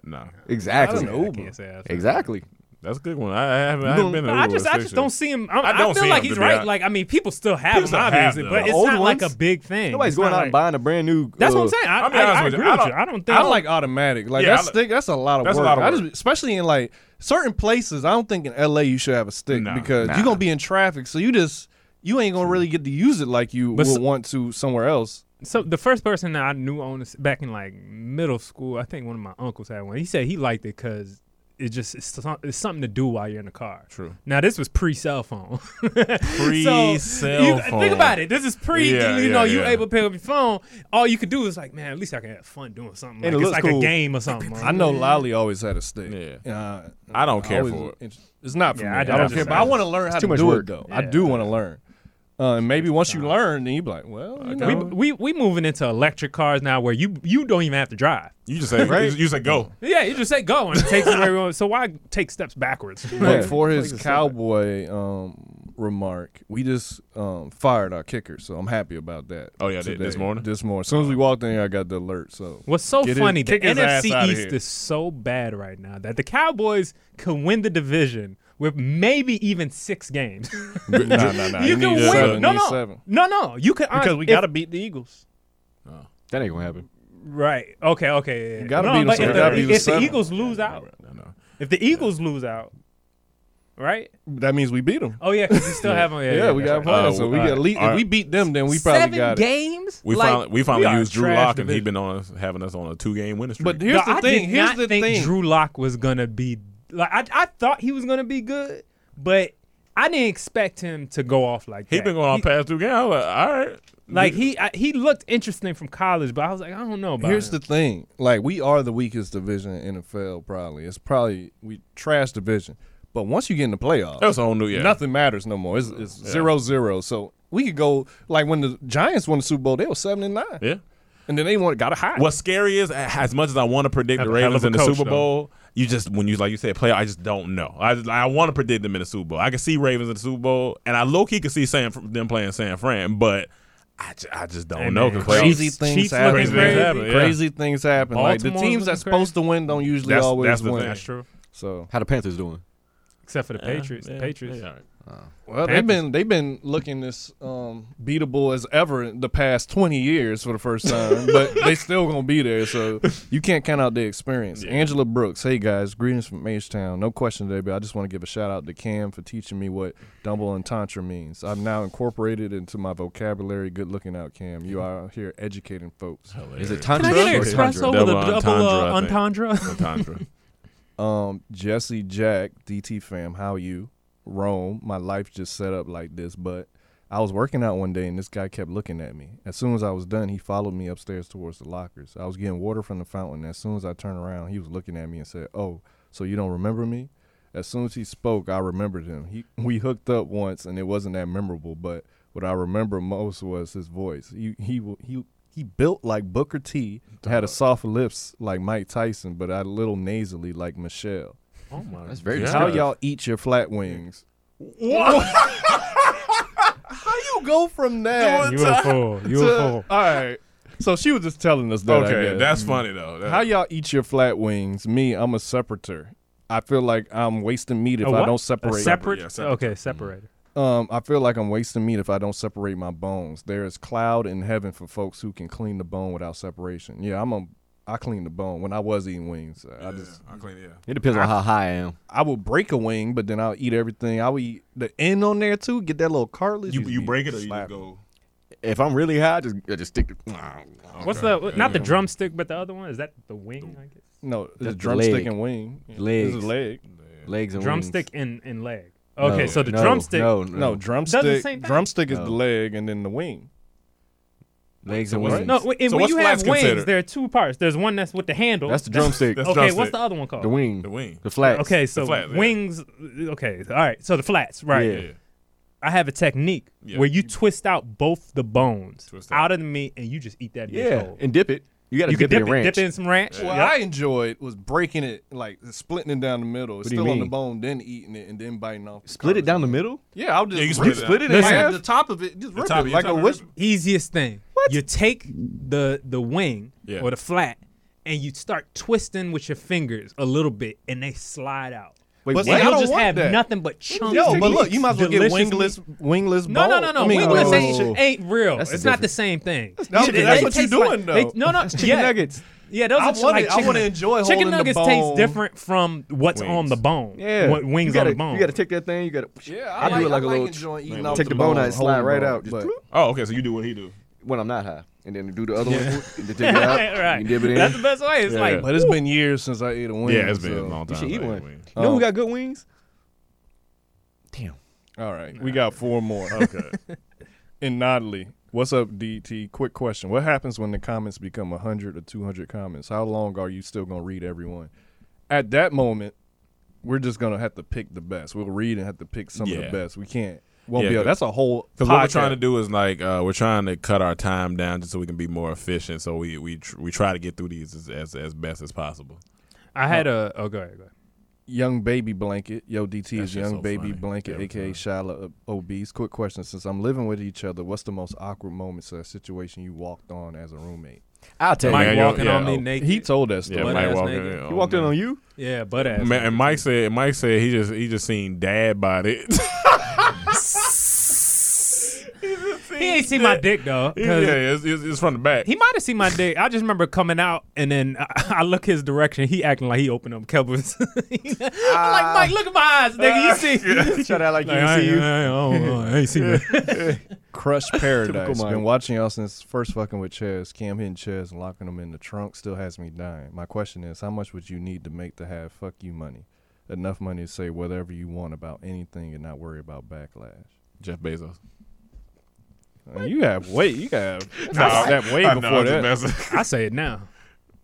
No. Exactly. I can't say that. Exactly. That's a good one. I, I haven't, I You haven't don't- been in No, an I Uber just, with I six just shit. don't see him. I'm, I I, don't feel see like him, he's to be right. honest. Like, I mean, people still have People them, still have obviously, them. but The it's old not like a ones? big thing. Nobody's It's going not out like- and buying a brand new. That's what I'm uh, saying. I, I'll be I- honest I with you. agree I with don't- you. I don't think I like automatic. Like Yeah, I that like- stick, that's a lot of That's a work. lot of I just- work. especially in like certain places. I don't think in LA you should have a stick Nah. because Nah. you're gonna be in traffic, so you just you ain't gonna really get to use it like you But would so- want to somewhere else. So the first person that I knew on this, back in like middle school, I think one of my uncles had one. He said he liked it because it just it's, so- it's something to do while you're in the car. True. Now this was pre cell phone. pre Pre-cell phone. Think about it. This is pre. Yeah, you yeah, know, you yeah. able to pick up your phone. All you could do is like, man, at least I can have fun doing something. Like, it it's looks like cool. a game or something. I know Lolly always had a stick. Yeah. Uh, I don't care always- for it. It's not for Yeah, me. I I, don't- don't I care. just- But I want to learn how too to much do work. it though. I do want to learn. Uh, and maybe once you learn, then you be like, well, you We, know, we we moving into electric cars now where you you don't even have to drive. You just say, Right? you say go. Yeah, you just say go and it takes you where you want. So why take steps backwards? But Yeah. for his cowboy um, remark, we just um, fired our kicker, so I'm happy about that. Oh, yeah, thi- this today. morning? Oh. This morning, as soon as we walked in, here, I got the alert. So What's so Get his- funny, the kick his ass NFC outta East here. is so bad right now that the Cowboys could win the division with maybe even six games. no, no, no, you he can needs win. seven, no, he needs no, seven. no, no. You could because we if- gotta beat the Eagles. That ain't gonna happen. right. Okay, okay. yeah, yeah. gotta no, beat 'em, but so if we the, gotta beat 'em if the seven. Eagles lose out, I know. if the Eagles lose out, right? That means we beat them. Oh yeah, because we still have them. Yeah, Yeah, yeah, we that's got right. a plan. Uh, so we all get right, at least all if we right. beat them, then we probably seven got it. games. We Like, finally we finally are used Drew trash Lock and he division. been on us having us on a two game winning streak. But here's No, the I thing. Did Here's not the think thing. Drew Lock was gonna be like I, I thought he was gonna be good, but I didn't expect him to go off like he that. been going on past two games. I was like, all right. like he I, he looked interesting from college, but I was like, I don't know about Here's him. the thing. Like we are the weakest division in NFL. Probably it's probably we trash division. But once you get in the playoffs, that was a whole new yeah. nothing matters no more. It's, it's zero zero. So we could go like when the Giants won the Super Bowl, they were seven and nine, Yeah. and then they won got a high. What's scary is as much as I want to predict the Have a hell Ravens of a in the coach, Super Bowl, you just when you like you said play, I just don't know. I just, I want to predict them in the Super Bowl. I can see Ravens in the Super Bowl, and I low key can see San, them playing San Fran, but I, ju- I just don't Hey, know. man. 'cause playoffs- crazy Chiefs- things Chiefs happen? looking man. crazy. Happen, yeah. Crazy things happen. like the Baltimore's teams that's looking crazy. supposed to win don't usually That's- always that's the win. thing. That's true. So How the Panthers doing? Except for the Patriots. Yeah, the Patriots. yeah, all right. well, they've been they've been looking this um, beatable as ever in the past twenty years for the first time, but they still gonna be there. So you can't count out the experience. Angela Brooks, hey guys, greetings from H Town. No question today, but I just want to give a shout out to Cam for teaching me what Dumble and Tantra means. I've now incorporated into my vocabulary. Good looking out, Cam. You are out here educating folks. Is it Can Tantra I get an or espresso Tantra? with a Double double uh, entendre, entendre? Entendre. Um, Jesse Jack, DT fam, how you? Rome, my life just set up like this, but I was working out one day and this guy kept looking at me. As soon as I was done, he followed me upstairs towards the lockers. I was getting water from the fountain. As soon as I turned around, he was looking at me and said, Oh, so you don't remember me? As soon as he spoke, I remembered him. He we hooked up once and it wasn't that memorable, but what I remember most was his voice. He he he he built like Booker T, had a soft lips like Mike Tyson, but a little nasally like Michelle. oh my That's very God. How y'all eat your flat wings? How you go from that? You a fool. You to- a fool. all right. So she was just telling us that. I Okay, guess. that's funny though. That- how y'all eat your flat wings. Me, I'm a separator. I feel like I'm wasting meat if A I what? don't A separate. separate? Yeah, separate. Okay, separator. Um, I feel like I'm wasting meat if I don't separate my bones. There is cloud in heaven for folks who can clean the bone without separation. Yeah, I'm a I clean the bone when I was eating wings. I just I clean yeah. It depends on how high I am. I will break a wing, but then I'll eat everything. I will eat the end on there too. Get that little cartilage. You It'd you be break it or you slapping. go. If I'm really high, I just I just stick. To, What's Okay. the what- not the drumstick, but the other one is that the wing? I guess No, the it's drumstick leg. and wing. Yeah. Legs. This is leg. legs and drumstick and, and leg. wings. Okay, No, so the no, drumstick. No, No, no, drumstick. same thing. Drumstick is No. the leg and then the wing. legs and What's- wings. No, wait, and So when what's you have flats wings, considered? there are two parts. There's one that's with the handle. that's the drumstick. That's okay, what's drumstick. the other one called? the wing. The wing. The flat. Okay, so flat, yeah. wings. Okay, all right. So the flats, right? Yeah. Yeah. I have a technique Yeah. where you twist out both the bones Twist out. out. of the meat, and you just eat that. bitch Yeah, whole. and dip it. You gotta you dip, can dip it it, in ranch. dip it in some ranch. What I enjoyed was breaking it, like splitting it down the middle. It's do you still on the mean? bone, then eating it, and then biting off. the Split it down the cartilage. middle. Yeah, I'll just Yeah, you can rip split it out. split it in Listen. half. The top of it, just rip top- it your like a top of it. wisp. Easiest thing. You take the the wing Yeah. or the flat, and you start twisting with your fingers a little bit, and they slide out. Wait, But what? see, I And you'll don't just want have that. nothing but chunks. Yo, of but meat. look, you might as well get Delicious wingless, meat. wingless No, bone. no, no, no. I mean, wingless oh. ain't, ain't real. That's the it's not the difference. same thing. That's- They- that's they what you taste like- doing, though. they- no, no, chicken yeah. nuggets. Yeah, those I are just wanna- like I chicken wanna nuggets. enjoy holding Chicken the nuggets bone. taste different from what's on Wings. the bone. Yeah, what, wings you gotta, on the bone. You gotta take that thing. You gotta. Yeah, I, I, do like, it like a I like little. enjoying eating Take off take the bone out and slide right out. Just But Oh, okay. So you do what he do. when I'm not high, and then do the other one. and then take it out. right. You dip it in. That's the best way. It's Yeah. like but it's been years since I ate a wing. Yeah, it's been a so- long you time. should eat I ate one. wings. You know Um, who got good wings? Damn. All right, we got four more. Okay. And Nodley, what's up, DT? Quick question: What happens when the comments become hundred or two hundred comments? How long are you still gonna read everyone? At that moment, we're just gonna have to pick the best. We'll read and have to pick some of Yeah. the best. We can't. Won't Yeah, be. 'cause- Able, that's a whole. Because what we're trying podcast. to do is like uh, we're trying to cut our time down just so we can be more efficient. So we we tr- we try to get through these as as, as best as possible. I had a. Oh, go ahead, go ahead. Young Baby Blanket. Yo, DT That is shit's Young so Baby funny. Blanket, Every aka Shyla uh, Obese. Quick question: Since I'm living with each other, what's the most awkward moment slash situation you walked on as a roommate? I'll tell Mike Yeah, you. yo, walking yeah, on me oh, naked. He told us. Yeah, Butt Mike ass walking. nigga. yeah, He walked in man. on you. yeah, butt ass. Ma- and Mike said, Mike said he just he just seen dad body. he ain't seen my dick though. 'cause yeah, yeah, it's, it's, it's from the back. He might have seen my dick. I just remember coming out and then I, I look his direction. He acting like he opened up Kelvin's. I'm like Mike, look at my eyes, nigga. You see? Shout out like you I, didn't see ain't- you. I ain't- I don't- I ain't seen that. Crush Paradise. Mike. Been watching y'all since first fucking with Chaz. Cam hitting Chaz and locking him in the trunk still has me dying. My question is, how much would you need to make to have fuck you money? Enough money to say whatever you want about anything and not worry about backlash. Jeff Bezos. Uh, you have weight. You got that way I know, before I'm just that. messing. I say it now.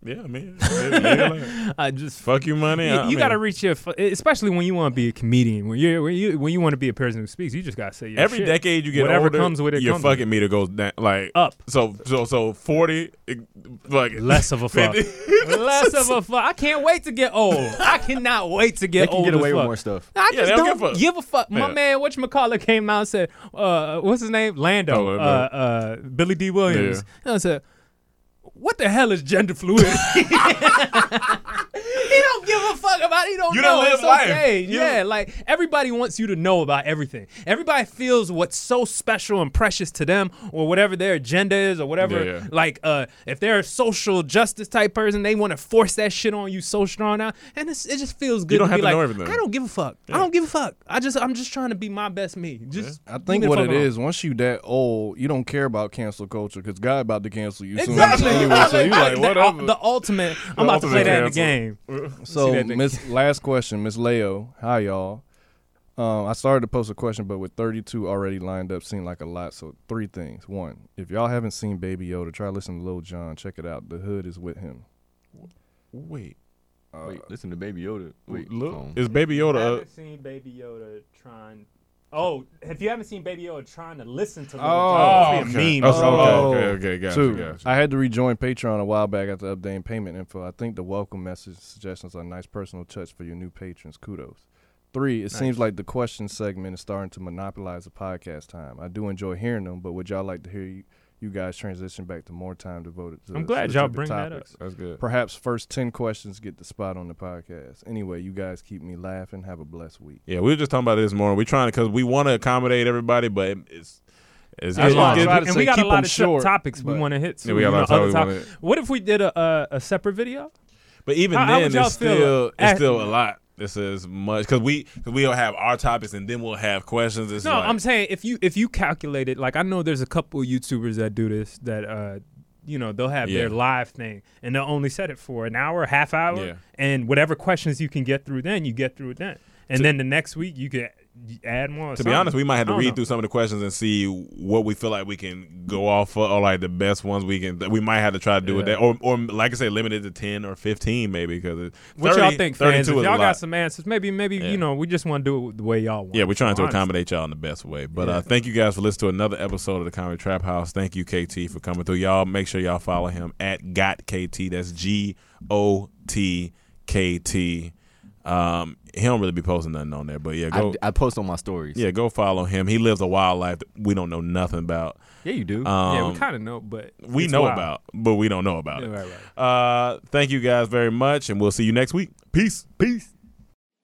yeah, man. Yeah, yeah, like, I just fuck you, money. You, I mean, got to reach your, f- especially when you want to be a comedian. When you when you when you want to be a person who speaks, you just gotta say your Every shit. decade you get whatever older, comes with it. your comes with fucking meter goes down, like Up. So so so forty, it- like it. less of a fuck, 50. less of a fuck. I can't wait to get old. I cannot wait to They get can old. get as away with fuck. more stuff. I Yeah, just they don't don't give a fuck. give a fuck. My Yeah. man, whatchamacallit came out and said, uh, what's his name? Oh, Lando. uh, Lando. uh, Billy D. Williams. Yeah. And I said, what the hell is gender fluid? he don't give a fuck about it. He don't You know. done lived it's life. okay. You- yeah, like everybody wants you to know about everything. Everybody feels what's so special and precious to them or whatever their agenda is or whatever. Yeah, yeah. Like uh, if they're a social justice type person, they want to force that shit on you so strong now. And it's, it just feels good don't to have be to like, know everything. I don't give a fuck. I don't give a fuck. I just I'm just trying to be my best me. Just I think what it is, once you that old, you don't care about cancel culture because God about to cancel you Exactly. soon. Anyway, so you like, the, whatever. The ultimate. I'm about to ultimate play that in the cancel. game. So, that thing? Miss, last question, Miss Leo. Hi, y'all. Um, I started to post a question, but with 32 already lined up, seemed like a lot. So, three things. One, if y'all haven't seen Baby Yoda, try listening to Lil Jon. Check it out. The hood is with him. Wait, Wait, listen to Baby Yoda. Wait, look, um, is Baby Yoda? Uh, seen Baby Yoda trying. Oh, if you haven't seen Baby Yoda trying to listen to Lil Oh, Jon, it's okay. being mean. Oh, okay, Oh. okay, okay, gotcha, Two, gotcha. I had to rejoin Patreon a while back after updating payment info. I think the welcome message suggestions are nice personal touch for your new patrons. Kudos. Three, it seems like the question segment is starting to monopolize the podcast time. I do enjoy hearing them, but would y'all like to hear you, you guys transition back to more time devoted to I'm glad y'all specific bring that up. topics. That's good. Perhaps first 10 questions get the spot on the podcast. Anyway, you guys keep me laughing. Have a blessed week. Yeah, we were just talking about it this morning. We're trying to because we want to accommodate everybody, but it's it's, That's it's, why I it's- try to say and we got a keep lot 'em of short, t- topics we but- want to hit. So Yeah, we got a you lot know, of other topics we topic- What if we did a uh, a separate video? But even How- how then, would y'all it's feel? still Ask- it's still a lot. It's as much because we cause we'll have our topics and then we'll have questions. It's No, like, I'm saying if you if you calculate it, like I know there's a couple YouTubers that do this that uh you know they'll have their Yeah. live thing and they'll only set it for an hour, half hour, Yeah. and whatever questions you can get through then you get through it then, and then the next week you can add more. or to be something. honest, we might have to I don't read know. through some of the questions and see what we feel like we can go off of, or like the best ones we can. that We might have to try to do with that, or or like I said, limited to ten or fifteen maybe. Because What y'all think, fans? If y'all got lot. some answers, maybe maybe Yeah. you know we just want to do it the way y'all want. Yeah, we're trying to Honestly. accommodate y'all in the best way. But Yeah. uh, thank you guys for listening to another episode of the Comedy Trap House. Thank you, KT, for coming through. Y'all make sure y'all follow him at Got KT. That's G O T K T. Um, he don't really be posting nothing on there, but yeah, I, go I post on my stories. yeah go follow him. He lives a wild life that we don't know nothing about. yeah, you do. Um, yeah, we kind of know, but we it's know wild. about, but we don't know about Yeah, it. right, right. Uh, thank you guys very much, and we'll see you next week. Peace. Peace.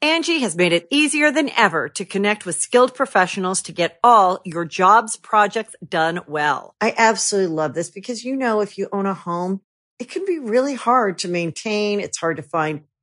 Angie has made it easier than ever to connect with skilled professionals to get all your jobs projects done well. I absolutely love this because, you know, if you own a home, it can be really hard to maintain. It's hard to find